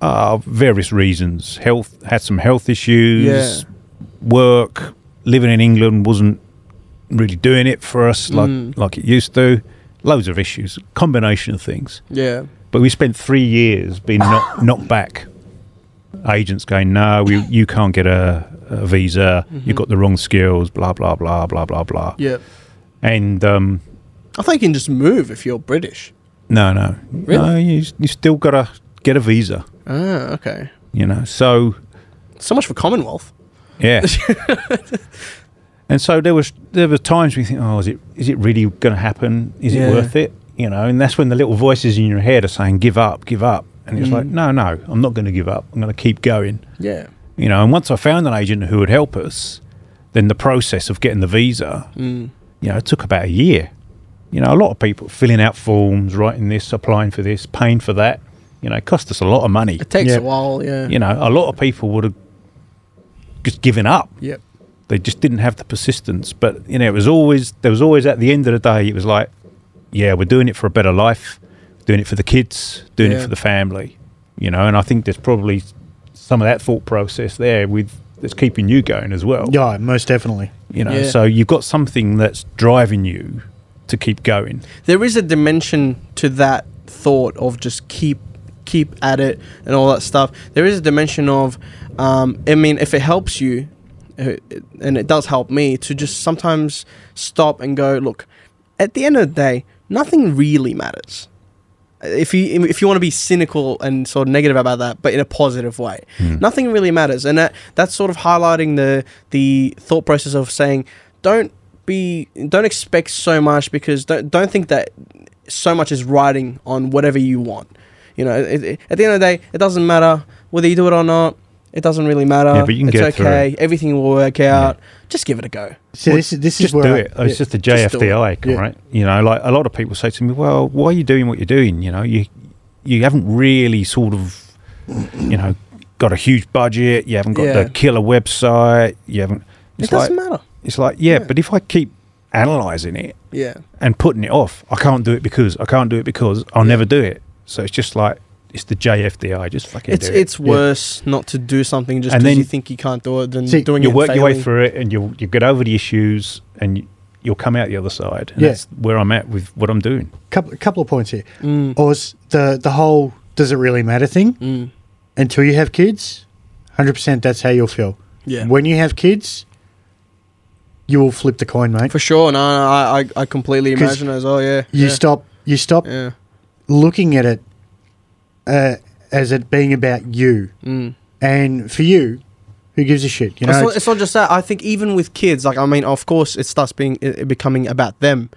Uh, various reasons. Health had some health issues.
Yeah.
Work, living in England wasn't really doing it for us like
Mm.
like it used to. Loads of issues, combination of things.
Yeah.
But we spent three years being knocked,
<coughs>
knocked back. Agents going, no, we, you can't get a, a visa. You've got the wrong skills. Blah blah blah blah blah blah.
Mm-hmm. Yeah.
And um,
I think you can just move if you're British.
no, no, no, you, you still gotta get a visa.
Ah, okay.
You know, so
So much for Commonwealth.
yeah. <laughs> and so there was there were times we think, oh, is it is it really going to happen? Is
Yeah.
it worth it? You know, and that's when the little voices in your head are saying, give up, give up. And
Mm.
it's like, no, no, I'm not going to give up. I'm going to keep going.
Yeah.
you know and once i found an agent who would help us then the process of getting the visa
Mm.
you know it took about a year you know a lot of people filling out forms writing this applying for this paying for that you know it cost us a lot of money
It takes
Yeah.
a while. Yeah.
you know a lot of people would have just given up
Yep.
they just didn't have the persistence but you know it was always there was always at the end of the day it was like yeah we're doing it for a better life doing it for the kids doing
Yeah.
it for the family you know and i think there's probably some of that thought process there with that's keeping you going as well
Yeah, most definitely.
you know
Yeah.
so you've got something that's driving you to keep going
There is a dimension to that thought of just keep keep at it and all that stuff. There is a dimension of, um, I mean, if it helps you, uh, and it does help me to just sometimes stop and go, look, at the end of the day, nothing really matters. if you if you want to be cynical and sort of negative about that, but in a positive way,
Hmm.
nothing really matters, and that that's sort of highlighting the the thought process of saying don't be don't expect so much because don't don't think that so much is riding on whatever you want. You know, it, it- at the end of the day, it doesn't matter whether you do it or not. It doesn't really matter.
Yeah, but you can
it's
get through
okay. Everything will work out. Just give it a go.
So this is this
just
is where
do
I-
it it's just the
Just do it.
jfdi icon,
Yeah.
right you know like a lot of people say to me well why are you doing what you're doing you know you you haven't really sort of you know got a huge budget you haven't got
Yeah.
the killer website you haven't
It
it's like
doesn't matter.
it's like yeah,
Yeah.
but if i keep analyzing it
Yeah.
and putting it off i can't do it because i can't do it because i'll never do it so it's just like it's the jfdi just fucking
It's
do it.
it's worse not to do something just
And
because
then-
you think you can't do it than
See,
doing
you
it. and
work your way
failing.
through it and you'll you get over the issues and you, you'll come out the other side and
Yeah.
that's where i'm at with what i'm doing
couple couple of points here. Or s- the the whole does it really matter thing? Until you have kids, hundred percent. That's how you'll feel.
Yeah.
When you have kids, you will flip the coin, mate.
For sure, no, no I, I, I completely
'Cause
imagine as well. Yeah,
you
yeah,
stop. You stop
Yeah,
looking at it uh, as it being about you.
Mm.
And for you, who gives a shit? You know,
it's, not,
it's-
it's not just that. I think even with kids, like I mean, of course, it starts being it, it becoming about them.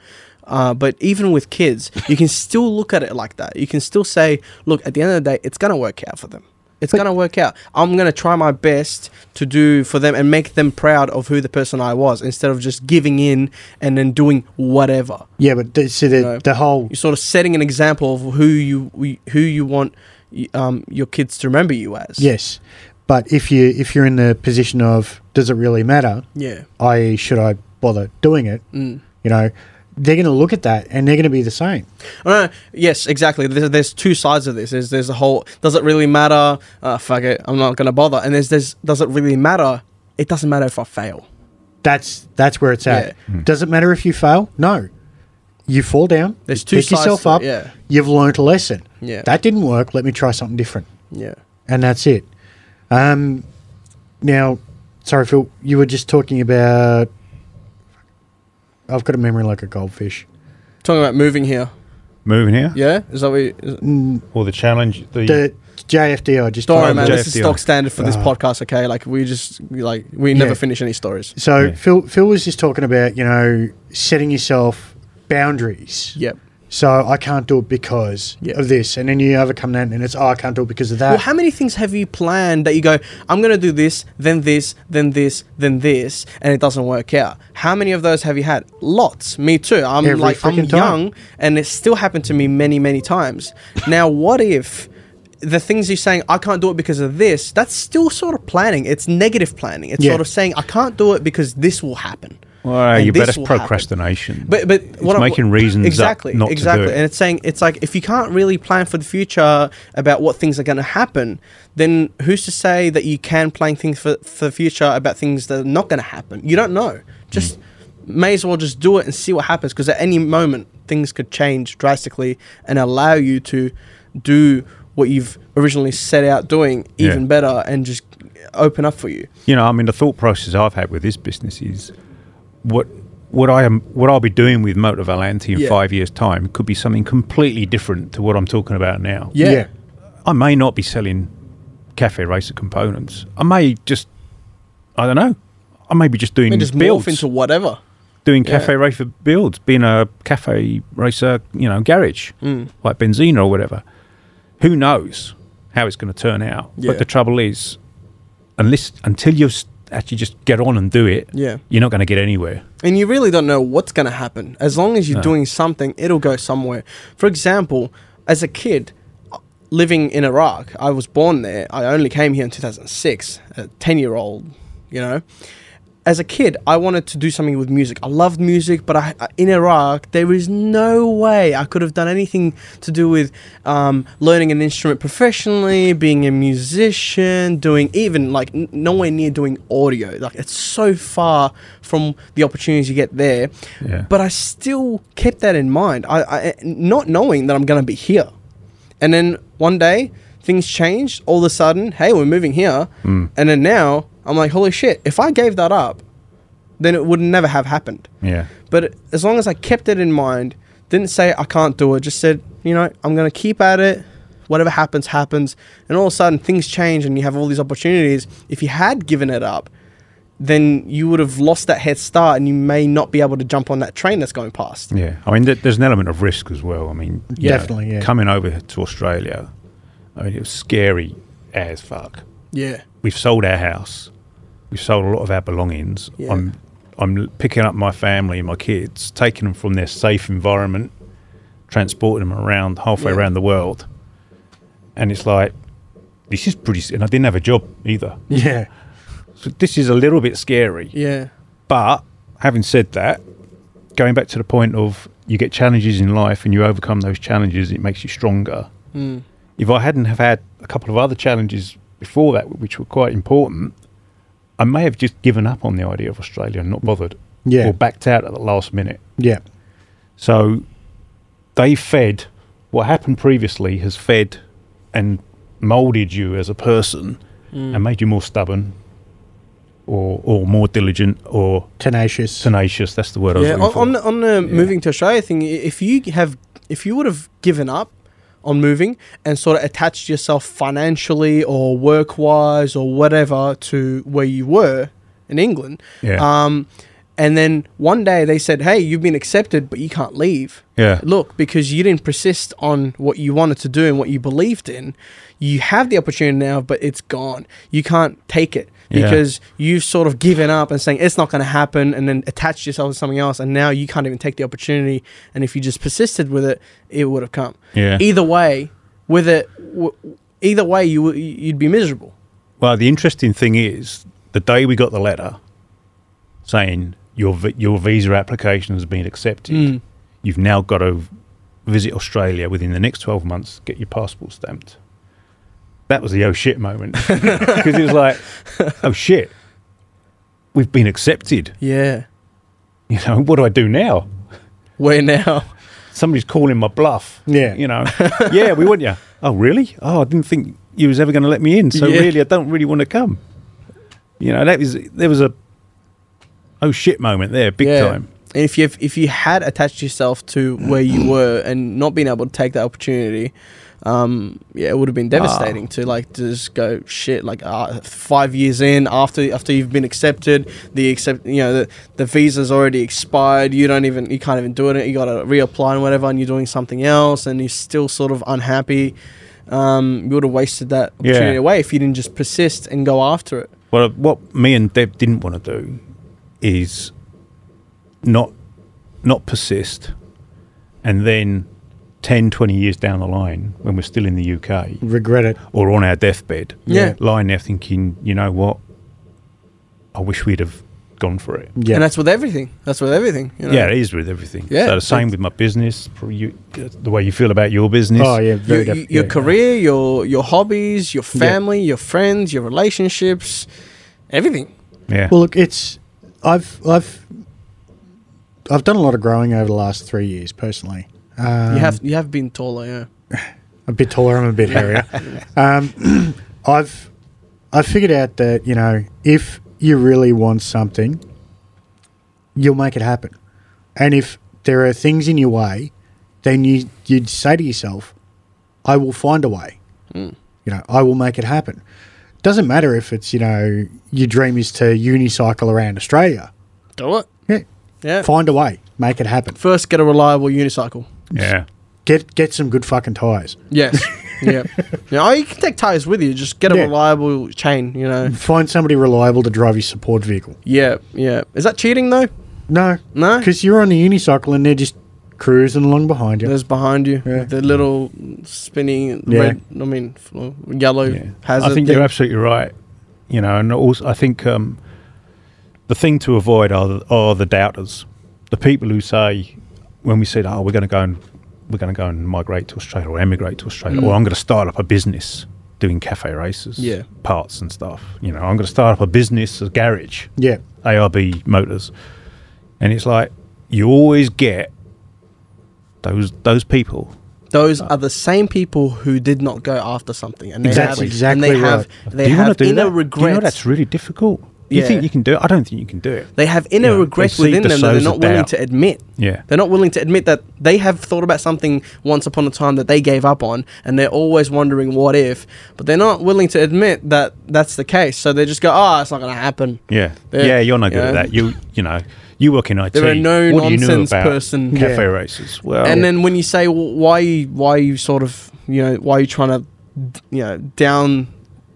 Uh, but even with kids, you can still look at it like that. You can still say, look, at the end of the day, it's gonna work out for them. It's gonna work out. I'm gonna try my best to do for them and make them proud of who the person I was, instead of just giving in and then doing whatever.
yeah, but th- see the,
No.
the whole
you're sort of setting an example of who you who you want y- um, your kids to remember you as.
yes. But if you if you're in the position of does it really matter?
Yeah.
i.e., should I bother doing it?
Mm.
You know, they're going to look at that and they're going to be the same.
Oh, no, no, yes, exactly. There's, there's two sides of this. There's there's the whole does it really matter? Uh, fuck it, I'm not gonna bother. And there's there's does it really matter? It doesn't matter if I fail.
That's that's where it's at. Does it matter if you fail? No. You fall down.
There's
you
two
pick
sides
yourself
to it,
up.
yeah.
You've learned a lesson.
Yeah.
That didn't work. Let me try something different.
Yeah.
And that's it. Um, now, sorry, Phil. You were just talking about. I've got a memory like a goldfish.
Talking about moving here.
moving here
Yeah, is that what? You, is,
or the challenge the,
The JFDI just.
don't worry,
told
man.
me.
This is
JFDI.
stock standard for this podcast. Okay, like we just like we never
Yeah.
finish any stories.
So
Yeah.
Phil Phil was just talking about you know setting yourself boundaries.
Yep.
So I can't do it because
Yeah.
of this, and then you overcome that, and it's oh I can't do it because of that.
Well, how many things have you planned that you go, I'm going to do this, then this, then this, then this, and it doesn't work out? How many of those have you had? Lots. Me too. I'm
Every
like, I'm
freaking time.
young, and it still happened to me many, many times. now, what if the things you're saying, I can't do it because of this, that's still sort of planning. It's negative planning. It's
Yeah.
sort of saying, I can't do it because this will happen.
Well,
and
you bet
this
it's
will happen."
procrastination.
But but
it's making reasons up
exactly
not to do
exactly,
it.
and it's saying it's like if you can't really plan for the future about what things are going to happen, then who's to say that you can plan things for for the future about things that are not going to happen? You don't
Mm.
know. Just may as well just do it and see what happens because at any moment things could change drastically and allow you to do what you've originally set out doing
Yeah.
even better and just open up for you.
you know, I mean, the thought process I've had with this business is what what I am what I'll be doing with Motor Valenti in
Yeah.
five years' time could be something completely different to what I'm talking about now.
Yeah.
Yeah.
I may not be selling cafe racer components. I may just I don't know. I may be just doing
I mean, just
builds,
morph into whatever.
doing cafe racer builds, being a cafe racer, you know, garage
Hmm.
like Benzina or whatever. Who knows how it's going to turn out?
Yeah.
But the trouble is, unless until you s- actually just get on and do it,
Yeah.
you're not going to get anywhere.
And you really don't know what's going to happen. As long as you're doing something, it'll go somewhere. For example, as a kid uh, living in Iraq, I was born there. I only came here in 2006, a 10 year old, you know. As a kid, I wanted to do something with music. I loved music, but I, I- in Iraq, there is no way I could have done anything to do with um, learning an instrument professionally, being a musician, doing even like n- nowhere near doing audio. Like it's so far from the opportunities you get there.
Yeah.
But I still kept that in mind. I, I not knowing that I'm going to be here, and then one day things changed. All of a sudden, hey, we're moving here, and then now I'm like, holy shit! If I gave that up, then it would never have happened.
Yeah.
But as long as I kept it in mind, didn't say I can't do it, just said, you know, I'm going to keep at it. Whatever happens, happens. And all of a sudden, things change and you have all these opportunities. If you had given it up, then you would have lost that head start and you may not be able to jump on that train that's going past.
Yeah, I mean, th- there's an element of risk as well. I mean, you
Definitely, yeah.
Coming over to Australia, I mean, it was scary as fuck.
Yeah.
We've sold our house, we've sold a lot of our belongings.
Yeah.
I'm, I'm picking up my family and my kids, taking them from their safe environment, transporting them around halfway
Yeah.
around the world, and it's like, this is pretty. s- And I didn't have a job either,
yeah.
so this is a little bit scary.
Yeah.
But having said that, going back to the point of you get challenges in life and you overcome those challenges, it makes you stronger. If I hadn't have had a couple of other challenges before that, which were quite important, I may have just given up on the idea of Australia and not bothered,
Yeah.
or backed out at the last minute.
Yeah.
So they fed what happened previously has fed and molded you as a person and made you more stubborn or or more diligent or
Tenacious.
tenacious. That's the word I was
Yeah,
looking
on,
for.
on the, on the moving to Australia thing, i- if you have, if you would have given up on moving and sort of attached yourself financially or work wise or whatever to where you were in England,
Yeah.
um, and then one day they said, "Hey, you've been accepted, but you can't leave."
Yeah.
Look, because you didn't persist on what you wanted to do and what you believed in, you have the opportunity now, but it's gone. You can't take it
Yeah.
because you've sort of given up and saying it's not going to happen, and then attached yourself to something else, and now you can't even take the opportunity. And if you just persisted with it, it would have come.
Yeah.
Either way, with it, w- either way, you w- you'd be miserable.
well, the interesting thing is the day we got the letter saying your vi- your visa application has been accepted,
Hmm.
you've now got to visit Australia within the next twelve months, get your passport stamped. That was the oh
<laughs>
shit moment because it was like, oh shit, we've been accepted.
Yeah.
You know what do I do now?
Where now?
somebody's calling my bluff.
Yeah.
<laughs>
You know, yeah, we want you. Oh, really? Oh, I didn't think you was ever going to let me in. So
Yeah.
really, I don't really want to come. You know, that was there was a oh shit moment there, big time.
And if you
<clears throat>
if you had attached yourself to where you were and not been able to take that opportunity, um, yeah, it would have been
Ah.
devastating to like to just go shit. Like uh, five years in after after you've been accepted, the accept you know the, the visa's already expired. You don't even you can't even do it. You got to reapply and whatever, and you're doing something else, and you're still sort of unhappy. Um, you would have wasted that
Yeah.
opportunity away if you didn't just persist and go after it.
Well, what me and Deb didn't want to do is not not persist, and then 10, 20 years down the line, when we're still in the UK
Regret it.
or on our deathbed,
Yeah.
lying there thinking, you know what, I wish we'd have gone for it.
Yeah.
And that's with everything. That's with everything. You know?
Yeah, it is with everything.
Yeah,
so the same
that's-
with my business, pr- you, the way you feel about your business.
oh yeah,
your,
very
your,
def-
your
yeah,
career, your your hobbies, your family, your friends, your relationships, everything.
Yeah.
Well, look, it's I've I've I've done a lot of growing over the last three years personally. Um,
you have you have been taller, yeah.
a bit taller. I'm a bit hairier. um, <clears throat> I've I've figured out that you know if you really want something, you'll make it happen. And if there are things in your way, then you you'd say to yourself, "I will find a way." You know, I will make it happen. Doesn't matter if it's you know your dream is to unicycle around Australia.
Do it.
Yeah,
Yeah.
find a way, make it happen.
First, get a reliable unicycle.
yeah.
Get get some good fucking tires.
Yes. <laughs> yeah. Yeah. Oh, you can take tires with you. Just get a
Yeah.
reliable chain. You know.
Find somebody reliable to drive your support vehicle.
Yeah. Yeah. Is that cheating though?
No,
No.
Because you're on the unicycle and they're just cruising along behind you.
There's behind you
Yeah.
the little spinning
Yeah.
red. I mean, f- yellow
Yeah.
hazard.
I think
thing.
you're absolutely right. You know, and also I think um, the thing to avoid are the, are the doubters, the people who say when we said, "Oh, we're going to go and we're going to go and migrate to Australia or emigrate to Australia," or "I'm going to start up a business doing cafe races,
Yeah.
parts and stuff." You know, I'm going to start up a business, a garage,
Yeah,
ARB motors, and it's like you always get those those people
Those are the same people who did not go after something, and they
Exactly,
have,
exactly
and they have,
right.
they
wanna
have inner
that?
regret.
Do you know that's really difficult? Do you
Yeah.
think you can do it? I don't think you can do it.
they have inner
Yeah, they
regret
see
within
the
them that they're
sows
not
of
willing
doubt.
to admit.
Yeah.
They're not willing to admit that they have thought about something once upon a time that they gave up on, and they're always wondering what if. But they're not willing to admit that that's the case. So they just go, "Ah, it's not going to happen."
Yeah.
They're-
yeah, you're not good
yeah.
at that. You you know, you work in IT.
They're a no
What do you know
nonsense
about
person.
Cafe
Yeah.
races. Well,
and then when you say well, why you why you sort of you know why you trying to you know down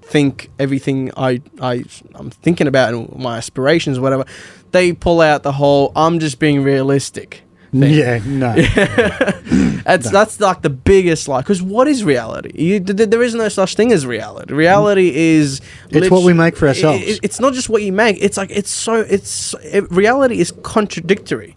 think everything I I I'm thinking about and my aspirations whatever, they pull out the whole I'm just being realistic. Thing.
<laughs> yeah,
<laughs>
no.
That's that's like the biggest lie. Because what is reality? You, th- th- there is no such thing as reality. Reality is
It's what
lit-
we make for
i- i-
ourselves.
it's not just what you make. It's like it's so it's it, reality is contradictory.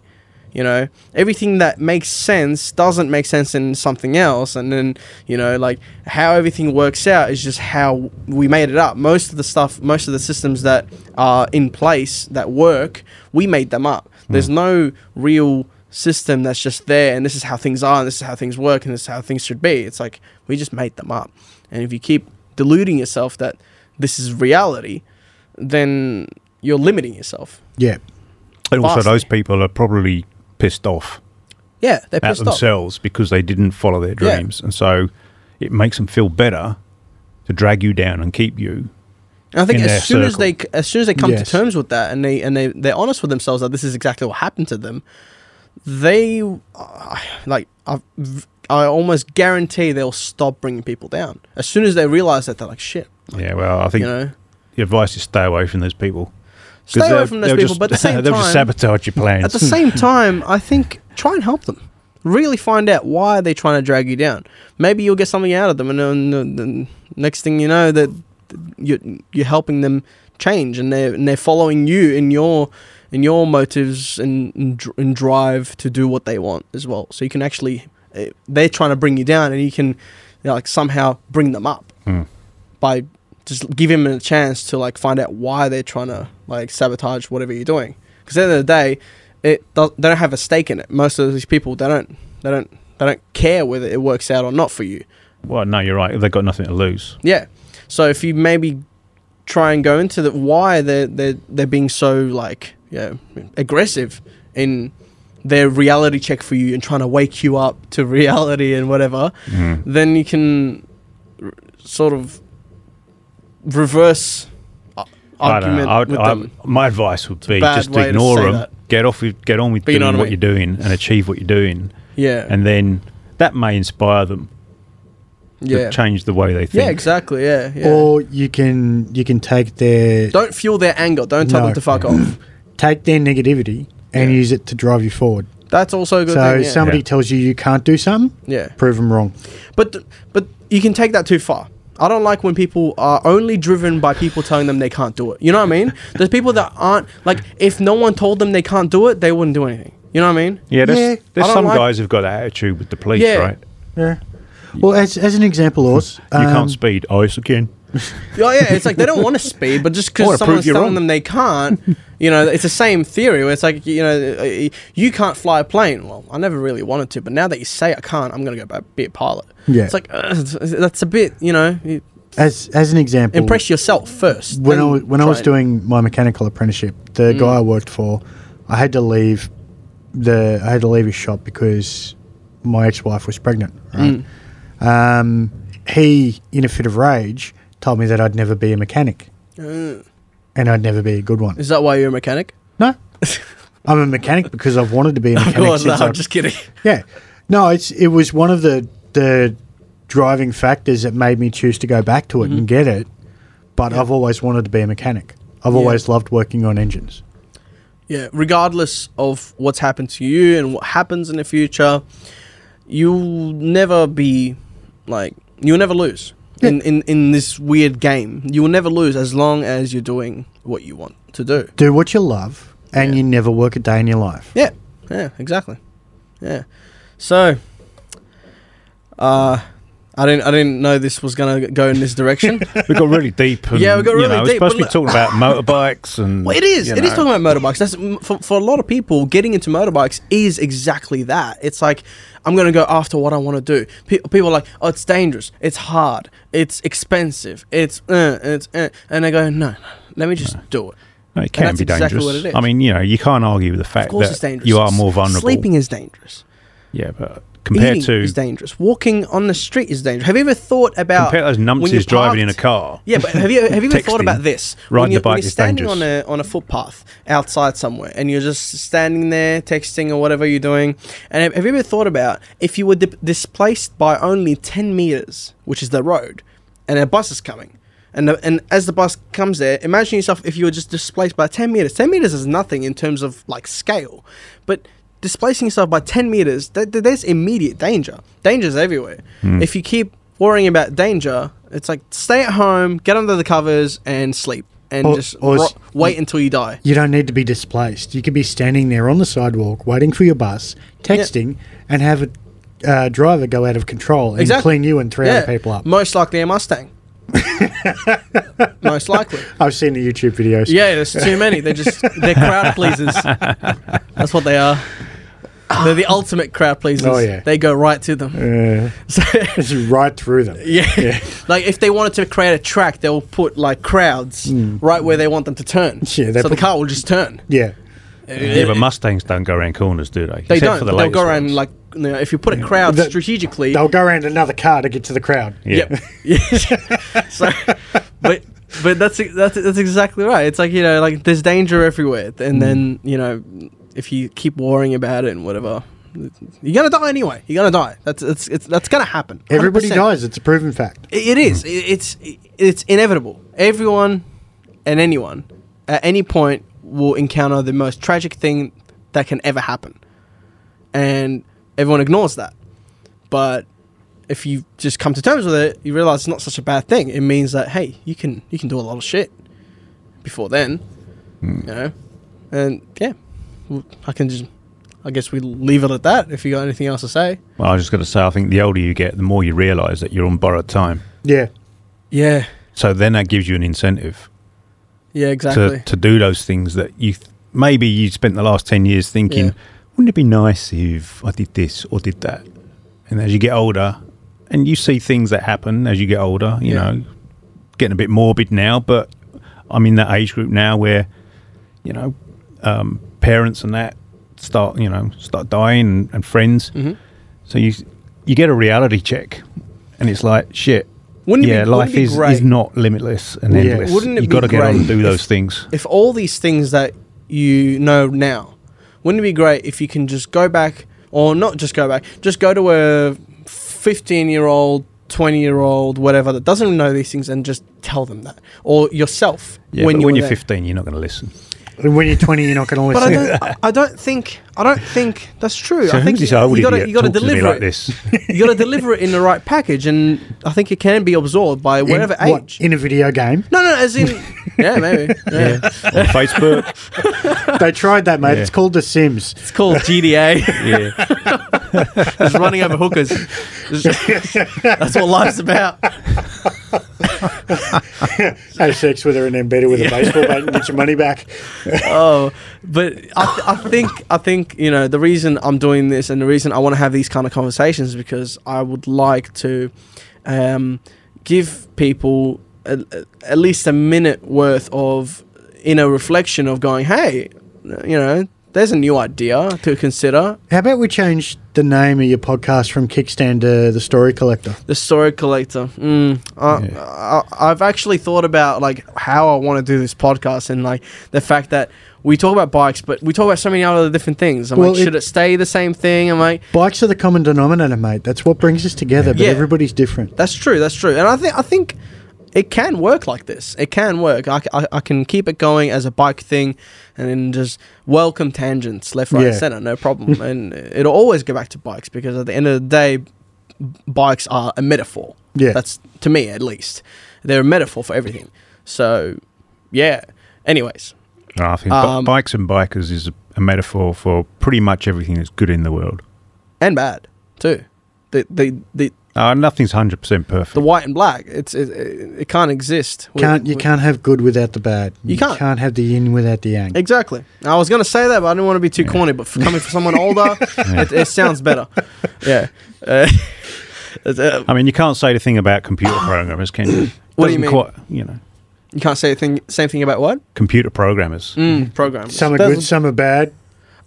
You know, everything that makes sense doesn't make sense in something else, and then you know, like how everything works out is just how we made it up. Most of the stuff, most of the systems that are in place that work, we made them up. There's no real system that's just there and this is how things are and this is how things work and this is how things should be it's like we just made them up and if you keep deluding yourself that this is reality then you're limiting yourself
Yeah,
and also
vastly.
those people are probably pissed off
yeah they're
at
pissed off
themselves because they didn't follow their
Yeah.
dreams. And so it makes them feel better to drag you down and keep you.
and i think
in
as
their
soon as
circle.
they c- as soon as they come
Yes.
to terms with that and they and they they're honest with themselves that this is exactly what happened to them they uh, like i i almost guarantee they'll stop bringing people down as soon as they realize that they're like shit
Yeah, well, I
you
think
know
the advice is stay away from those people. 'Cause
stay away
they'll-
from those
they'll
people
just- <laughs>
but at the same
they'll
time
just sabotage your plans.
At the same time, I think try and help them. Really find out why are they trying to drag you down. Maybe you'll get something out of them, and then the, the next thing you know, that you're you're helping them change, and they're and they're following you in your in your motives and and dr- and drive to do what they want as well. So you can actually eh, they're trying to bring you down, and you can you know, like somehow bring them up by just give him a chance to like find out why they're trying to like sabotage whatever you're doing. Because at the end of the day, it does, they don't have a stake in it. Most of these people they don't they don't they don't care whether it works out or not for you.
well, no, you're right. They've got nothing to lose.
Yeah. So if you maybe try and go into the why they're they're they're being so like yeah aggressive in their reality check for you and trying to wake you up to <laughs> reality and whatever,
Mm-hmm.
then you can r- sort of reverse a-
I don't know.
argument
I would,
with
I,
them.
my advice would be
a bad
just
way to
ignore
say
them.
that.
Get off with, get on with
But you
doing
know what I
what
mean.
you're doing and achieve what you're doing,
Yeah,
and then that may inspire them
yeah,
to change the way they think.
yeah, exactly. Yeah, yeah.
Or you can you can take their
don't fuel their anger. Don't tell
No.
them to fuck off.
take their negativity and
Yeah.
use it to drive you forward.
That's also a good.
So
thing,
if
yeah.
somebody
Yeah.
tells you you can't do something,
yeah.
prove them wrong.
But th- but you can take that too far. I don't like when people are only driven by people telling them they can't do it. You know what I
<laughs>
mean? There's people that aren't like if no one told them they can't do it, they wouldn't do anything. You know what I mean?
Yeah, there's,
Yeah,
there's
I don't
some
like-
guys who've got that attitude with the police,
Yeah.
right?
Yeah. Well, as, as an example, Oz,
You
um,
can't speed. I yes, I can.
Yeah, Oh, yeah. It's like they don't want to speed, but
<laughs>
just
I wanna
because
prove
someone's
you
telling
wrong.
them they can't, you know, it's the same theory. Where it's like you know, uh, you can't fly a plane. Well, I never really wanted to, but now that you say I can't, I'm gonna go back, be a pilot.
Yeah.
It's like uh, that's a bit, you know, you
as as an example,
impress yourself first.
when I,
then
wa- when I
try
was
it.
doing my mechanical apprenticeship, the
Mm.
guy I worked for, I had to leave the I had to leave his shop because my ex-wife was pregnant. Right?
Mm.
Um, he, in a fit of rage, told me that I'd never be a mechanic, and I'd never be a good one.
Mm. is that why you're a mechanic?
No, I'm a mechanic because I've wanted
<laughs>
to be a mechanic.
God, Oh, no,
since I-
I'm just kidding.
yeah, no, it's it was one of the the driving factors that made me choose to go back to it
Mm-hmm.
and get it. But I've always wanted to be a mechanic. I've
Yeah.
always loved working on engines.
<laughs> Yeah, regardless of what's happened to you and what happens in the future, you'll never be like you'll never lose in, in in this weird game. You'll never lose as long as you're doing what you want to do.
Do what you love, and you never work a day in your life.
Yeah, yeah, exactly. Yeah, so uh, I didn't I didn't know this was gonna go in this direction.
We got really deep.
<laughs>
And,
Yeah, we got
you
really
know, We're
deep,
supposed to be
but
talking about motorbikes
<laughs>
and.
Well, it is.
you
It is
know.
talking about motorbikes. That's m- for, for a lot of people. Getting into motorbikes is exactly that. It's like I'm going to go after what I want to do. Pe- people are like, oh, it's dangerous. It's hard. It's expensive. It's uh, it's uh, and they go, no, no, let me just do it.
No, it can
that's
be dangerous.
exactly what it is.
I mean, you know, you can't argue with the fact
Of course,
that
it's dangerous.
you are more
S-
vulnerable.
Sleeping is dangerous.
Yeah, but compared
Eating
to
is dangerous. Walking on the street is dangerous. Have you ever thought about
compare those
when you're
numpties driving in a
parked-
car.
Yeah, but have you have you ever thought
Texting,
about this?
riding the
you're,
bike
you're
is
standing on a
dangerous.
on a footpath outside somewhere, and you're just standing there texting or whatever you're doing. And have, have you ever thought about if you were dip displaced by only ten meters, which is the road, and a bus is coming, and the, and as the bus comes there, imagine yourself if you were just displaced by ten meters. Ten meters is nothing in terms of like scale, but displacing yourself by 10 meters, th- th- there's immediate danger. Danger's everywhere.
Hmm.
If you keep worrying about danger, it's like stay at home, get under the covers, and sleep, and
Or-
just
or
ro-
s-
wait until you die.
You don't need to be displaced. You could be standing there on the sidewalk waiting for your bus, texting, and have a uh, driver go out of control and
Exactly.
clean you and three other people up.
Most likely a
<laughs>
Mustang. Most likely.
I've seen the YouTube videos.
Yeah, there's too many. They're just they're crowd pleasers. That's what they are. They're the ultimate crowd pleasers.
Oh, yeah.
They go right to them.
Uh,
<laughs> So-
it's right through them.
Yeah. like if they wanted to create a track, they'll put like crowds right where they want them to turn.
Hmm. Yeah, they
so the
put-
car will just turn.
Yeah.
Yeah, but Mustangs don't go around corners, do they?
They
Except
don't.
For the
they'll go
latest
around
ones.
like you know, if you put a crowd
The-
strategically.
They'll go around another car to get to the crowd.
Yeah.
Yep. <laughs> so, but but that's that's that's exactly right. It's like you know, like there's danger everywhere,
Mm.
and then you know, if you keep worrying about it and whatever. You're gonna die anyway. You're gonna die. That's it's, it's that's gonna happen.
Everybody
100%.
dies. It's a proven fact.
It it is. It- It's it's inevitable. Everyone and anyone at any point will encounter the most tragic thing that can ever happen, and everyone ignores that. But if you just come to terms with it, you realize it's not such a bad thing. It means that hey, you can you can do a lot of shit before then, you know, and yeah, well, I can just. I guess we leave it at that. If you got anything else to say,
Well, I was just going to say, I think the older you get, the more you realise that you're on borrowed time.
Yeah.
yeah,
So then that gives you an incentive
yeah, exactly.
to, to do those things that you th- maybe you spent the last 10 years thinking,
Yeah.
wouldn't it be nice if I did this or did that? And as you get older, and you see things that happen as you get older, you
Yeah.
know, getting a bit morbid now, but I'm in that age group now where, you know, um, parents and that start, you know, start dying and, and friends.
Mm-hmm.
So you you get a reality check, and it's like shit.
Wouldn't it
yeah,
be- wouldn't
life
it be
is, is
great-
not limitless and
Yeah.
endless.
Wouldn't it
you
be
got to get on and
great
do
if-
those things.
if all these things that you know now, wouldn't it be great if you can just go back, or not just go back, just go to a 15 year old, 20 year old, whatever, that doesn't know these things and just tell them that? Or yourself
Yeah,
when,
but
you
when
were
you're
there.
15, you're not going to listen.
And when you're 20, you're not going to
But I
listen.
don't,
<laughs>
I- I don't think I don't think that's true.
So
I think
who's this old
you gotta,
idiot
you gotta
talking to me
deliver
like
it. <laughs>
this?
You gotta deliver it in the right package, and I think it can be absorbed by
In
whatever
what,
age.
in a video game.
no, no, as
<laughs>
in yeah, maybe. Yeah.
on Facebook.
They tried that, mate.
Yeah.
It's called The Sims.
It's called GDA.
Yeah.
Just running over <laughs> hookers. Just- <laughs> that's what life's about.
Have sex with her and then beat her with a baseball bat and get your money back.
Oh, but I, I think I think you know the reason I'm doing this and the reason I want to have these kind of conversations is because I would like to um, give people a, a- at least a minute worth of inner reflection of going, hey, you know, there's a new idea to consider.
How about we change the name of your podcast from Kickstand to The Story Collector?
The story collector. Mm, I,
Yeah.
I, I've actually thought about like how I want to do this podcast and like the fact that we talk about bikes, but we talk about so many other different things. I'm
Well,
like,
it-
should it stay the same thing? I'm like,
Bikes are the common denominator, mate. That's what brings us together, but
Yeah.
everybody's different.
that's true, that's true. And I think I think it can work like this. It can work. I, c- I- I can keep it going as a bike thing, and then just welcome tangents left, right, and
Yeah.
center. No
<laughs>
problem. and it'll always go back to bikes because at the end of the day, b- bikes are a metaphor.
Yeah.
That's to me at least. They're a metaphor for everything. So, yeah. Anyways,
No, I think bi-
Um,
bikes and bikers is a, a metaphor for pretty much everything that's good in the world.
and bad too. The the the,
Uh, nothing's 100% perfect.
the white and black. It's it, it it can't exist. with-
Can't you
with-
can't have good without the bad.
You can't.
can't have the yin without the yang.
Exactly. I was going to say that, but I didn't want to be too corny. But for coming from someone
<laughs>
older, it, it sounds better. Yeah. Uh, <laughs> it's, uh,
I mean, you can't say the thing about computer programmers, can you?
<coughs> What do you
Doesn't
mean?
Quite, you know,
you can't say the thing, same thing about what?
computer programmers.
Mm, program.
Some are good, some are bad.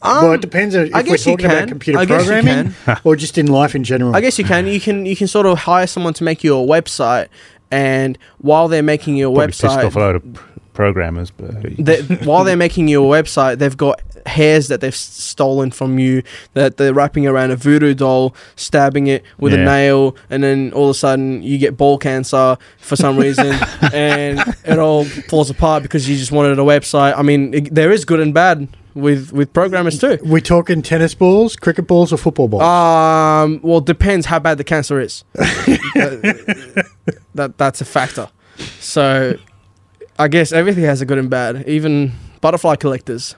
well, it depends on
Um,
if
I
we're
guess you
talking about
can.
computer
I guess you
programming or just in life in general.
I guess you can. You can. You can sort of hire someone to make you a website, and while they're making your
Probably pissed off a
website,
load of pr- programmers, but
they, while they're making you a website, they've got hairs that they've s- stolen from you that they're wrapping around a voodoo doll, stabbing it with a
Yeah.
nail, and then all of a sudden you get ball cancer for some reason, and it all falls apart because you just wanted a website. I mean, it, there is good and bad with with programmers too.
We're talking tennis balls, cricket balls, or football balls.
Um, well, depends how bad the cancer
<laughs>
is. that, that- that's a factor. So, I guess everything has a good and bad. Even butterfly collectors.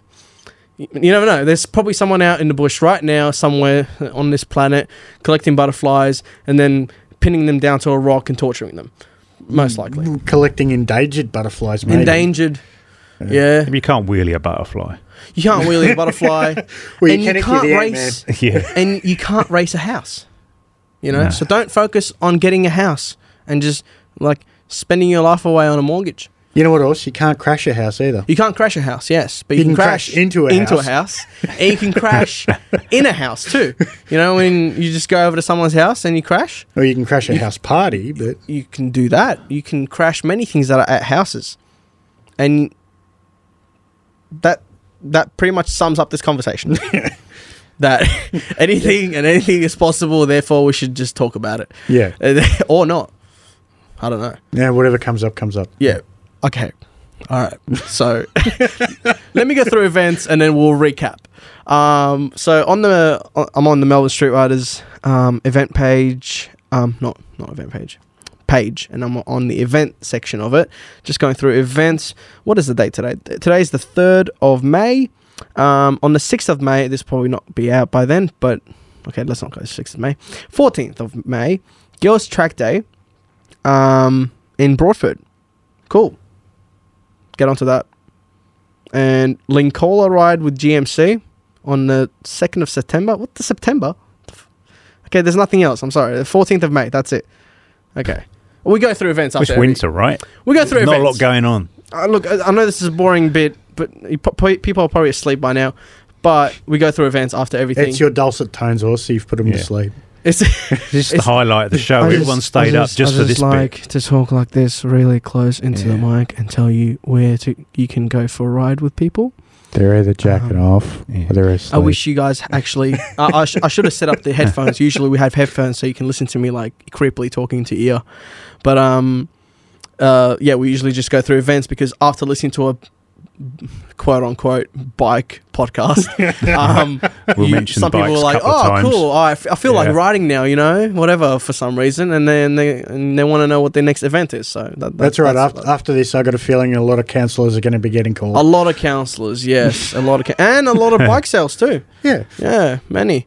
Y- You never know. There's probably someone out in the bush right now, somewhere on this planet, collecting butterflies and then pinning them down to a rock and torturing them.
Mm.
Most likely,
Collecting endangered butterflies, mate.
endangered. Yeah,
you can't wheelie a butterfly.
you can't wheelie a butterfly,
<laughs> Well,
and you
you can if you're
can't
the
race.
Ant-Man.
yeah.
and you can't race a house. You know,
No.
so don't focus on getting a house and just like spending your life away on a mortgage.
You know what else? You can't crash a house either.
You can't crash a house, yes, but you, can, crash,
into a
into a house, and you can <laughs> crash in a house too. You know, when you just go over to someone's house and you crash,
Or you can crash a house party, but
you can do that. You can crash many things that are at houses, and that that pretty much sums up this conversation. that <laughs> anything and anything is possible. Therefore, we should just talk about it.
yeah.
Uh, <laughs> or not. I don't know.
Yeah, whatever comes up comes up.
Yeah. Okay. All right. <laughs> So let me go through events and then we'll recap. Um, so on the uh, I'm on the Melbourne Street Riders um, event page. Um, not not event page. Page and I'm on the event section of it. Just going through events. What is the date today? Th- Today's the third of May. Um, on the sixth of May, this will probably not be out by then, but okay, let's not go sixth of May. Fourteenth of May, Girls Track Day, um, in Broadford. Cool. Get onto that. And Lincola ride with GMC on the 2nd of September. What the September? The f- Okay, there's nothing else. I'm sorry. The 14th of May. That's it. Okay. We go through events after
It's
every-
winter, right?
We go through
Not a
events.
lot going on.
Uh, look, I, I know this is a boring bit, but you, pro- pro- people are probably asleep by now. but we go through events after everything.
It's your dulcet tones, also. You've put them
Yeah.
to sleep.
<laughs>
It's-
This is the
<laughs> It's-
highlight of the show.
I just-
Everyone stayed up just for this
like
bit.
to talk like this really close into the
Yeah.
mic and tell you where to you can go for a ride with people.
They're either jacking
Uh-huh.
Um,
off
yeah.
or they're
I
asleep.
wish you guys actually. I, I, sh- I should have set up the headphones.
<laughs>
Usually we have headphones so you can listen to me like creepily talking to ear. But um, uh, yeah, we usually just go through events because after listening to a quote unquote bike
<laughs>
podcast, um,
We'll
you-
mention
some people
bikes
were
a
like,
couple of
"Oh,
times."
cool! I I, f- I feel
Yeah.
like riding now," you know, whatever for some reason, and then they and they want to know what their next event is. So that, that-
That's all right.
like-
after, after this, I got a feeling a lot of counsellors are going to be getting called.
a lot of counselors, yes, a lot of ca- and a
<laughs>
lot of bike sales too.
yeah.
Yeah, many,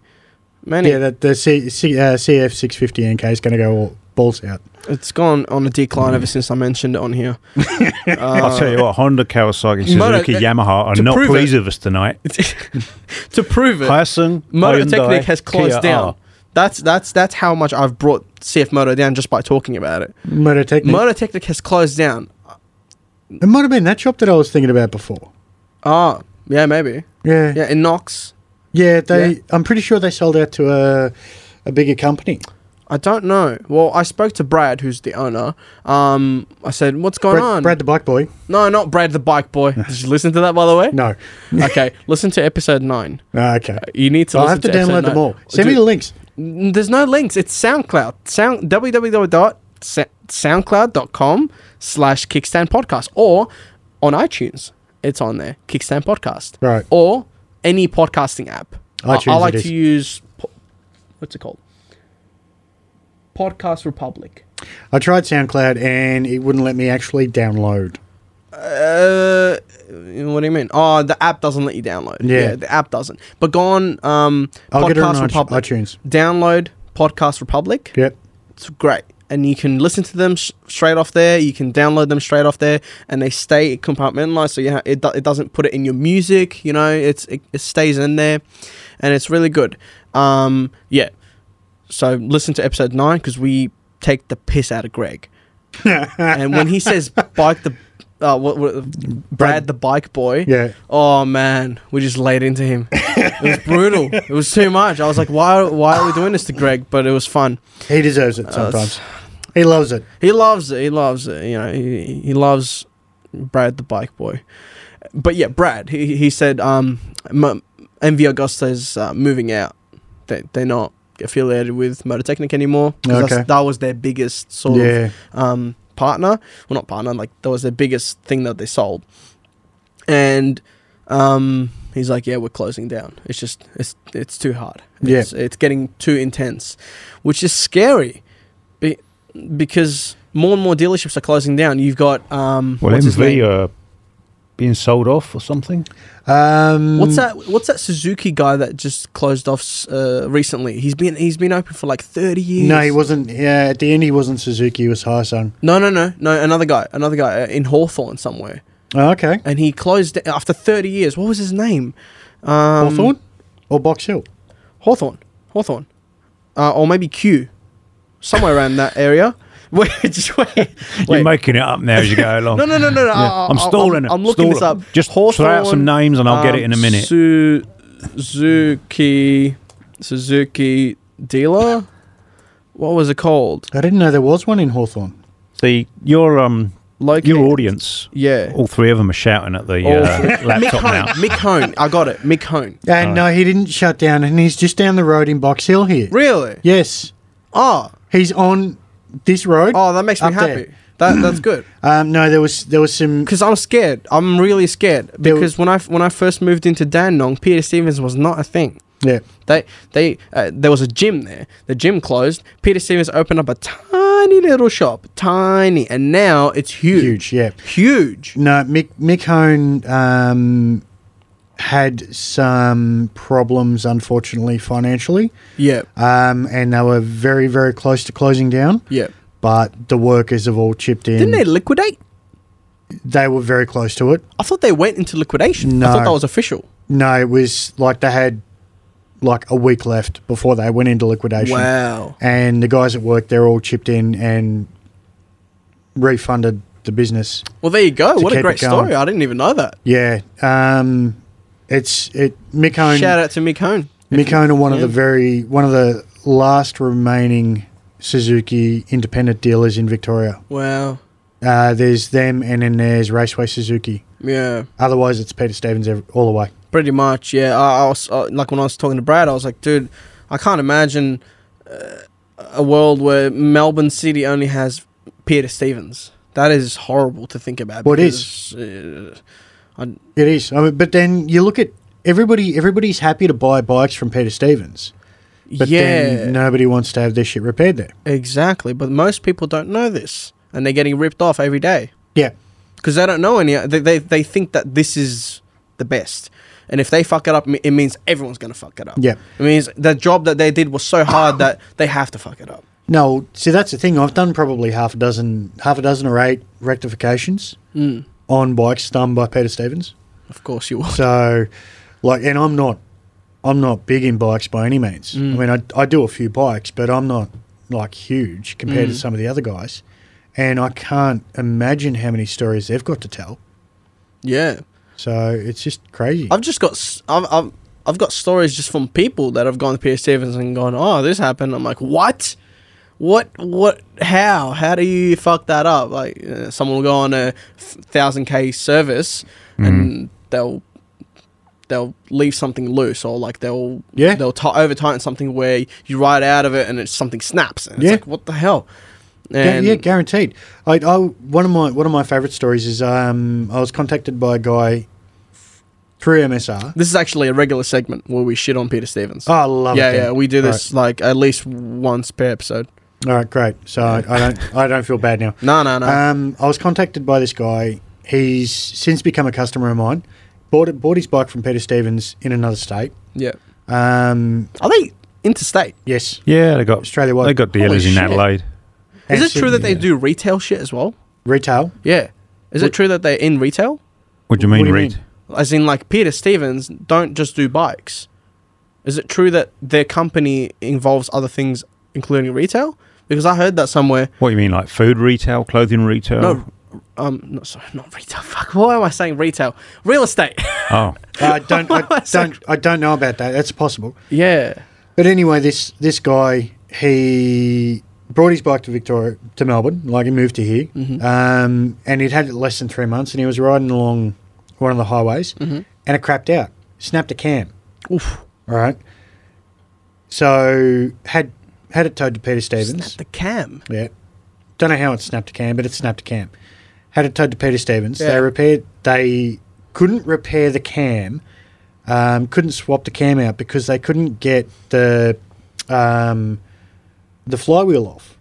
many.
Yeah, that the C, C, uh, CF650 NK is going to go all balls out.
It's gone on a decline ever since I mentioned it on
<laughs>
here.
I'll tell you what, Honda, Kawasaki, Suzuki,
uh, Moto- uh,
Yamaha are
to
not
prove
pleased
it-
with us tonight.
to prove it,
Hyosung,
Moto
Hyundai,
Technique has closed
Kia
down.
are.
That's that's that's how much I've brought CF Moto down just by talking about it.
Motor Technic.
Moto Technic has closed down.
it might have been that shop that I was thinking about before.
Ah, yeah, maybe.
Yeah. Yeah,
Yeah, in Knox.
they.
Yeah.
I'm pretty sure they sold out to a, a bigger company.
I don't know. Well, I spoke to Brad, who's the owner. Um, I said, "What's going
Brad,
on?"
Brad the Bike Boy.
no, not Brad the bike boy.
<laughs>
Did you listen to that, by the way?
No.
okay, listen to episode nine.
Ah, okay.
You need to.
I'll
listen
have to
episode
download them
nine.
all. Send me
Dude,
the links.
N- There's no links. It's SoundCloud. Sound www.soundcloud.com slash Kickstand Podcast or on iTunes. It's on there. Kickstand Podcast.
Right.
Or any podcasting app. I,
iTunes
I
it
like
is.
to use po- what's it called? Podcast Republic.
I tried SoundCloud and it wouldn't let me actually download.
Uh, what do you mean? Oh, the app doesn't let you download.
Yeah.
the app doesn't. But go on um,
I'll get it on
Podcast
iTunes-
Republic.
iTunes.
Download Podcast Republic.
Yep.
it's great and you can listen to them sh- straight off there you can download them straight off there and they stay compartmentalized so yeah it, do- it doesn't put it in your music you know it's it, it stays in there and it's really good um yeah so listen to episode 9 because we take the piss out of greg and when he says bike the uh, what, what, Brad the bike boy.
Yeah.
Oh man, we just laid into him. It was brutal. it was too much. I was like, why? Why are we doing this to Greg? But it was fun.
He deserves it
Uh,
sometimes. he loves it.
He loves it. He loves it. You know, he, he loves Brad the bike boy. But yeah, Brad. He he said, um, M- MV Augusta's uh, moving out. They they're not affiliated with Motor Technic anymore. 'cause that's-
Okay.
That was their biggest sort
Yeah.
of um partner. Well, not partner. Like that was their biggest thing that they sold. And um, he's like, yeah, we're closing down. It's just it's it's too hard.
Yeah.
It's, it's getting too intense, which is scary. Be- because more and more dealerships are closing down. You've got um,
Well,
what's his
MV
name?
are being sold off or something.
Um,
What's that? What's that Suzuki guy that just closed off uh, recently? He's been he's been open for like thirty years.
No, he wasn't. Yeah, at the end, he wasn't Suzuki. He was Hyosung.
No, no, no, no. Another guy, another guy uh, in Hawthorne somewhere,
Oh, okay.
and he closed it after thirty years. What was his name? Um,
Hawthorne or Box Hill?
Hawthorne, Hawthorne, uh, or maybe Q, somewhere around that area. <laughs> Wait, just wait.
You're
wait.
making it up now as
<laughs>
you go along.
No, no, no, no, no. I,
I'm stalling
I'm,
it.
I'm looking this
Stalling.
up. um,
Just throw out some names and I'll get it in a minute.
Suzuki, Suzuki dealer. What was it called?
I didn't know there was one in Hawthorne.
See, your um,
Like
your audience,
Yeah.
all three of them are shouting at the
All
uh,
Mick
laptop
Hone.
now.
Mick Hone. I got it. Mick Hone.
And no, he didn't shut down, and he's just down the road in Box Hill here.
Really?
Yes,
Oh,
he's on this road.
oh, that makes me
Up there.
happy. That that's good.
Um, no, there was there was some.
Because I'm scared. I'm really scared.
There-
Because when I when I first moved into Danong, Peter Stevens was not a thing.
Yeah,
They they uh, there was a gym there. The gym closed. Peter Stevens opened up a tiny little shop, tiny, and now it's huge,
huge. Yeah.
huge.
No, Mick Mick Hone um, had some problems, unfortunately, financially,
Yeah,
um, and they were very very close to closing down.
yeah.
But the workers have all chipped in.
Didn't they liquidate?
They were very close to it.
I thought they went into liquidation. I
No.
thought that was official.
No, it was like they had like a week left before they went into liquidation.
Wow.
And the guys at work, they're all chipped in and refunded the business.
Well, there you go.
To
What a
keep
great
it going.
story. I didn't even know that.
Yeah. Um, It's it Mick Hone,
Shout out to Mick Hone.
Mick Hone are one of
yeah.
the very one of the last remaining Suzuki independent dealers in Victoria.
Wow.
Uh, there's them, and then there's Raceway Suzuki.
Yeah.
Otherwise, it's Peter Stevens ev- all the way.
Pretty much, yeah. I, I was uh, like when I was talking to Brad, I was like, dude, I can't imagine uh, a world where Melbourne City only has Peter Stevens. That is horrible to think about.
Well, it
because, uh,
It is. I mean, but then you look at everybody. Everybody's happy to buy bikes from Peter Stevens, but
yeah,
then nobody wants to have their shit repaired there.
exactly. But most people don't know this, and they're getting ripped off every day.
Yeah,
because they don't know any. They, they they think that this is the best, and if they fuck it up, it means everyone's gonna fuck it up.
Yeah.
it means the job that they did was so hard that they have to fuck it up.
No, see that's the thing. I've done probably half a dozen, half a dozen or eight rectifications on bikes done by Peter Stevens.
Of course you <laughs> will.
So, like, and I'm not, I'm not big in bikes by any means. I mean, I, I do a few bikes, but I'm not like huge compared to some of the other guys. And I can't imagine how many stories they've got to tell.
Yeah,
So it's just crazy.
I've just got s- I've I've, I've got stories just from people that have gone to Pierce Stevens and gone, oh, this happened. I'm like, what? What? What? How? How do you fuck that up? Like, uh, someone will go on a thousand k service
Mm-hmm.
and they'll they'll leave something loose or like they'll
Yeah.
they'll t- over tighten something where you ride out of it and it's something snaps and it's
Yeah.
like what the hell?
Yeah,
And
yeah, guaranteed. I, I one of my one of my favourite stories is um, I was contacted by a guy through MSR.
this is actually a regular segment where we shit on Peter Stevens.
Oh, I love
yeah,
it. then.
yeah, we do
All
this like at least once per episode.
right. All right, great. So I, I don't I don't feel bad now.
<laughs> No, no, no.
Um, I was contacted by this guy. He's since become a customer of mine. Bought it, bought his bike from Peter Stevens in another state.
yeah.
Um,
Are they interstate?
yes,
Yeah, they got
Australia wide.
They got dealers in
shit.
Adelaide.
Is
And
it true that
Sydney,
they do retail shit as well?
retail?
Yeah. Is it true that they're in retail?
What do you
What
mean,
do you
Reed?
mean?
As in, like Peter Stevens don't just do bikes. Is it true that their company involves other things, including retail? Because I heard that somewhere.
What do you mean, like food retail, clothing retail?
No, um, no, sorry, not retail. <laughs> Fuck. Why am I saying retail? Real <laughs> estate.
Oh,
I
<laughs>
don't
Why am I
I
saying-
don't I don't know about that. That's possible.
yeah.
But anyway, this this guy he brought his bike to Victoria to Melbourne, like he moved to here,
Mm-hmm.
um, and he'd had it less than three months, and he was riding along one of the highways, and it crapped out, snapped a cam.
Mm-hmm. Oof.
All right, so had had it towed to Peter Stevens.
Snap the cam.
Yeah. Don't know how it snapped a cam, but it snapped a cam. Had it towed to Peter Stevens.
Yeah.
They repaired. They couldn't repair the cam. Um, couldn't swap the cam out because they couldn't get the um, the flywheel off.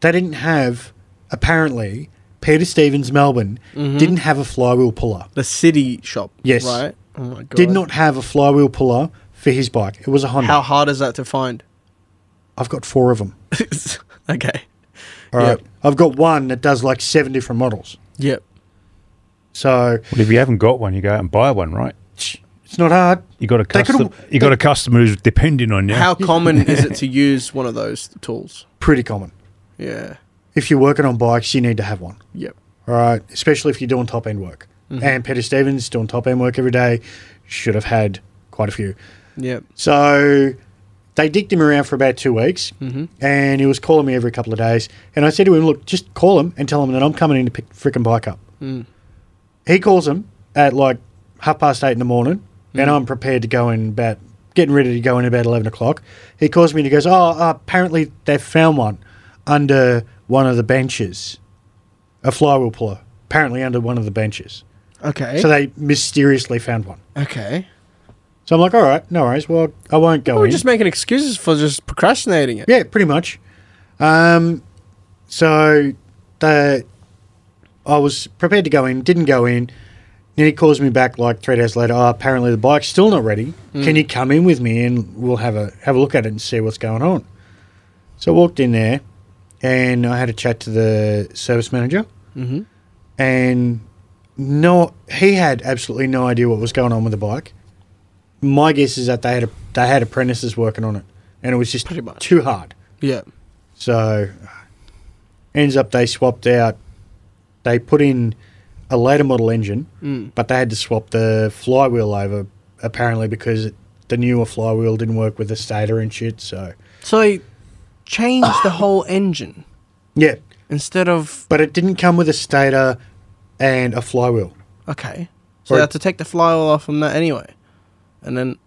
They didn't have. Apparently, Peter Stevens Melbourne
Mm-hmm.
didn't have a flywheel puller.
The city shop.
Yes.
Right. Oh my god.
Did not have a flywheel puller for his bike. It was a Honda.
How hard is that to find? <laughs>
I've got four of them.
okay.
All right.
Yep.
I've got one that does like seven different models.
Yep.
So
well, if you haven't got one, you go out and buy one, right?
it's not hard.
You got a
They could've-
customer. You got a customer who's depending on
<laughs>
you.
How common is it to use one of those tools?
pretty common.
Yeah.
If you're working on bikes, you need to have one.
Yep.
All right, especially if you're doing top end work. And Peter Stevens doing top end work every day should have had quite a few.
Yep.
So they dicked him around for about two weeks, and he was calling me every couple of days. And I said to him, "Look, just call him and tell him that I'm coming in to pick the frickin' bike up." He calls him at like half past eight in the morning, and I'm prepared to go in about getting ready to go in about eleven o'clock. He calls me and he goes, "Oh, uh, apparently they found one under one of the benches, a flywheel puller, apparently under one of the benches."
Okay.
So they mysteriously found one.
okay.
So I'm like, "All right, no worries. Well, I won't go
We're
in."
just making excuses for just procrastinating it.
Yeah, pretty much. Um, so the I was prepared to go in, didn't go in. Then he calls me back like three days later. Oh, apparently the bike's still not ready.
Mm.
Can you come in with me and we'll have a have a look at it and see what's going on? So I walked in there, and I had a chat to the service manager,
Mm-hmm.
and no, he had absolutely no idea what was going on with the bike. My guess is that they had a, they had apprentices working on it, and it was just
Pretty much.
too hard.
Yeah.
So ends up they swapped out.
Mm.
They put in a later model engine, but they had to swap the flywheel over apparently because it, the newer flywheel didn't work with the stator and shit. So
So they changed the whole engine
yeah,
instead of
but it didn't come with a stator and a flywheel.
okay. So
Or-
they had to take the flywheel off from that anyway, and then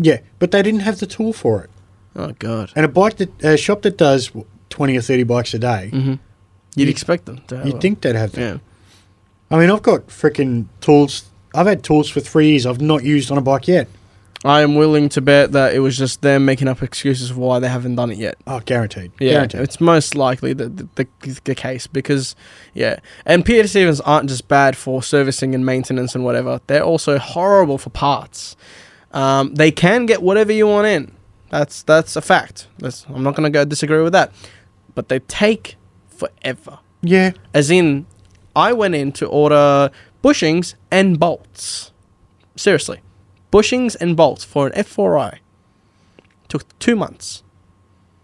Yeah, but they didn't have the tool for it.
oh god,
And a bike that a shop that does twenty or thirty bikes a day,
you'd expect them to. Have
you'd
a-
think they'd have that.
Mm-hmm. Yeah.
I mean, I've got freaking tools. I've had tools for three years. I've not used on a bike yet.
I am willing to bet that it was just them making up excuses for why they haven't done it yet.
Oh, guaranteed.
Yeah,
guaranteed.
it's most likely the, the, the, the case because, yeah. And Peter Stevens aren't just bad for servicing and maintenance and whatever, they're also horrible for parts. Um, they can get whatever you want in. That's that's a fact. That's, I'm not going to go disagree with that. But they take forever.
yeah,
As in, I went in to order bushings and bolts. Seriously, bushings and bolts for an F4i. Took two months.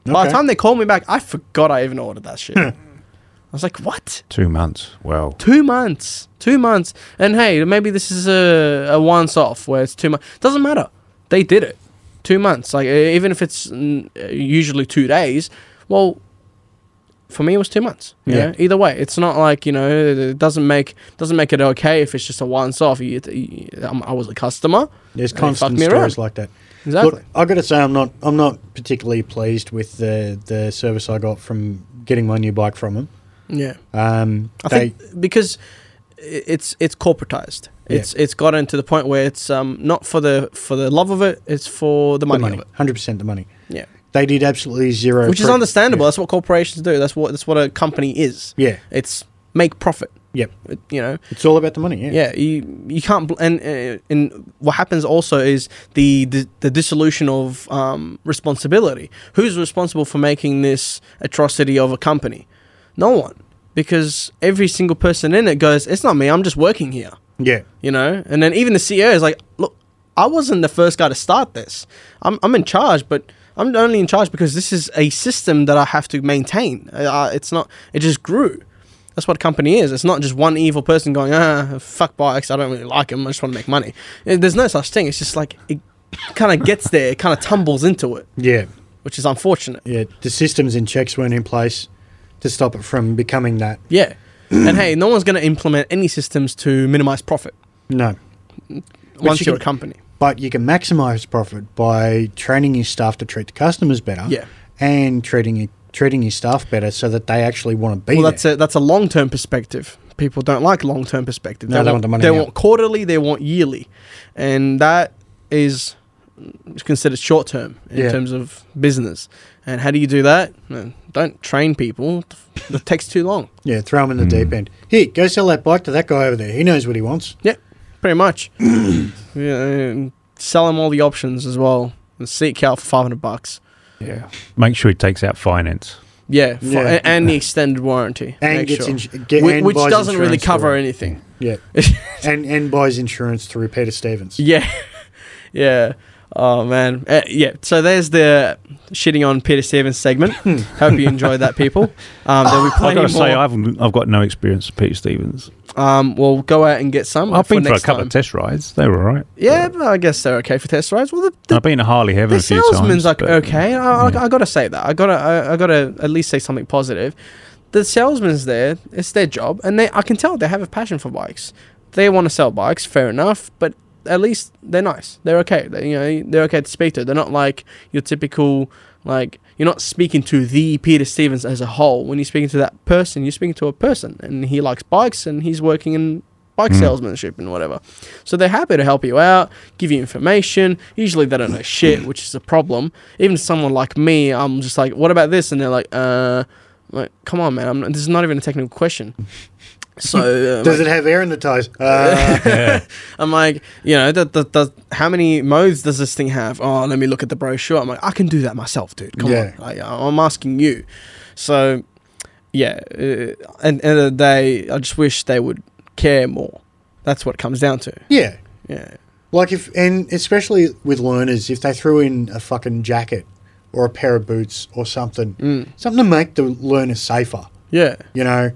By the
Okay.
time they called me back, I forgot I even ordered that shit. I was like, what?
Two months. Well,
Two months. Two months. And hey, maybe this is a, a once off where it's two months. Doesn't matter. They did it. Two months. Like, e- even if it's mm, usually two days, well, for me it was two months. Yeah.
Yeah.
Either way, it's not like you know it doesn't make doesn't make it okay if it's just a once off. You, you- I'm- I was a customer.
there's
and they fucked
constant
me around.
stories like that.
Exactly.
Look, I got to say, I'm not, I'm not particularly pleased with the the service I got from getting my new bike from them.
yeah.
Um,
I
they,
think because i- it's it's corporatized.
Yeah.
It's it's gotten to the point where it's um not for the for the love of it. It's for the
the
money,
money,
of it.
hundred percent the money.
Yeah,
They did absolutely zero,
which is
pro-
understandable. That's what corporations do. That's what that's what a company is.
Yeah,
It's make profit.
yep.
It- You know.
It's all about the money. Yeah,
Yeah. You you can't bl- and uh, and what happens also is the the, the dissolution of um, responsibility. Who's responsible for making this atrocity of a company? No one, because every single person in it goes, "It's not me. I'm just working here."
yeah.
you know and then even the ceo is like look i wasn't the first guy to start this i'm, I'm in charge but i'm only in charge because this is a system that i have to maintain uh, it's not it just grew that's what a company is it's not just one evil person going ah fuck bikes i don't really like them i just want to make money Uh, there's no such thing it's just like it kind of gets there it kind of tumbles into it
yeah.
which is unfortunate
Yeah, the systems and checks weren't in place to stop it from becoming that.
yeah and hey no one's going to implement any systems to minimize profit
No.
once
you
you're a
can-
company
But you can maximize profit by training your staff to treat the customers better.
Yeah.
And treating your, treating your staff better so that they actually want to be
Well,
there.
that's a that's a long term perspective. People don't like long term perspective.
No, they want the money
They
now.
want quarterly. They want yearly, and that is considered short term in
Yeah.
terms of business. And how do you do that? No, Don't train people. It takes too long.
Yeah, throw them in the deep end. Here, go sell that bike to that guy over there. He knows what he wants.
Yeah, pretty
<coughs>
much. yeah, and sell them all the options as well. And seek out for five hundred bucks.
Yeah.
make sure he takes out finance.
Yeah, fi-
Yeah.
a- and the extended warranty.
And
make
gets
sure.
insu- get-
Whi-
and
which
buys
doesn't really
insurance for
cover
it.
anything. <laughs>
Yeah. and and buys insurance through Peter Stevens.
Yeah, <laughs> yeah. Oh man, uh, yeah. So there's the shitting on Peter Stevens
<laughs>
segment. Hope you enjoyed that, people. Um, there'll be
I've
plenty
got to
more.
say, I've I've got no experience with Peter Stevens.
um, we'll go out and get some.
I've
for
been for a
next
couple
time.
of test rides. They were all right.
Yeah, but I guess they're okay for test rides. Well, the,
And
the,
I've been to Harley Heaven
the
a few times.
salesman's like
but-
okay. I,
Yeah.
I, I gotta say that. I gotta I, I gotta at least say something positive. The salesman's there. It's their job, and they I can tell they have a passion for bikes. They want to sell bikes. Fair enough, but at least they're nice. They're okay. They, you know, they're okay to speak to. They're not like your typical like you're not speaking to the Peter Stevens as a whole. When you're speaking to that person, you're speaking to a person, and he likes bikes, and he's working in bike salesmanship and whatever. So they're happy to help you out, give you information. Usually they don't know shit, which is a problem. Even someone like me, I'm just like, what about this? And they're like, uh. I'm Like, come on, man! I'm not, this is not even a technical question. So uh,
Does it have air in
<laughs>
the tires? Uh,
I'm like, you know, that that that how many modes does this thing have? Oh, let me look at the brochure. I'm like, I can do that myself, dude. Come
Yeah.
on, I, I'm asking you. So, yeah, uh, and and the day, I just wish they would care more. That's what it comes down to.
yeah.
Yeah,
Like if and especially with learners, if they threw in a fucking jacket or a pair of boots or something,
Hmm.
something to make the learner safer.
yeah,
You know,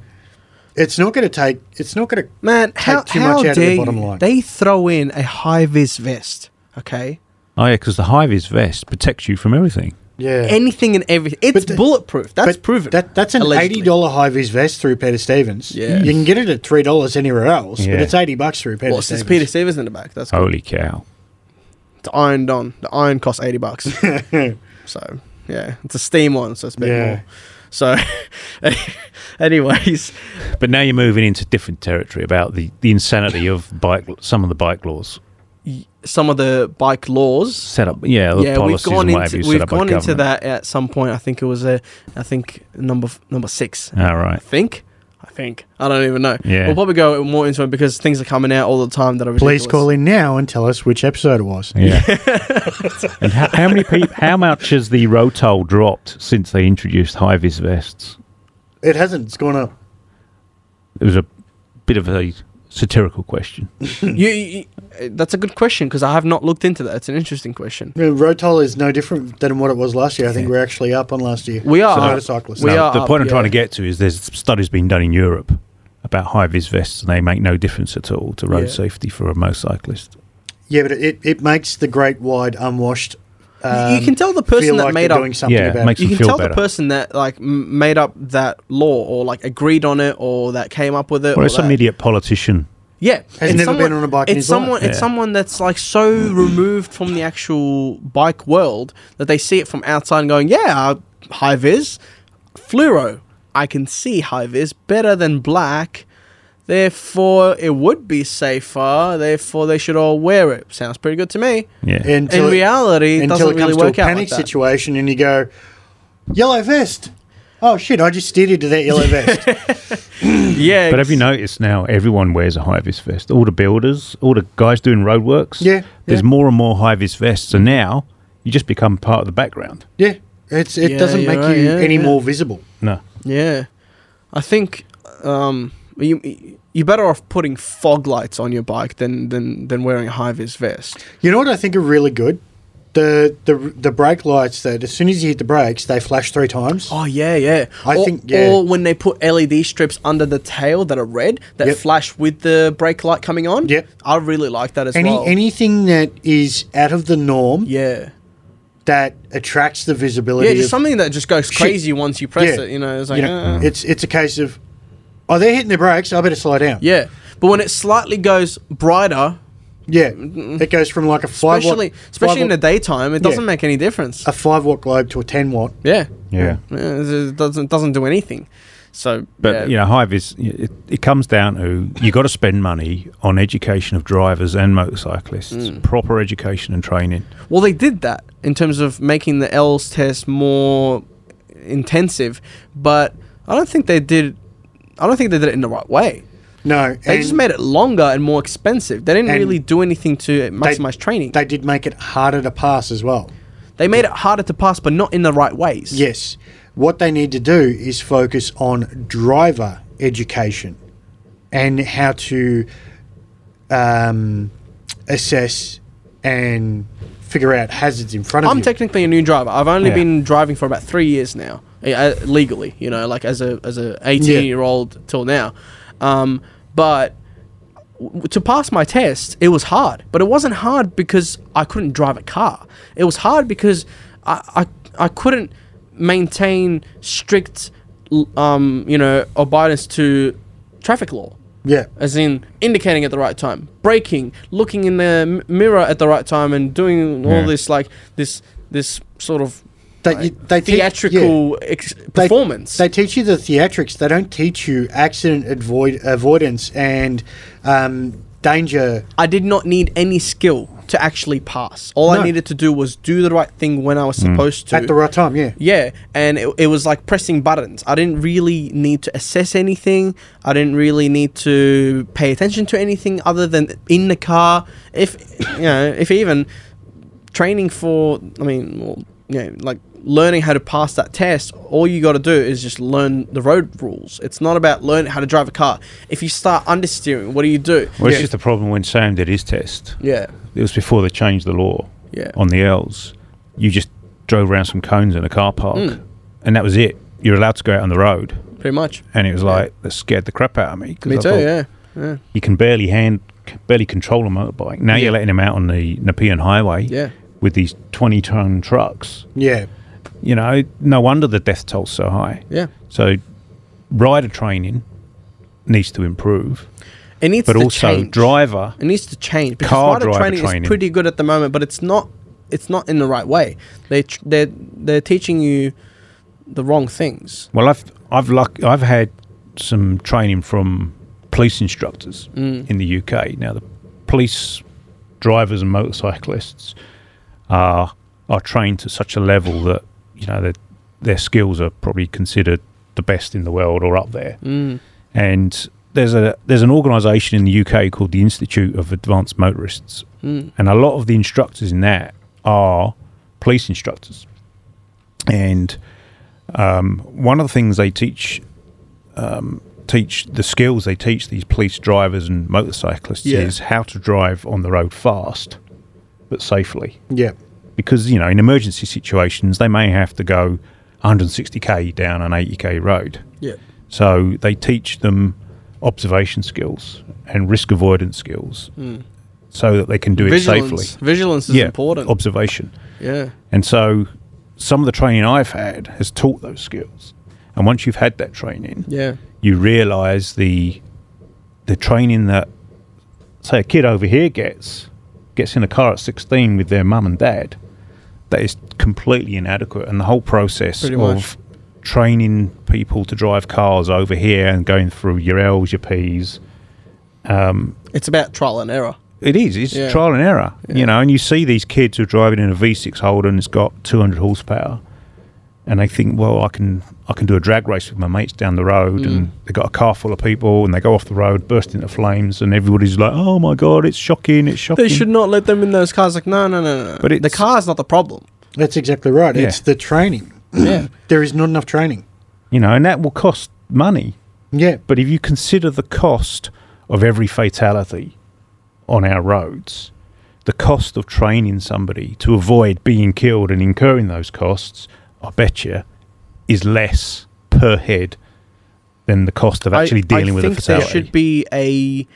it's not going to take. It's not going to.
man. How
too
how
much out of the
dare
bottom
you?
line.
They throw in a high vis vest. Okay,
Oh yeah, because the hive is vest protects you from everything.
Yeah.
anything and everything. It's
the-
bulletproof. That's
But
proven.
That, that's an
allegedly.
eighty dollar high vis vest through Peter Stevens.
Yeah.
You can get it at three dollars anywhere else,
Yeah.
but it's eighty bucks through Peter
Well, since
Stevens.
Peter Stevens in the back, that's cool.
Holy cow!
It's ironed on. The iron costs eighty
<laughs>
bucks. so yeah, it's a steam one, so it's a bit
Yeah.
more. So, <laughs> anyways,
But now you're moving into different territory about the, the insanity of bike some of the bike laws
some of the bike laws.
set up. Yeah, the
Yeah, we've
policies
gone
and what have
into
you set
we've
up by
gone into
government.
that at some point. I think it was a, I think number f- number six.
All right.
I think. I think. I don't even know.
Yeah.
We'll probably go more into it because things are coming out all the time that are ridiculous.
Please call in now and tell us which episode it was.
Yeah. <laughs> and how, how many people? How much has the road toll dropped since they introduced high vis vests?
It hasn't. It's gone up.
It was a bit of a satirical question.
You, you, you- that's a good question because I have not looked into that. It's an interesting question.
Yeah, Road toll is no different than what it was last year. I think we're actually up on last year.
We are.
For motorcyclists.
We
No,
are
the point
up,
I'm trying to
yeah.
get to is there's studies being done in Europe about high vis vests, and they make no difference at all to road
Yeah.
safety for a motorcyclist.
Yeah, but it, it makes the great wide unwashed.
Y- you
um,
can tell the
feel
person that
like
made
they're
up.
doing something
Yeah,
about
makes-
it.
You
them
can
feel
tell the
better.
person that like m- made up that law or like agreed on it or that came up with it.
Or
or
it's some
that-
idiot politician.
Yeah,
Has never been on a bike
It's
in his life.
someone. It's
Yeah.
someone that's like so removed from the actual bike world that they see it from outside and going, "Yeah, uh, high vis, fluoro. I can see high vis better than black. Therefore, it would be safer. Therefore, they should all wear it. Sounds pretty good to me.
Yeah.
Until
in
it-
reality, it
until
doesn't
it comes
really work
to a
out.
panic
like that.
situation and you go, yellow vest. Oh shit! I just steered into that yellow vest.
<laughs> Yeah,
But have you noticed now everyone wears a high vis vest? All the builders, all the guys doing roadworks.
Yeah,
There's
yeah.
more and more high vis vests, and now you just become part of the background.
yeah, it's it
Yeah,
doesn't
you're
make
right,
you
yeah,
any
yeah.
more visible.
No.
Yeah, I think um, you you're better off putting fog lights on your bike than than than wearing a high vis vest.
You know what I think are really good? The the the brake lights that as soon as you hit the brakes, they flash three times.
Oh yeah, yeah.
I
or,
think- yeah.
Or when they put LED strips under the tail that are red that
Yep.
flash with the brake light coming on.
Yep.
I really like that as
Any
well.
anything that is out of the norm
yeah.
that attracts the visibility.
Yeah, just
of-
something that just goes crazy once you press
Yeah.
it. You know, it's like uh,
it's it's a case of oh they're hitting the brakes. I better slow down.
yeah. But when it slightly goes brighter,
yeah. It goes from like a five
especially
watt,
especially
five
in the
watt,
daytime, it
Yeah. Uh,
doesn't make any difference.
a five watt globe to a ten watt.
Yeah.
Yeah.
Yeah, It doesn't doesn't do anything. So,
But
yeah.
you know, high vis, it, it comes down to you got to spend money on education of drivers and motorcyclists,
Mm.
proper education and training.
well, they did that in terms of making the L's test more intensive, but I don't think they did. I don't think they did it in the right way.
No,
They
and
just made it longer and more expensive. They didn't
and
really do anything to maximize training.
They did make it harder to pass as well.
They made it harder to pass, but not in the right ways.
Yes. What they need to do is focus on driver education and how to um, assess and figure out hazards in front of
I'm
you.
technically a new driver. I've only
Yeah.
been driving for about three years now, eh, uh, legally. You know, like as a as a 18
Yeah.
year old till now. Um, but w- to pass my test, it was hard. But it wasn't hard because I couldn't drive a car. It was hard because I I, I couldn't maintain strict, l- um, you know, obedience to traffic law
yeah.
as in indicating at the right time, braking, looking in the m- mirror at the right time, and doing all
Yeah.
this like this this sort of
They,
like,
they teach- yeah.
uh, theatrical ex-
They-
performance.
They, teach you the theatrics. They don't teach you accident avoid, avoidance and um, danger.
I did not need any skill to actually pass. All I
No. Mm.
needed to do was do the right thing when I was supposed to.
At the right time, yeah.
Yeah, and it, it was like pressing buttons. I didn't really need to assess anything. I didn't really need to pay attention to anything other than in the car. If you know, if even training for, I mean, well, you know, like learning how to pass that test. All you got to do is just learn the road rules. It's not about learn how to drive a car. If you start understeering, what do you do?
Well, it's just the problem when Sam did his test.
Yeah,
It was before they changed the law
Yeah.
on the L's. You just drove around some cones in a car park,
Mm.
and that was it. You're allowed to go out on the road.
pretty much.
And it was like, that scared the crap out of me. 'cause
Me
I
too.
thought,
Yeah.
You can barely hand motorbike, barely control a motorbike. Now
Yeah.
you're letting him out on the Nepean Highway
Yeah.
with these 20 ton trucks.
Yeah.
You know, no wonder the death toll's so high.
Yeah.
So rider training needs to improve,
It needs
but
to
also
change.
driver.
It needs to change because
Car
rider
driver
training,
training.
is pretty good at the moment, but it's not. It's not in the right way. They tr- they they're teaching you the wrong things.
Well, I've I've luck I've had some training from police instructors
Mm.
in the UK. Now the police drivers and motorcyclists are are trained to such a level that you know their their skills are probably considered the best in the world or up there. And there's a there's an organisation in the UK called the Institute of Advanced Motorists, and a lot of the instructors in that are police instructors. And um, one of the things they teach um, teach the skills they teach these police drivers and motorcyclists
Yeah.
is how to drive on the road fast but safely
Yeah.
because you know in emergency situations they may have to go 160k down an 80k road
Yeah.
so they teach them observation skills and risk avoidance skills so that they can do it
Hmm. Vigilance.
safely
Vigilance is important.
observation
yeah.
and so some of the training I've had has taught those skills. And once you've had that training,
Yeah.
you realize the the training that say a kid over here gets gets in a car at 16 with their mum and dad that is completely inadequate and the whole process
Pretty
of
much.
training people to drive cars over here and going through your L's your P's
It's about trial and error.
it is. It's
Yeah.
trial and error, you know. And you see these kids who are driving in a V6 Holden. It's got 200 horsepower, and they think, well, I can I can do a drag race with my mates down the
Mm.
road. And they got a car full of people, and they go off the road, burst into flames, and everybody's like, oh my god, it's shocking, it's shocking.
They should not let them in those cars. Like no, no, no, no. no.
But
the
it's-
car's not the problem.
That's exactly right.
Yeah.
It's the training.
<clears throat>
yeah.
There is not enough training.
you know, and that will cost money.
Yeah.
But if you consider the cost of every fatality on our roads, the cost of training somebody to avoid being killed and incurring those costs, I bet you, is less per head than the cost of actually dealing with a fatality.
There should be a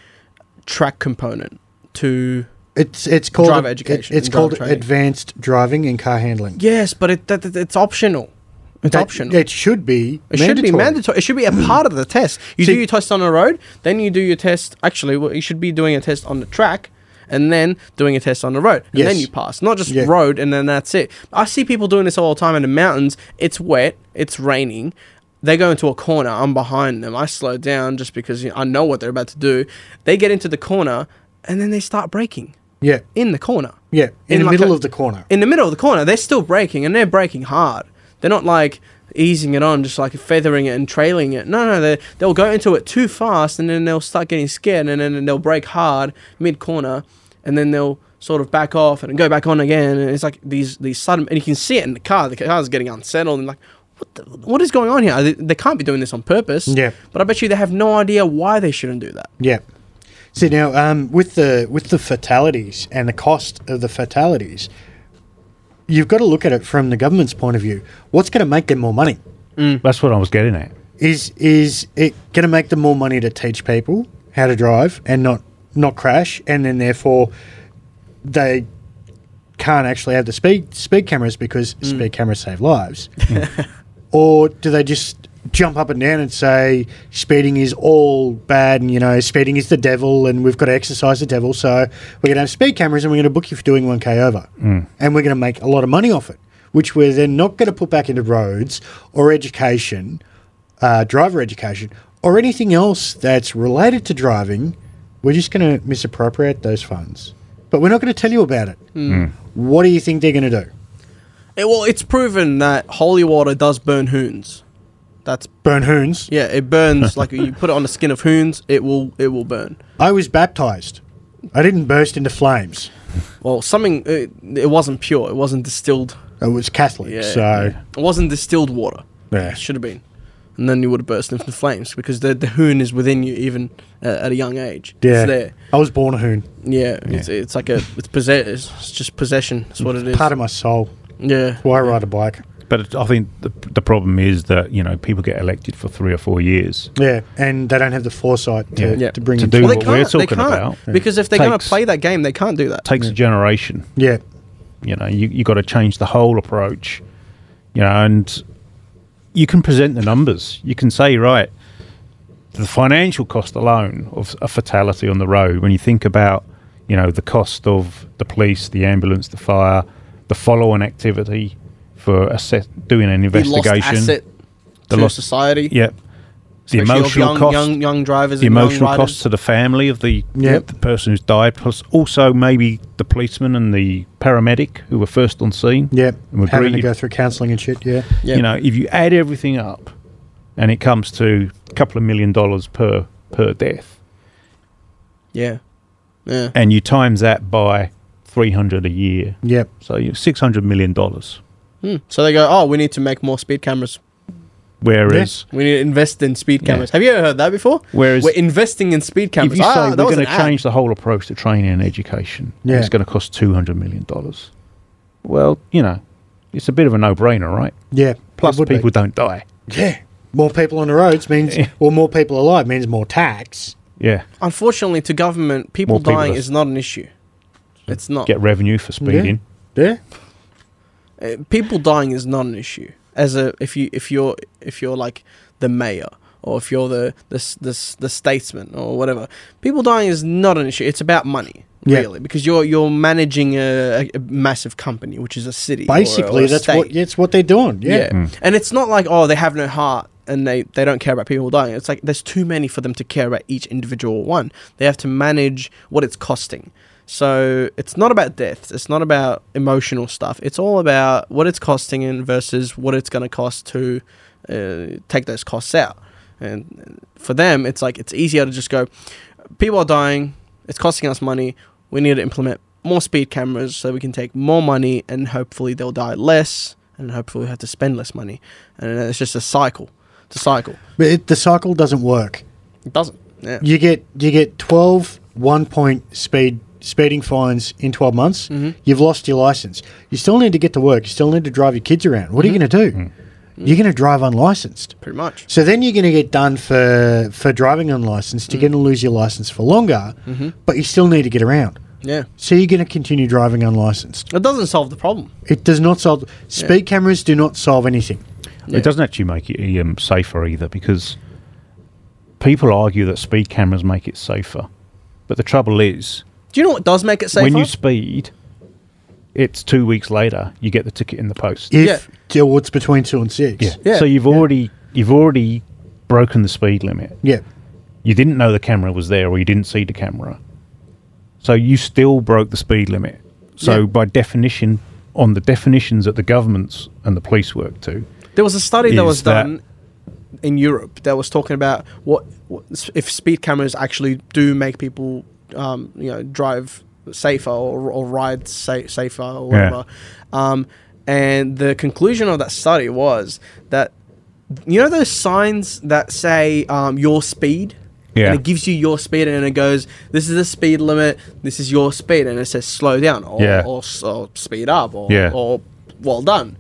track component to
It's it's called
Driver education
it's
and driver
called
training.
advanced driving and car handling.
yes, but it that, that- it's optional. It's
That-
optional.
It should be.
It should be mandatory. It should
<clears throat>
be a part of the test. You do
See-
your test on the road, then you do your test. Actually, well, you should be doing a test on the track, and then doing a test on the road, and then
Yes.
you pass. Not just
Yeah.
road, and then that's it. I see people doing this all the time in the mountains. It's wet. It's raining. They go into a corner. I'm behind them. I slow down just because you know, I know what they're about to do. They get into the corner, and then they start braking
Yeah.
in the corner.
Yeah. In, the
like
middle
a-
of the corner.
In the middle of the corner, they're still braking and they're braking hard. They're not like easing it on, just like feathering it and trailing it. No, no, they they'll go into it too fast and then they'll start getting scared and then they'll brake hard mid corner and then they'll sort of back off and go back on again. And it's like these these sudden and you can see it in the car. The car's getting unsettled and like. What, the, what is going on here? They, they can't be doing this on purpose.
Yeah.
But I bet you they have no idea why they shouldn't do that.
Yeah. See now, um, with the with the fatalities and the cost of the fatalities, you've got to look at it from the government's point of view. What's going to make them more money?
That's what I was getting at.
Is is it going to make them more money to teach people how to drive and not not crash, and then therefore they can't actually have the speed speed cameras because speed cameras save lives, <laughs> or do they just jump up and down and say speeding is all bad and you know speeding is the devil and we've got to exercise the devil so we're going to have speed cameras and we're going to book you for doing 1k over and we're going to make a lot of money off it which we're then not going to put back into roads or education uh, driver education or anything else that's related to driving we're just going to misappropriate those funds but we're not going to tell you about it
Hmm.
Hmm.
what do you think they're going to do
Eh, well, it's proven that holy water does burn hoons. That's
burn hoons
Yeah, it
<laughs>
burns like you put it on the skin of hoons, it will it will burn.
i was baptized i didn't burst into flames
Well, something it, it wasn't pure. It wasn't distilled.
It was Catholic,
Yeah.
so
It wasn't distilled water.
Yeah.
It should have been. And then you would have burst into flames because the the hoon is within you even uh, at a young age.
yeah,
It's there.
I was born a hoon.
Yeah, It's, it's like a it's possess it's just possession. That's what it is.
Part of my soul.
yeah.
Why ride a bike?
But I think the, the problem is that you know people get elected for three or four years.
Yeah, and they don't have the foresight to,
Yeah.
Yeah.
to bring
To
in
do
people.
what we're talking
can't,
about.
because if they're going to
Takes-
play that game, they can't do that.
takes a generation.
Yeah,
You know, you you got to change the whole approach. You know, and you can present the numbers. You can say, right, the financial cost alone of a fatality on the road. When you think about, you know, the cost of the police, the ambulance, the fire, the follow-on activity for assess- doing an
The lost
investigation,
asset
The
to
lost-
society.
yeah,
especially
the
of
emotional
young,
cost,
young, young drivers,
the
and young
emotional
riders.
cost to the family of the,
Yep.
the person who's died, plus also maybe the policeman and the paramedic who were first on scene.
yeah.
and were
Having to
greeted.
go through counselling and shit. Yeah,
Yeah.
You know, if you add everything up, and it comes to a couple of million dollars per per death,
Yeah. Yeah.
and you times that by three hundred a year,
yeah.
so you six hundred million dollars.
Hmm. So they go, oh, we need to make more speed cameras.
Whereas,
We need to invest in speed
Yeah.
cameras. Have you ever heard that before?
whereas
We're investing in speed cameras.
if you
ah,
say
that
we're
was
going
an
to
ad.
change the whole approach to training and education, and
Yeah.
it's going to cost two hundred million dollars. Well, you know, it's a bit of a no-brainer, right?
Yeah.
Plus,
It would be.
people don't die.
Yeah. More people on the roads means,
Yeah.
well, more people alive means more tax.
Yeah,
Unfortunately, to government, people
More people
dying
are-
is not an issue. It's not.
get revenue for speeding.
Yeah.
Uh, people dying is not an issue. As a if you if you're if you're like the mayor or if you're the the s- the, s- the statesman or whatever, people dying is not an issue. It's about money.
Yeah.
Really, because you're you're managing a, a- a massive company, which is a city. or a- or a
Basically, that's
state.
what yeah, it's what they're doing.
Yeah.
Yeah.
And it's not like, oh, they have no heart and they, they don't care about people dying. It's like there's too many for them to care about each individual one. They have to manage what it's costing. So it's not about deaths. It's not about emotional stuff. It's all about what it's costing and versus what it's going to cost to uh, take those costs out. And for them, it's like it's easier to just go, people are dying. It's costing us money. We need to implement more speed cameras so we can take more money and hopefully they'll die less and hopefully we have to spend less money. And it's just a cycle. It's a cycle.
But it, the cycle doesn't work.
It doesn't. Yeah.
You get you get 12 one point speed speeding fines in 12 months. You've lost your license. You still need to get to work. You still need to drive your kids around. What are you going to do? You're going to drive unlicensed.
Pretty much.
So then you're going to get done for for driving unlicensed. You're going to lose your license for longer, but you still need to get around.
Yeah.
So you're going to continue driving unlicensed.
It doesn't solve the problem.
It does not solve speed cameras. Do not solve anything.
Yeah.
It doesn't actually make it um, safer either because people argue that speed cameras make it safer. But the trouble is,
Do you know what does make it safer?
when you speed, it's two weeks later you get the ticket in the post.
If yeah. it's between two and six.
Yeah.
So you've already you've already broken the speed limit.
Yeah.
You didn't know the camera was there, or you didn't see the camera. So you still broke the speed limit. So
Yeah.
by definition, on the definitions that the governments and the police work to,
There was a study that
is
was
that-
done in Europe that was talking about what, what s- if speed cameras actually do make people, um, you know, drive safer or, or ride sa- safer or whatever. Um, and the conclusion of that study was that you know those signs that say um, your speed.
Yeah.
And it gives you your speed, and it goes, "This is the speed limit. This is your speed," and it says slow down or
Yeah.
or, s- or speed up or
Yeah.
or well done.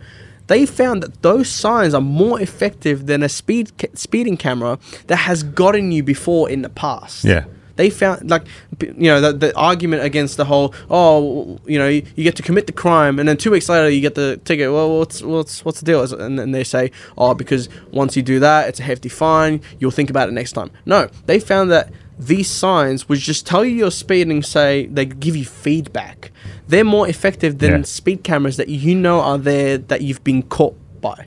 They found that those signs are more effective than a speed ca- speeding camera that has gotten you before in the past.
Yeah.
They found like p- you know the, the argument against the whole oh you know you, you get to commit the crime and then two weeks later you get the ticket well what's what's what's the deal Is it- and then they say oh because once you do that it's a hefty fine you'll think about it next time no they found that these signs which just tell you your speed and say they give you feedback they're more effective than
Yeah.
speed cameras that you know are there that you've been caught by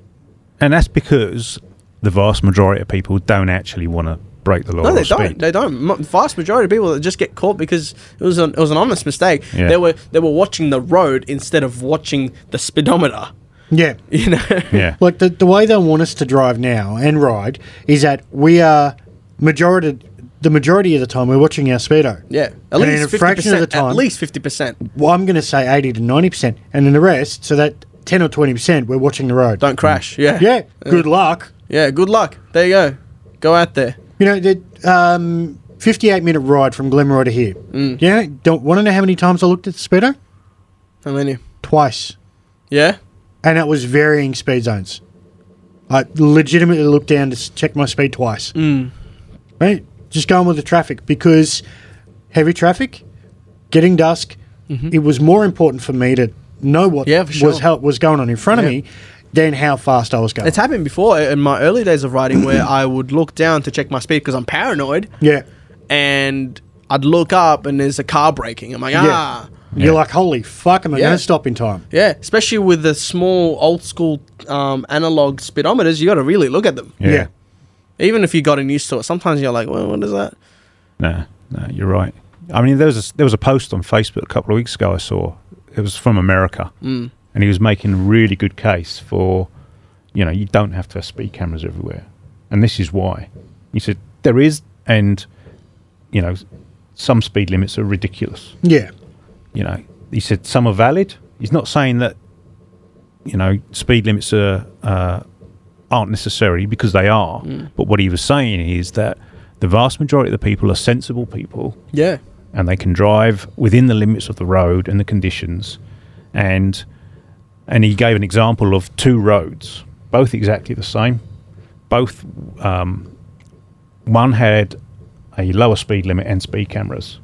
And that's because the vast majority of people don't actually want to break the law.
No,
or
they
speed.
don't. They don't. Mo- vast majority of people that just get caught because it was an, it was an honest mistake.
Yeah.
They were they were watching the road instead of watching the speedometer. <laughs>
Yeah.
You know.
Yeah.
Like the, the way they want us to drive now and ride is that we are majority the majority of the time we're watching our speedo.
Yeah, at
And in
least
a
fifty
fraction of
percent.
the time,
At least fifty percent.
well, I'm going to say eighty to ninety percent, and then the rest, so that ten or twenty percent, we're watching the road.
Don't crash. Yeah.
Mm. yeah. Good luck.
Yeah. Good luck. There you go. Go out there.
You know the um, fifty-eight minute ride from Glenroy to here.
Mm.
Yeah. Don't want to know how many times I looked at the speedo?
How many?
Twice.
Yeah.
and it was varying speed zones. I legitimately looked down to s- check my speed twice.
Mm.
Right, just going with the traffic because heavy traffic, getting dusk. It was more important for me to know what
Mm-hmm. Yeah, for sure.
was how, was going on in front of
Yeah.
me than how fast I was going.
It's happened before in my early days of riding
<coughs>
where I would look down to check my speed because I'm paranoid
yeah,
and I'd look up and there's a car braking. I'm like,
Yeah.
ah.
you're like, holy fuck, am I
Yeah.
going to stop in time?
Yeah, especially with the small old school um, analog speedometers, you got to really look at them.
Yeah.
Yeah.
Even if you've gotten used to it, sometimes you're like, well, what is that?
No, no, you're right. I mean, there was a, there was a post on Facebook a couple of weeks ago I saw. It was from America, mm. and he was making a really good case for, you know, you don't have to have speed cameras everywhere, and this is why. He said there is, and you know, some speed limits are ridiculous.
Yeah,
You know, he said some are valid. He's not saying that, you know, speed limits are uh, aren't necessary because they are. But what he was saying is that the vast majority of the people are sensible people
Yeah.
and they can drive within the limits of the road and the conditions. And and he gave an example of two roads, both exactly the same. Both um, one had a lower speed limit and speed cameras,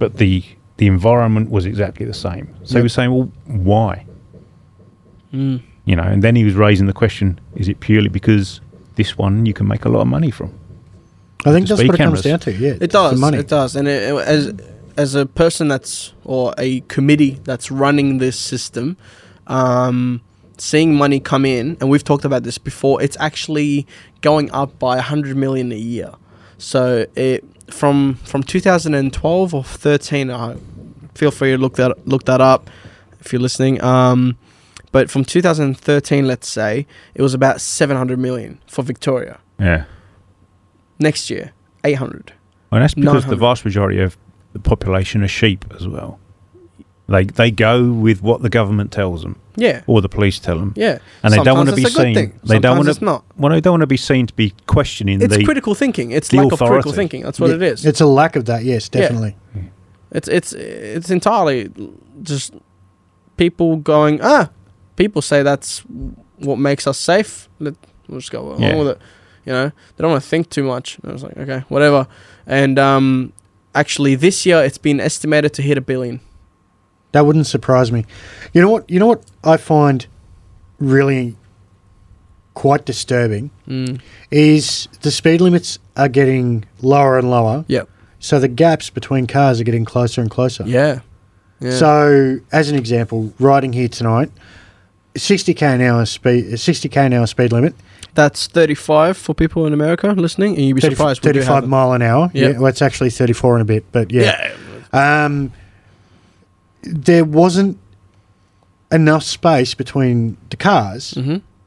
but the the environment was exactly the same. So he was saying, well, why? You know, and then he was raising the question: Is it purely because this one you can make a lot of money from?
I think that's
speed
what it
cameras.
comes down to. Yeah,
It does.
The money.
It does. And it, it- as as a person that's or a committee that's running this system, um, seeing money come in, and we've talked about this before, it's actually going up by 100 million a year. So it from from 2012 or 13, I feel free to look that look that up if you're listening. Um, but from 2013, let's say, it was about 700 million for Victoria.
Yeah,
Next year, 800.
And that's because the
900.
vast majority of the population are sheep as well. They they go with what the government tells them
Yeah.
or the police tell them,
Yeah,
and they don't
Sometimes
want to be
it's a good
seen.
thing.
They
Sometimes
don't want
it's not.
to. Well, they don't want to be seen to be questioning
It's
the.
critical thinking. It's
the
lack of critical
authority.
thinking. That's what
Yeah,
it is.
It's a lack of that. Yes,
Yeah.
definitely.
It's it's it's entirely just people going ah. People say that's what makes us safe. Let we'll just go along
Yeah.
with it. You know, they don't want to think too much. And I was like, okay, whatever. And um, actually, this year it's been estimated to hit a billion.
That wouldn't surprise me. You know what? You know what I find really quite disturbing
Mm.
is the speed limits are getting lower and lower.
Yep.
So the gaps between cars are getting closer and closer.
Yeah. Yeah.
So, as an example, riding here tonight, 60k an hour speed, 60k an hour speed limit,
that's 35 for people in America listening, and you'd be
30
surprised. we do
35
have-
mile an hour.
Yep.
Yeah, well, it's actually 34 and a bit, but
Yeah.
um, there wasn't enough space between the cars.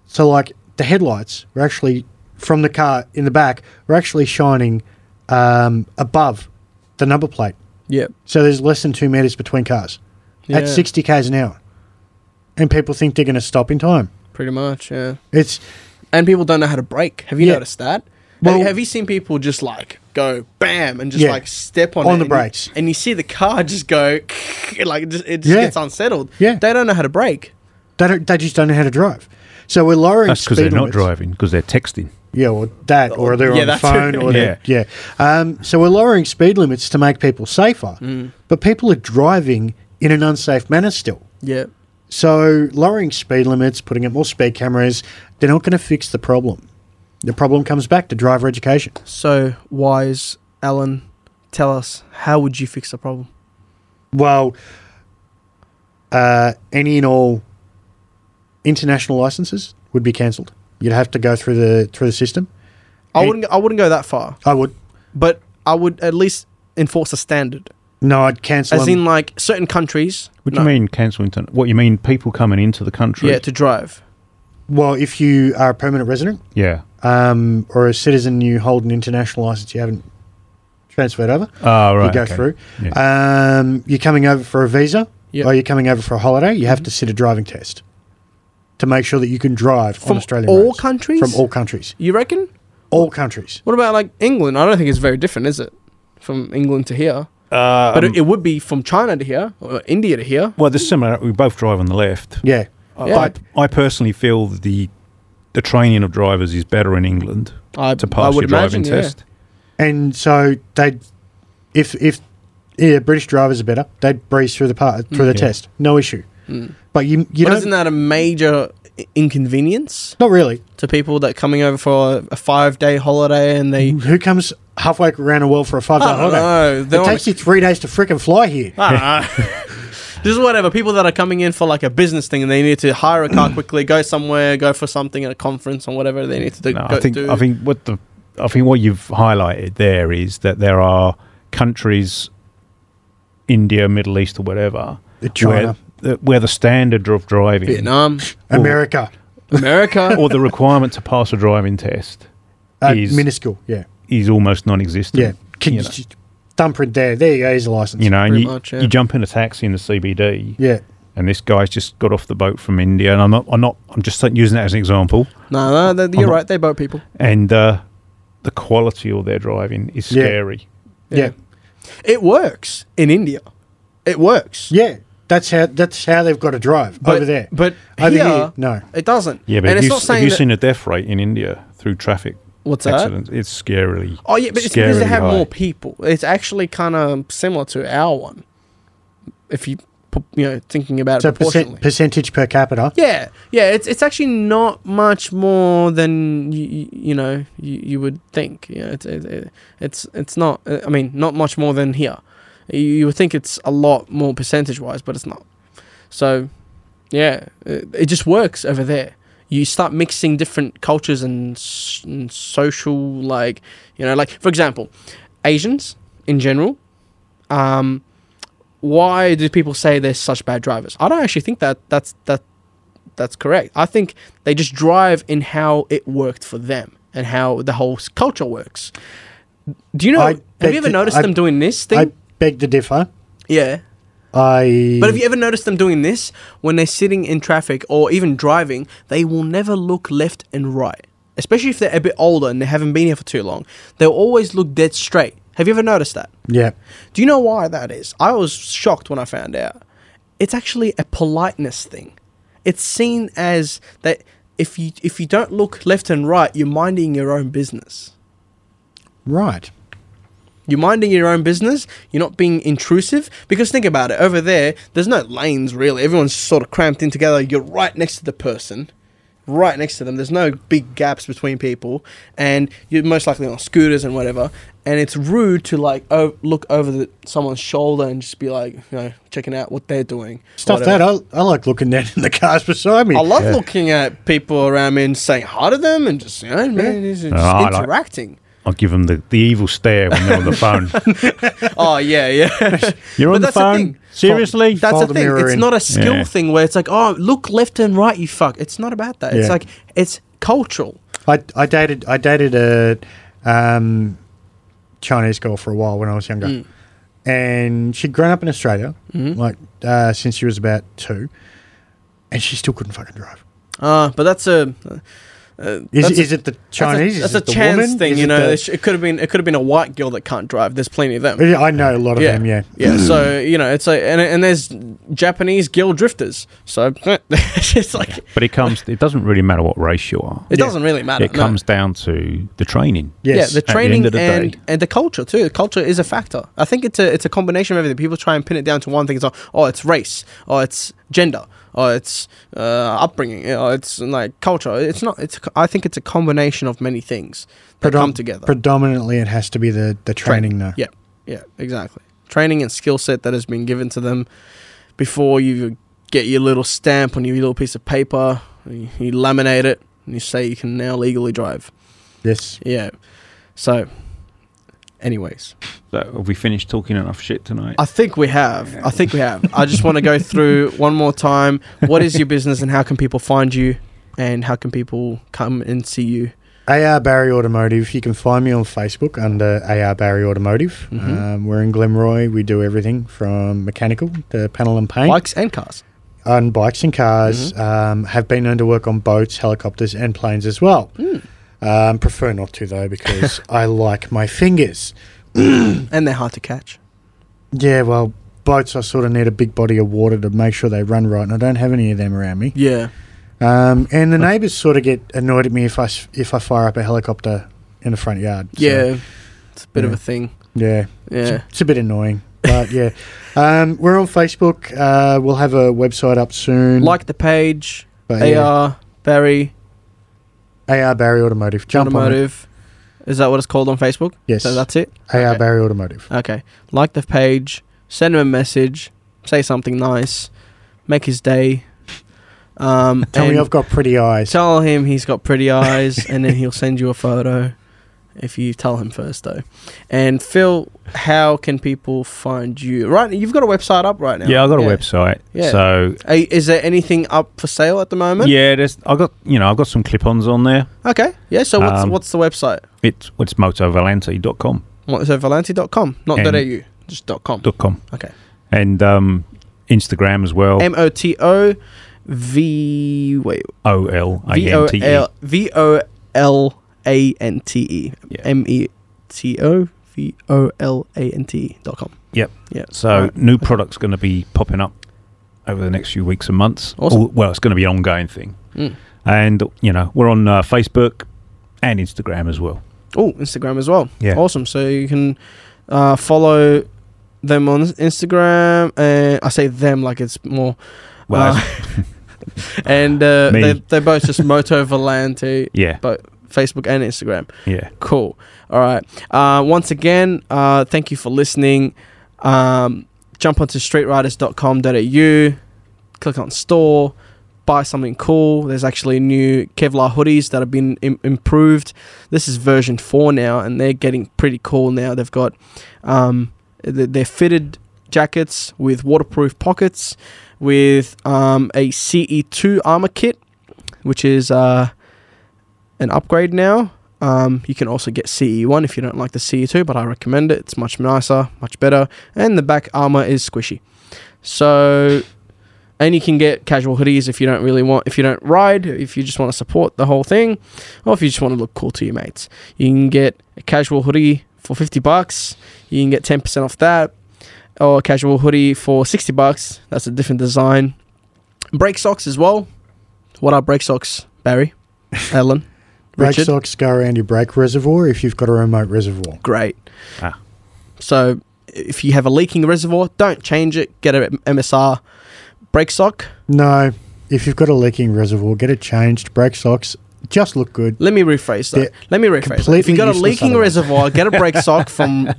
So, like, the headlights were actually from the car in the back were actually shining um, above the number plate.
Yep.
So there's less than two meters between cars
Yeah.
at 60 k's an hour, and people think they're going to stop in time.
Pretty much. Yeah.
It's
and people don't know how to brake. Have you
Yeah.
noticed that?
Well-
have, have you seen people just like go bam and just
Yeah.
like step on
On
it
the
and-
brakes.
and you see the car just go <laughs> like it just, it just
Yeah.
gets unsettled.
Yeah.
they don't know how to brake.
they don't they just don't know how to drive. So we're lowering
that's because they're
speed
not
limits.
driving because they're texting.
Yeah, or that, or they're
Yeah,
on the
that's-
phone, or
Yeah.
yeah, yeah. Um, so we're lowering speed limits to make people safer, but people are driving in an unsafe manner still.
Yeah,
So lowering speed limits, putting up more speed cameras, they're not going to fix the problem. The problem comes back to driver education.
so wise Alan, tell us how would you fix the problem?
Well, uh, any and all international licenses would be cancelled. You'd have to go through the through the system.
I
Hey.
wouldn't I wouldn't go that far,
I would.
but I would at least enforce a standard,
No, I'd cancel.
as
them.
in like certain countries.
What do
No.
you mean cancel internet? What you mean people coming into the country?
Yeah, to drive.
well, if you are a permanent resident,
yeah.
Uh,
um, or a citizen you hold an international license you haven't transferred over,
Oh right.
you go
okay.
through.
Yeah.
Um, you're coming over for a visa,
Yep.
or you're coming over for a holiday. You
Mm-hmm.
have to sit a driving test to make sure that you can drive
From
on Australian
all
roads.
countries?
From all countries,
You reckon?
all countries.
What about like England? I don't think it's very different, is it? From England to here.
Uh,
Um,
But it, it would be from China to here, or India to here.
well, they're similar. We both drive on the left.
Yeah,
Yeah.
I, I personally feel the the training of drivers is better in England
I,
to pass your driving
yeah.
test.
And so they, if if yeah, British drivers are better, they'd breeze through the part through the
Yeah.
test, no issue. But you
Mm.
you
But
don't
isn't that a major i- inconvenience
not really.
to people that coming over for a, a five day holiday and they?
Who comes halfway around the world for a five day
I don't
holiday?
know. Oh, They
It
wanna-
takes you three days to freaking fly here.
Ah. this is whatever. People that are coming in for like a business thing and they need to hire a car quickly, go somewhere, go for something at a conference or whatever they need to do.
No,
go
I think
do.
I think what the I think what you've highlighted there is that there are countries, India, Middle East, or whatever,
China.
where the, where the standard of
<laughs>
driving
Vietnam,
America,
America. <laughs>
or the requirement to pass a driving test
uh,
Is-
minuscule. Yeah,
is almost non-existent.
yeah. Can
you
you
know,
just thumbprint there? There you go. Here's a license.
you know, and
Pretty
you,
much, yeah.
you jump in a taxi in the CBD,
Yeah.
and this guy's just got off the boat from India, and I'm not, I'm not, I'm just using that as an example.
no, no, they- you're
not-
right. They boat people.
and uh, the quality of their driving is
Yeah.
scary.
Yeah.
It works in India. It works.
Yeah. That's how that's how they've got to drive
But-
over there.
But
Over
here,
here, no.
it doesn't.
Yeah, but
and
have
it's
you,
not
s- have
saying
you
that-
seen a death rate in India through traffic
what's that?
accidents? It's scarily.
Oh yeah, but it's because they
scarily
have
high.
more people. It's actually kind of similar to our one, if you pu- you know thinking about
so
it proportionally.
percent, percentage per capita.
yeah, yeah, it's it's actually not much more than you, you know you, you would think. Yeah, it's it, it, it's it's not. uh, I mean, not much more than here. You, you would think it's a lot more percentage wise, but it's not. So, yeah, it, it just works over there. You start mixing different cultures and, s- and social, like you know, like for example, Asians in general. Um, why do people say they're such bad drivers? I don't actually think that that's that that's correct. I think they just drive in how it worked for them and how the whole s- culture works. Do you know?
I
have
beg
you ever
to-
noticed
I-
them doing this thing?
I beg to differ.
yeah.
I
But have you ever noticed them doing this when they're sitting in traffic or even driving? They will never look left and right, especially if they're a bit older and they haven't been here for too long. They'll always look dead straight. Have you ever noticed that?
yeah.
Do you know why that is? I was shocked when I found out. It's actually a politeness thing. It's seen as that if you if you don't look left and right, you're minding your own business.
Right.
You're minding your own business. You're not being intrusive because think about it. Over there, there's no lanes really. Everyone's sort of cramped in together. You're right next to the person, right next to them. There's no big gaps between people, and you're most likely on scooters and whatever. And it's rude to like o- look over the, someone's shoulder and just be like, you know, checking out what they're doing.
Stuff
whatever.
that. I, I like looking down in the cars beside me.
I love looking at people around me and saying hi to them and just you know, man, just
Uh, I like-
interacting.
I'll give them the, the evil stare when they're on the
<laughs>
phone.
oh yeah,
<laughs>
yeah.
You're
But
on the
that's the
phone?
thing.
Seriously?
That's
Fold
the
the
thing.
mirror
It's
in.
not a skill
Yeah.
thing where it's like, oh, look left and right, you fuck. It's not about that. It's
Yeah.
like it's cultural.
I, I dated I dated a um, Chinese girl for a while when I was younger,
Mm.
and she'd grown up in Australia,
Mm-hmm.
like uh, since she was about two, and she still couldn't fucking drive.
Uh, but that's a that's
Is,
That's a-
is it the
a-
Chinese?
That's
is
a,
it the
chance
woman?
thing,
Is
you
it
know.
the-
it sh- it could have been it could have been a white girl that can't drive. There's plenty of them.
Yeah, I know a lot of them. Yeah, Hmm.
yeah. So you know, it's like, and, and there's Japanese gill drifters. So <laughs> it's like, it
but it comes. It doesn't really matter what race you are.
doesn't really matter.
It
no.
comes down to the training.
Yes.
Yeah, the
the
training
end of the
and,
day.
and the culture too. The culture is a factor. I think it's a it's a combination of everything. People try and pin it down to one thing. It's like, oh, it's race, or it's gender, or it's uh, upbringing, or it's like culture. It's not. It's. I think it's a combination of many things that
Predom-
come together.
um, Predominantly, it has to be the the training, though.
Yeah, yeah, exactly. Training and skill set that has been given to them before you get your little stamp on your little piece of paper. You, you laminate it and you say you can now legally drive.
Yes.
Yeah. So, anyways.
So have we finished talking enough shit tonight?
I think we have. I think we have. I just want <laughs> to go through one more time. What is your business and how can people find you? And how can people come and see you?
AR Barry Automotive. You can find me on Facebook under AR Barry Automotive.
Mm-hmm.
Um, we're in Glenroy. We do everything from mechanical to panel and paint.
Bikes and cars.
on bikes and cars,
Mm-hmm.
um, have been known to work on boats, helicopters, and planes as well.
Hmm.
Um, prefer not to though
<laughs>
because I like my fingers.
And they're hard to catch.
Yeah, well, boats, I sort of need a big body of water to make sure they run right, and I don't have any of them around me.
Yeah.
Um, and the neighbours sort of get annoyed at me if I s- if I fire up a helicopter in the front yard. So,
Yeah. It's a bit of
Yeah.
a thing.
yeah,
Yeah.
it's a bit annoying, but
<laughs>
yeah. Um, we're on Facebook. Uh, we'll have a website up soon.
mm. Like the page.
but, Oh, yeah,
AR Barry
AR Barry Automotive. Jump on it.
Automotive. Is that what it's called on Facebook?
Yes,
So that's it.
AR
okay.
Barry Automotive.
Okay. Like the page. Send him a message. Say something nice. Make his day. Um,
Tell me
and
I've got pretty eyes.
Tell him he's got pretty eyes, and then he'll send you a photo. If you tell him first, though. And Phil, how can people find you? Right, you've got a website up right now.
Yeah, I got a website.
Yeah.
So
Uh, Is there anything up for sale at the moment?
yeah, there's I got you know I got some clip-ons on there.
Okay. Yeah. So what's
Um,
what's the website?
It's it's motovalente.com.
What, so Valenti.com, not
And-
.au, just dot .com.
Dot com.
Okay.
And um, Instagram as well.
M O T O V wait
O L A
V O
N T E.
L V O L A N T E
Yeah.
M E T O V O L A N T E dot com.
Yep.
Yeah.
So
Right.
new products going to be popping up over the next few weeks and months.
Awesome.
Or- Well, it's going to be an ongoing thing.
Mm.
And you know we're on uh, Facebook and Instagram as well.
Oh, Instagram as well.
Yeah.
Awesome. So you can uh, follow them on Instagram, and I say them like it's more.
Well,
uh, <laughs> and uh,
<laughs> Me.
they they're both just Moto Valenti,
yeah,
but Facebook and Instagram.
yeah.
Cool. All right. Uh, once again, uh, thank you for listening. Um, jump onto streetriders.com.au, click on store, buy something cool. There's actually new Kevlar hoodies that have been Im- improved. This is version 4 now, and they're getting pretty cool now. They've got um, th- they're fitted jackets with waterproof pockets, with um, a CE2 armor kit, which is uh, an upgrade now. Um, you can also get CE1 if you don't like the CE2, but I recommend it. It's much nicer, much better, and the back armor is squishy. So, and you can get casual hoodies if you don't really want, if you don't ride, if you just want to support the whole thing, or if you just want to look cool to your mates. You can get a casual hoodie for 50 bucks. You can get 10% off that, or a casual hoodie for 60 bucks. That's a different design. Brake socks as well. What are brake socks,
<laughs>
Barry? Ellen?
Brake
Richard?
socks go around your brake reservoir if you've got a remote reservoir.
great.
Ah.
So if you have a leaking reservoir, don't change it. Get a MSR brake sock.
No, if you've got a leaking reservoir, get it changed. Brake socks just look good.
Let me rephrase that.
They're
Let me rephrase. That. If
completely
you got a
useless
leaking
otherwise.
reservoir, get a brake sock from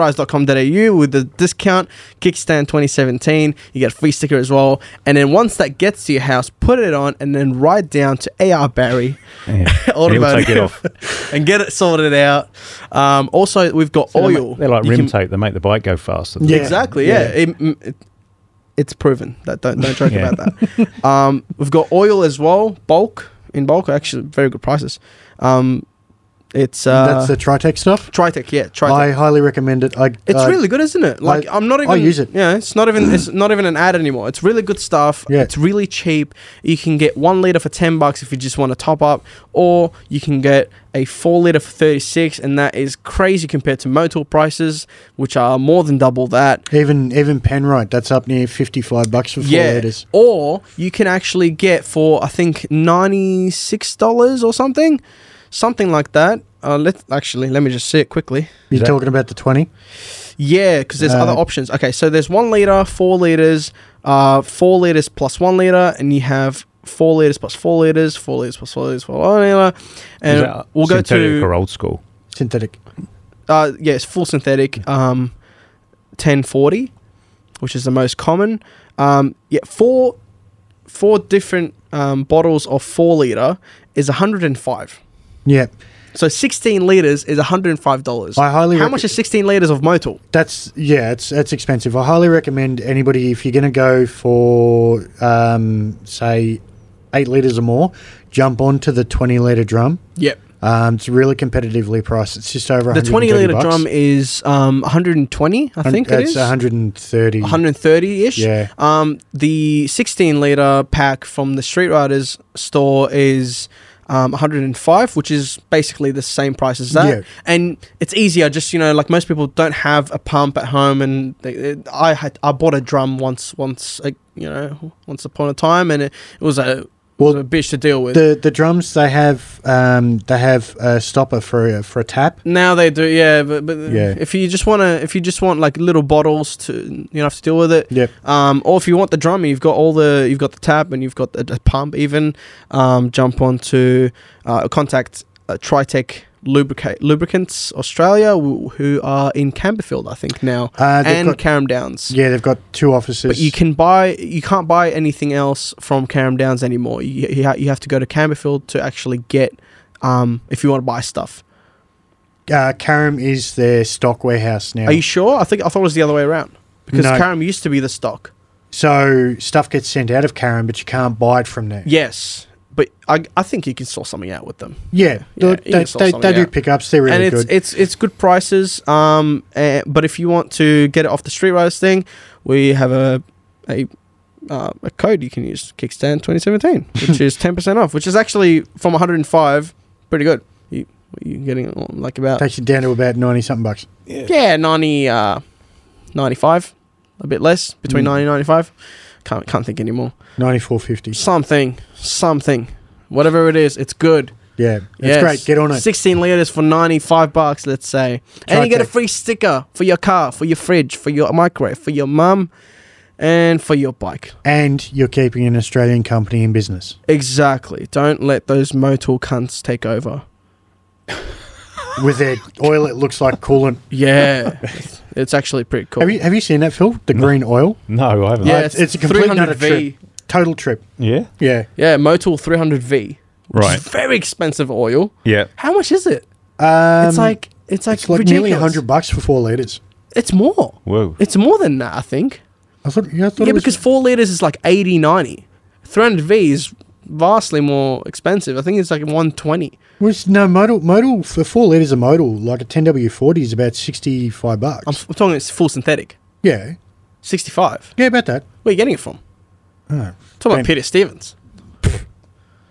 streetrise.com.au with the discount kickstand 2017. You get a free sticker as well. And then once that gets to your house, put it on and then ride down to AR Barry <laughs>
yeah. And it'll take it
Automotive <laughs>
off.
and get it sorted out. Um, also, we've got
They're
oil.
like- They're like
You
rim
can-
tape. They make the bike go faster.
Yeah.
Exactly.
Yeah.
Yeah. It, mm, it, it's proven. That don't don't joke
Yeah.
about that. Um, we've got oil as well, bulk in bulk. Actually, very good prices. Um, it's uh,
That's the Tritech stuff.
Tritech. Yeah, Tritech.
I highly recommend it. I,
it's
I-
really good, isn't it? Like I, am not even.
uh, I use it.
Yeah, it's not even. It's not even an ad anymore. It's really good stuff.
Yeah.
It's really cheap. You can get one liter for ten bucks if you just want to top up, or you can get a four liter for thirty six, and that is crazy compared to Motul prices, which are more than double that.
even even Penrite. That's up near fifty five bucks for four liters.
Or you can actually get for I think ninety six dollars or something, something like that. Uh, let actually let me just see it quickly.
You're
that-
talking about the twenty.
Yeah, because there's
Uh,
other options. Okay, so there's one liter, four liters, uh, four liters plus one liter, and you have four liters plus four liters, four liters plus four liters, plus one liter,
Is
and
that
we'll go
synthetic or
to
old school.
synthetic.
uh, yeah, it's full synthetic, um, ten forty, which is the most common. Um, yeah, four four different um, bottles of four liter is hundred and five.
Yeah,
So sixteen liters is hundred and five dollars.
I highly.
How
rec-
much is sixteen liters of Motul?
That's yeah, it's it's expensive. I highly recommend anybody if you're going to go for um, say eight liters or more, jump onto the twenty liter drum.
Yep.
Um, it's really competitively priced. It's just over
The 20
130
liter
bucks.
drum is um, 120, I think it
it's
is.
130.
130 ish.
Yeah.
Um, the 16 liter pack from the Street Riders store is um, 105, which is basically the same price as that.
Yeah.
And it's easier. Just you know, like most people don't have a pump at home, and they, it- I had I bought a drum once, once like, you know, once upon a time, and it, it was a
Well,
was a bitch to deal with.
The the drums they have um, they have a stopper for a, for a tap.
Now they do, yeah. But, but
Yeah.
if you just want to, if you just want like little bottles to, you don't have to deal with it.
Yep.
Um, or if you want the drum, you've got all the, you've got the tab and you've got the, the pump. Even um, jump on to uh, contact uh, Tritech Lubricate Lubricants Australia, who, who are in Camberfield, I think now,
Uh, they've
and
got-
Carrum Downs.
Yeah, they've got two offices.
But you can buy, you can't buy anything else from Carrum Downs anymore. You, you, ha- you have to go to Camberfield to actually get, um, if you want to buy stuff.
uh, Karam is their stock warehouse now.
Are you sure? I think I thought it was the other way around because
No.
Karam used to be the stock.
so stuff gets sent out of Karam, but you can't buy it from there.
Yes, but I, I think you can sort something out with them.
Yeah,
Yeah,
they,
you
they,
can sell
they,
something
do
out.
pickups. They're
and
really
it's
good.
it's it's good prices. Um, eh, but if you want to get it off the street rise thing, we have a a uh, a code you can use Kickstand 2017, which
<laughs>
is 10% off, which is actually from 105, pretty good. You you're getting like about
Takes you down to about ninety something bucks.
yeah 90 uh 95, a bit less between 90
Mm.
and 95. Can't can't think anymore.
Ninety four fifty.
something, something, whatever it is, it's good.
Yeah, it's
Yes.
great. Get on it.
16 liters for 95 bucks, let's say. And you get a
Tritec.
free sticker for your car, for your fridge, for your microwave, for your mum, and for your bike.
And you're keeping an Australian company in business.
Exactly. Don't let those motul cunts take over.
with their oil it looks like coolant. <laughs>
Yeah. it's- it's actually pretty cool.
Have you have you seen that, Phil? The green oil?
No, I haven't.
yeah,
Uh, it's- it's a complete and utter
300V.
Total trip.
Yeah.
Yeah.
Yeah, Motul 300V. which is
Right.
Very expensive oil.
Yeah.
How much is it?
Um,
It's like it's like,
it's like nearly
ridiculous.
hundred bucks for four liters.
It's more.
Whoa.
It's more than that, I think.
I thought yeah, I thought
yeah,
it was,
because four liters is like 80, 90. 300V is vastly more expensive. I think it's like 120.
was no modal modal for four liters of modal like a ten W forty is about sixty five bucks.
I'm, f- I'm talking it's full synthetic.
yeah,
65.
yeah, about that.
Where are you getting it from?
Oh.
Talking
Brent.
about Peter Stevens.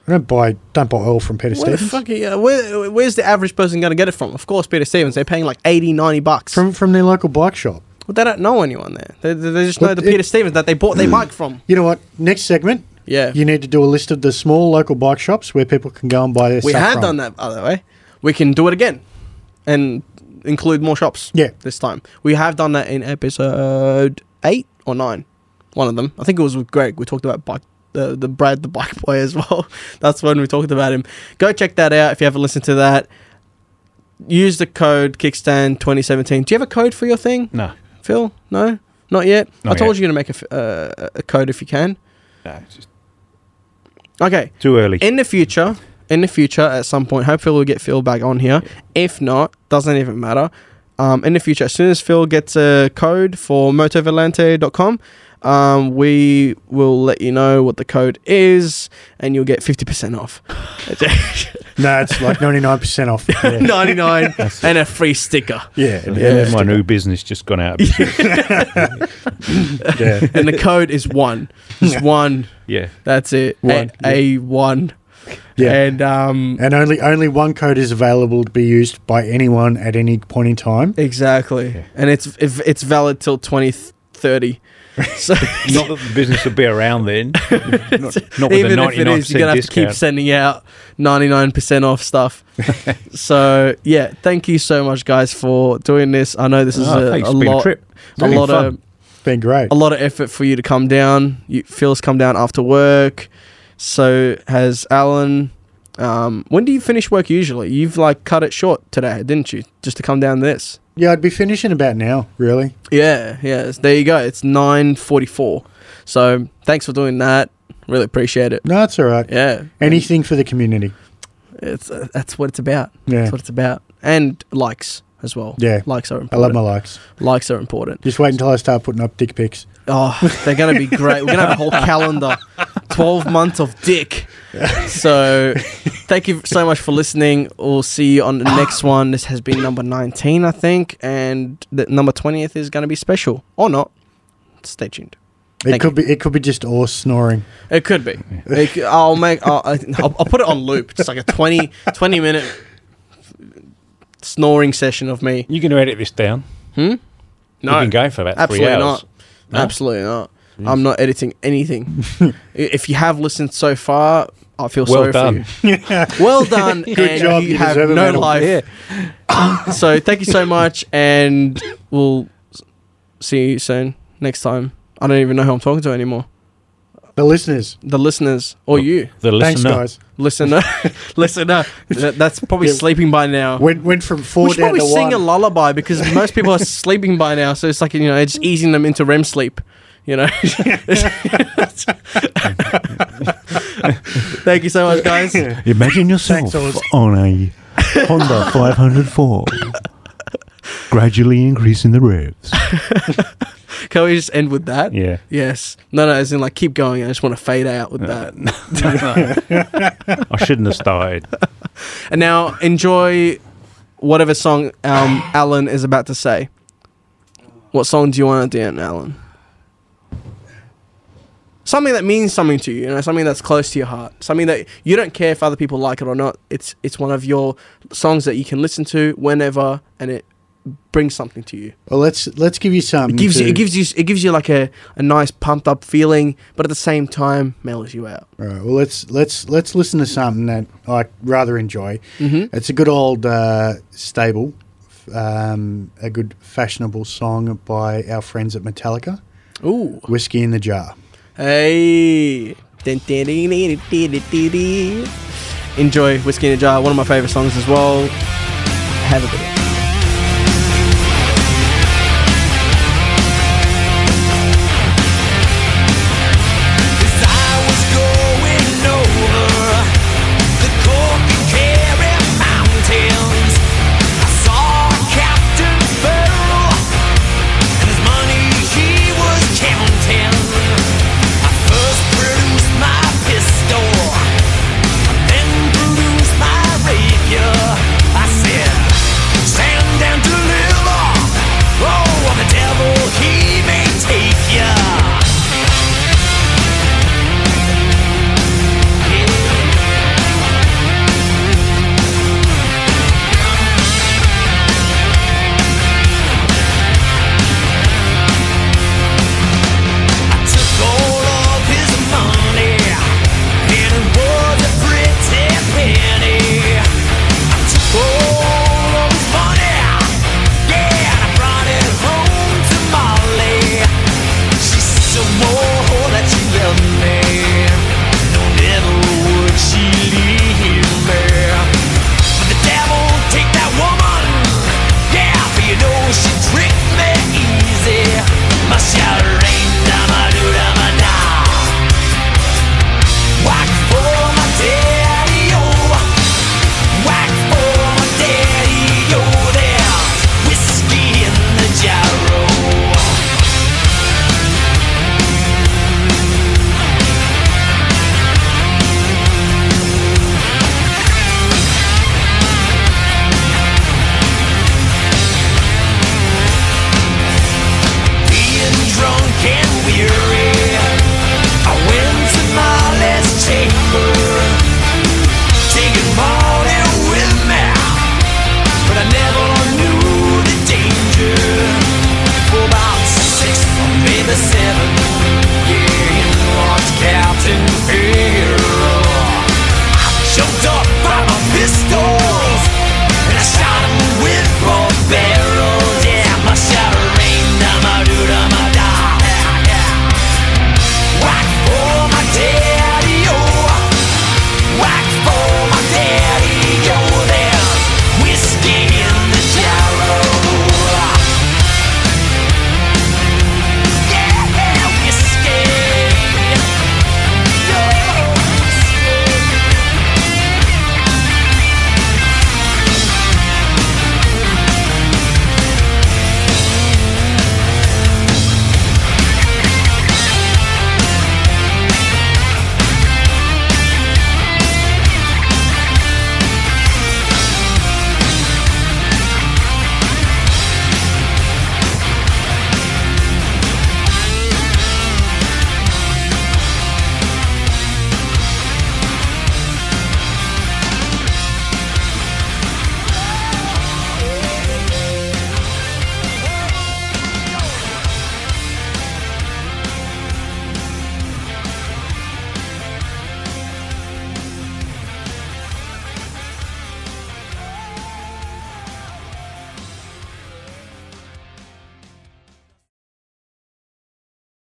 I don't buy don't buy oil from Peter
Where the
Stevens.
fuck are you, uh, where, where's the average person going to get it from? Of course, Peter Stevens. They're paying like 80, 90 bucks.
From from their local bike shop.
but they don't know anyone there. They, they, they just know
But
the
it-
Peter Stevens that they bought
<clears throat>
their bike from.
You know what? Next segment,
Yeah.
you need to do a list of the small local bike shops where people can go and buy their
we
stuff.
have
from.
done that, by the way. We can do it again and include more shops.
Yeah.
This time. We have done that in episode eight or nine. One of them. I think it was with Greg. We talked about bike. The, the Brad the bike boy as well. <laughs> That's when we talked about him. Go check that out if you haven't listened to that. Use the code Kickstand 2017. Do you have a code for your thing,
No.
Phil? No, not yet. I
Not
told
yet.
you to make a, f- uh, a code if you can.
No, it's just
Okay,
too early.
in the future, in the future, at some point, hopefully we'll get Phil back on here. If not, doesn't even matter. Um, in the future, as soon as Phil gets a code for motovalente.com, um, we will let you know what the code is and you'll get 50%
<laughs>
off.
No, it's like ninety nine
<laughs>
percent off. Yeah.
99 and a free sticker.
Yeah,
So
yeah,
there's my new business just
<laughs>
gone out. of business.
yeah.
And the code is one. Just one.
yeah.
That's it.
One,
A, A1.
Yeah.
And um,
And only only one code is available to be used by anyone at any point in time.
exactly. And it's if it's valid till
<laughs>
2030. So
Not that the business will be around <laughs> then. Not, not with
even
a
if it
ninety-nine
is, you're gonna have
percent
to keep
discount.
sending out 99% off
<laughs>
stuff. so yeah, thank you so much, guys, for doing this. I know this is
Ah,
a,
thanks,
a
been a
lot,
trip.
a
been
lot
fun.
of
It's been great.
a lot of effort for you to come down. You, Phil's come down after work. So has Alan. Um, when do you finish work usually? You've like cut it short today, didn't you? Just to come down this.
Yeah, I'd be finishing about now, really.
Yeah, yeah. There you go. It's 9:44. So thanks for doing that. Really appreciate it.
No, it's all right.
Yeah.
Anything for the community.
It's uh, that's what it's about.
Yeah.
That's what it's about. And likes as well.
Yeah.
Likes are
I
important.
love my likes.
likes are important.
Just wait until I start putting up dick pics.
Oh, they're gonna be great. We're gonna have a
<laughs>
whole calendar. Twelve months of dick. So thank you so much for listening. We'll see you on the
<laughs>
next one. This has been number nineteen, I think, and the number twentieth is gonna be special. Or not. Stay tuned.
It
Thank
could be. It could be just or snoring.
It could be. It c- I'll make. I'll, I'll, I'll put it on loop. Just like a 20, 20 minute snoring session of me.
You can edit this down.
No,
You've been going for about
absolutely
three hours.
not.
No?
Absolutely not. I'm not editing anything. I- if you have listened so far, I feel
Well
sorry
done.
for you. well done. Good and
job,
You,
you
have
deserve a
no
medal.
life. so thank you so much, and we'll s- see you soon next time. I don't even know who I'm talking to anymore.
The listeners,
The listeners or you.
The
thanks
listener.
guys.
<laughs> listener, listener. That, that's probably
Yeah.
sleeping by now.
Went went from four
we should
down
probably
to
sing
one.
a lullaby because most people
<laughs>
are sleeping by now. So it's like you know, it's easing them into REM sleep. You know. <laughs> Thank you so much, guys.
<laughs>
Imagine yourself Oh,
Thanks,
on a Honda 504, gradually increasing the revs.
Can we just end with that?
Yeah.
Yes. No, no. As in, like, keep going. I just want to fade out with that.
I shouldn't have started.
And now enjoy whatever song um, Alan is about to say. What song do you want to do, Alan? Something that means something to you, you know, something that's close to your heart, something that you don't care if other people like it or not. It's it's one of your songs that you can listen to whenever, and it brings something to you.
Well, let's let's give you some.
It gives you,
to-
it gives you it gives you like a, a nice pumped up feeling, but at the same time mellows you out.
All right. Well, let's let's let's listen to something that I rather enjoy. Mm-hmm. It's a good old uh, stable, um, a good fashionable song by our friends at Metallica,
Ooh.
"Whiskey in the Jar."
Hey. Enjoy Whiskey in a Jar, one of my favorite songs as well. Have a good day.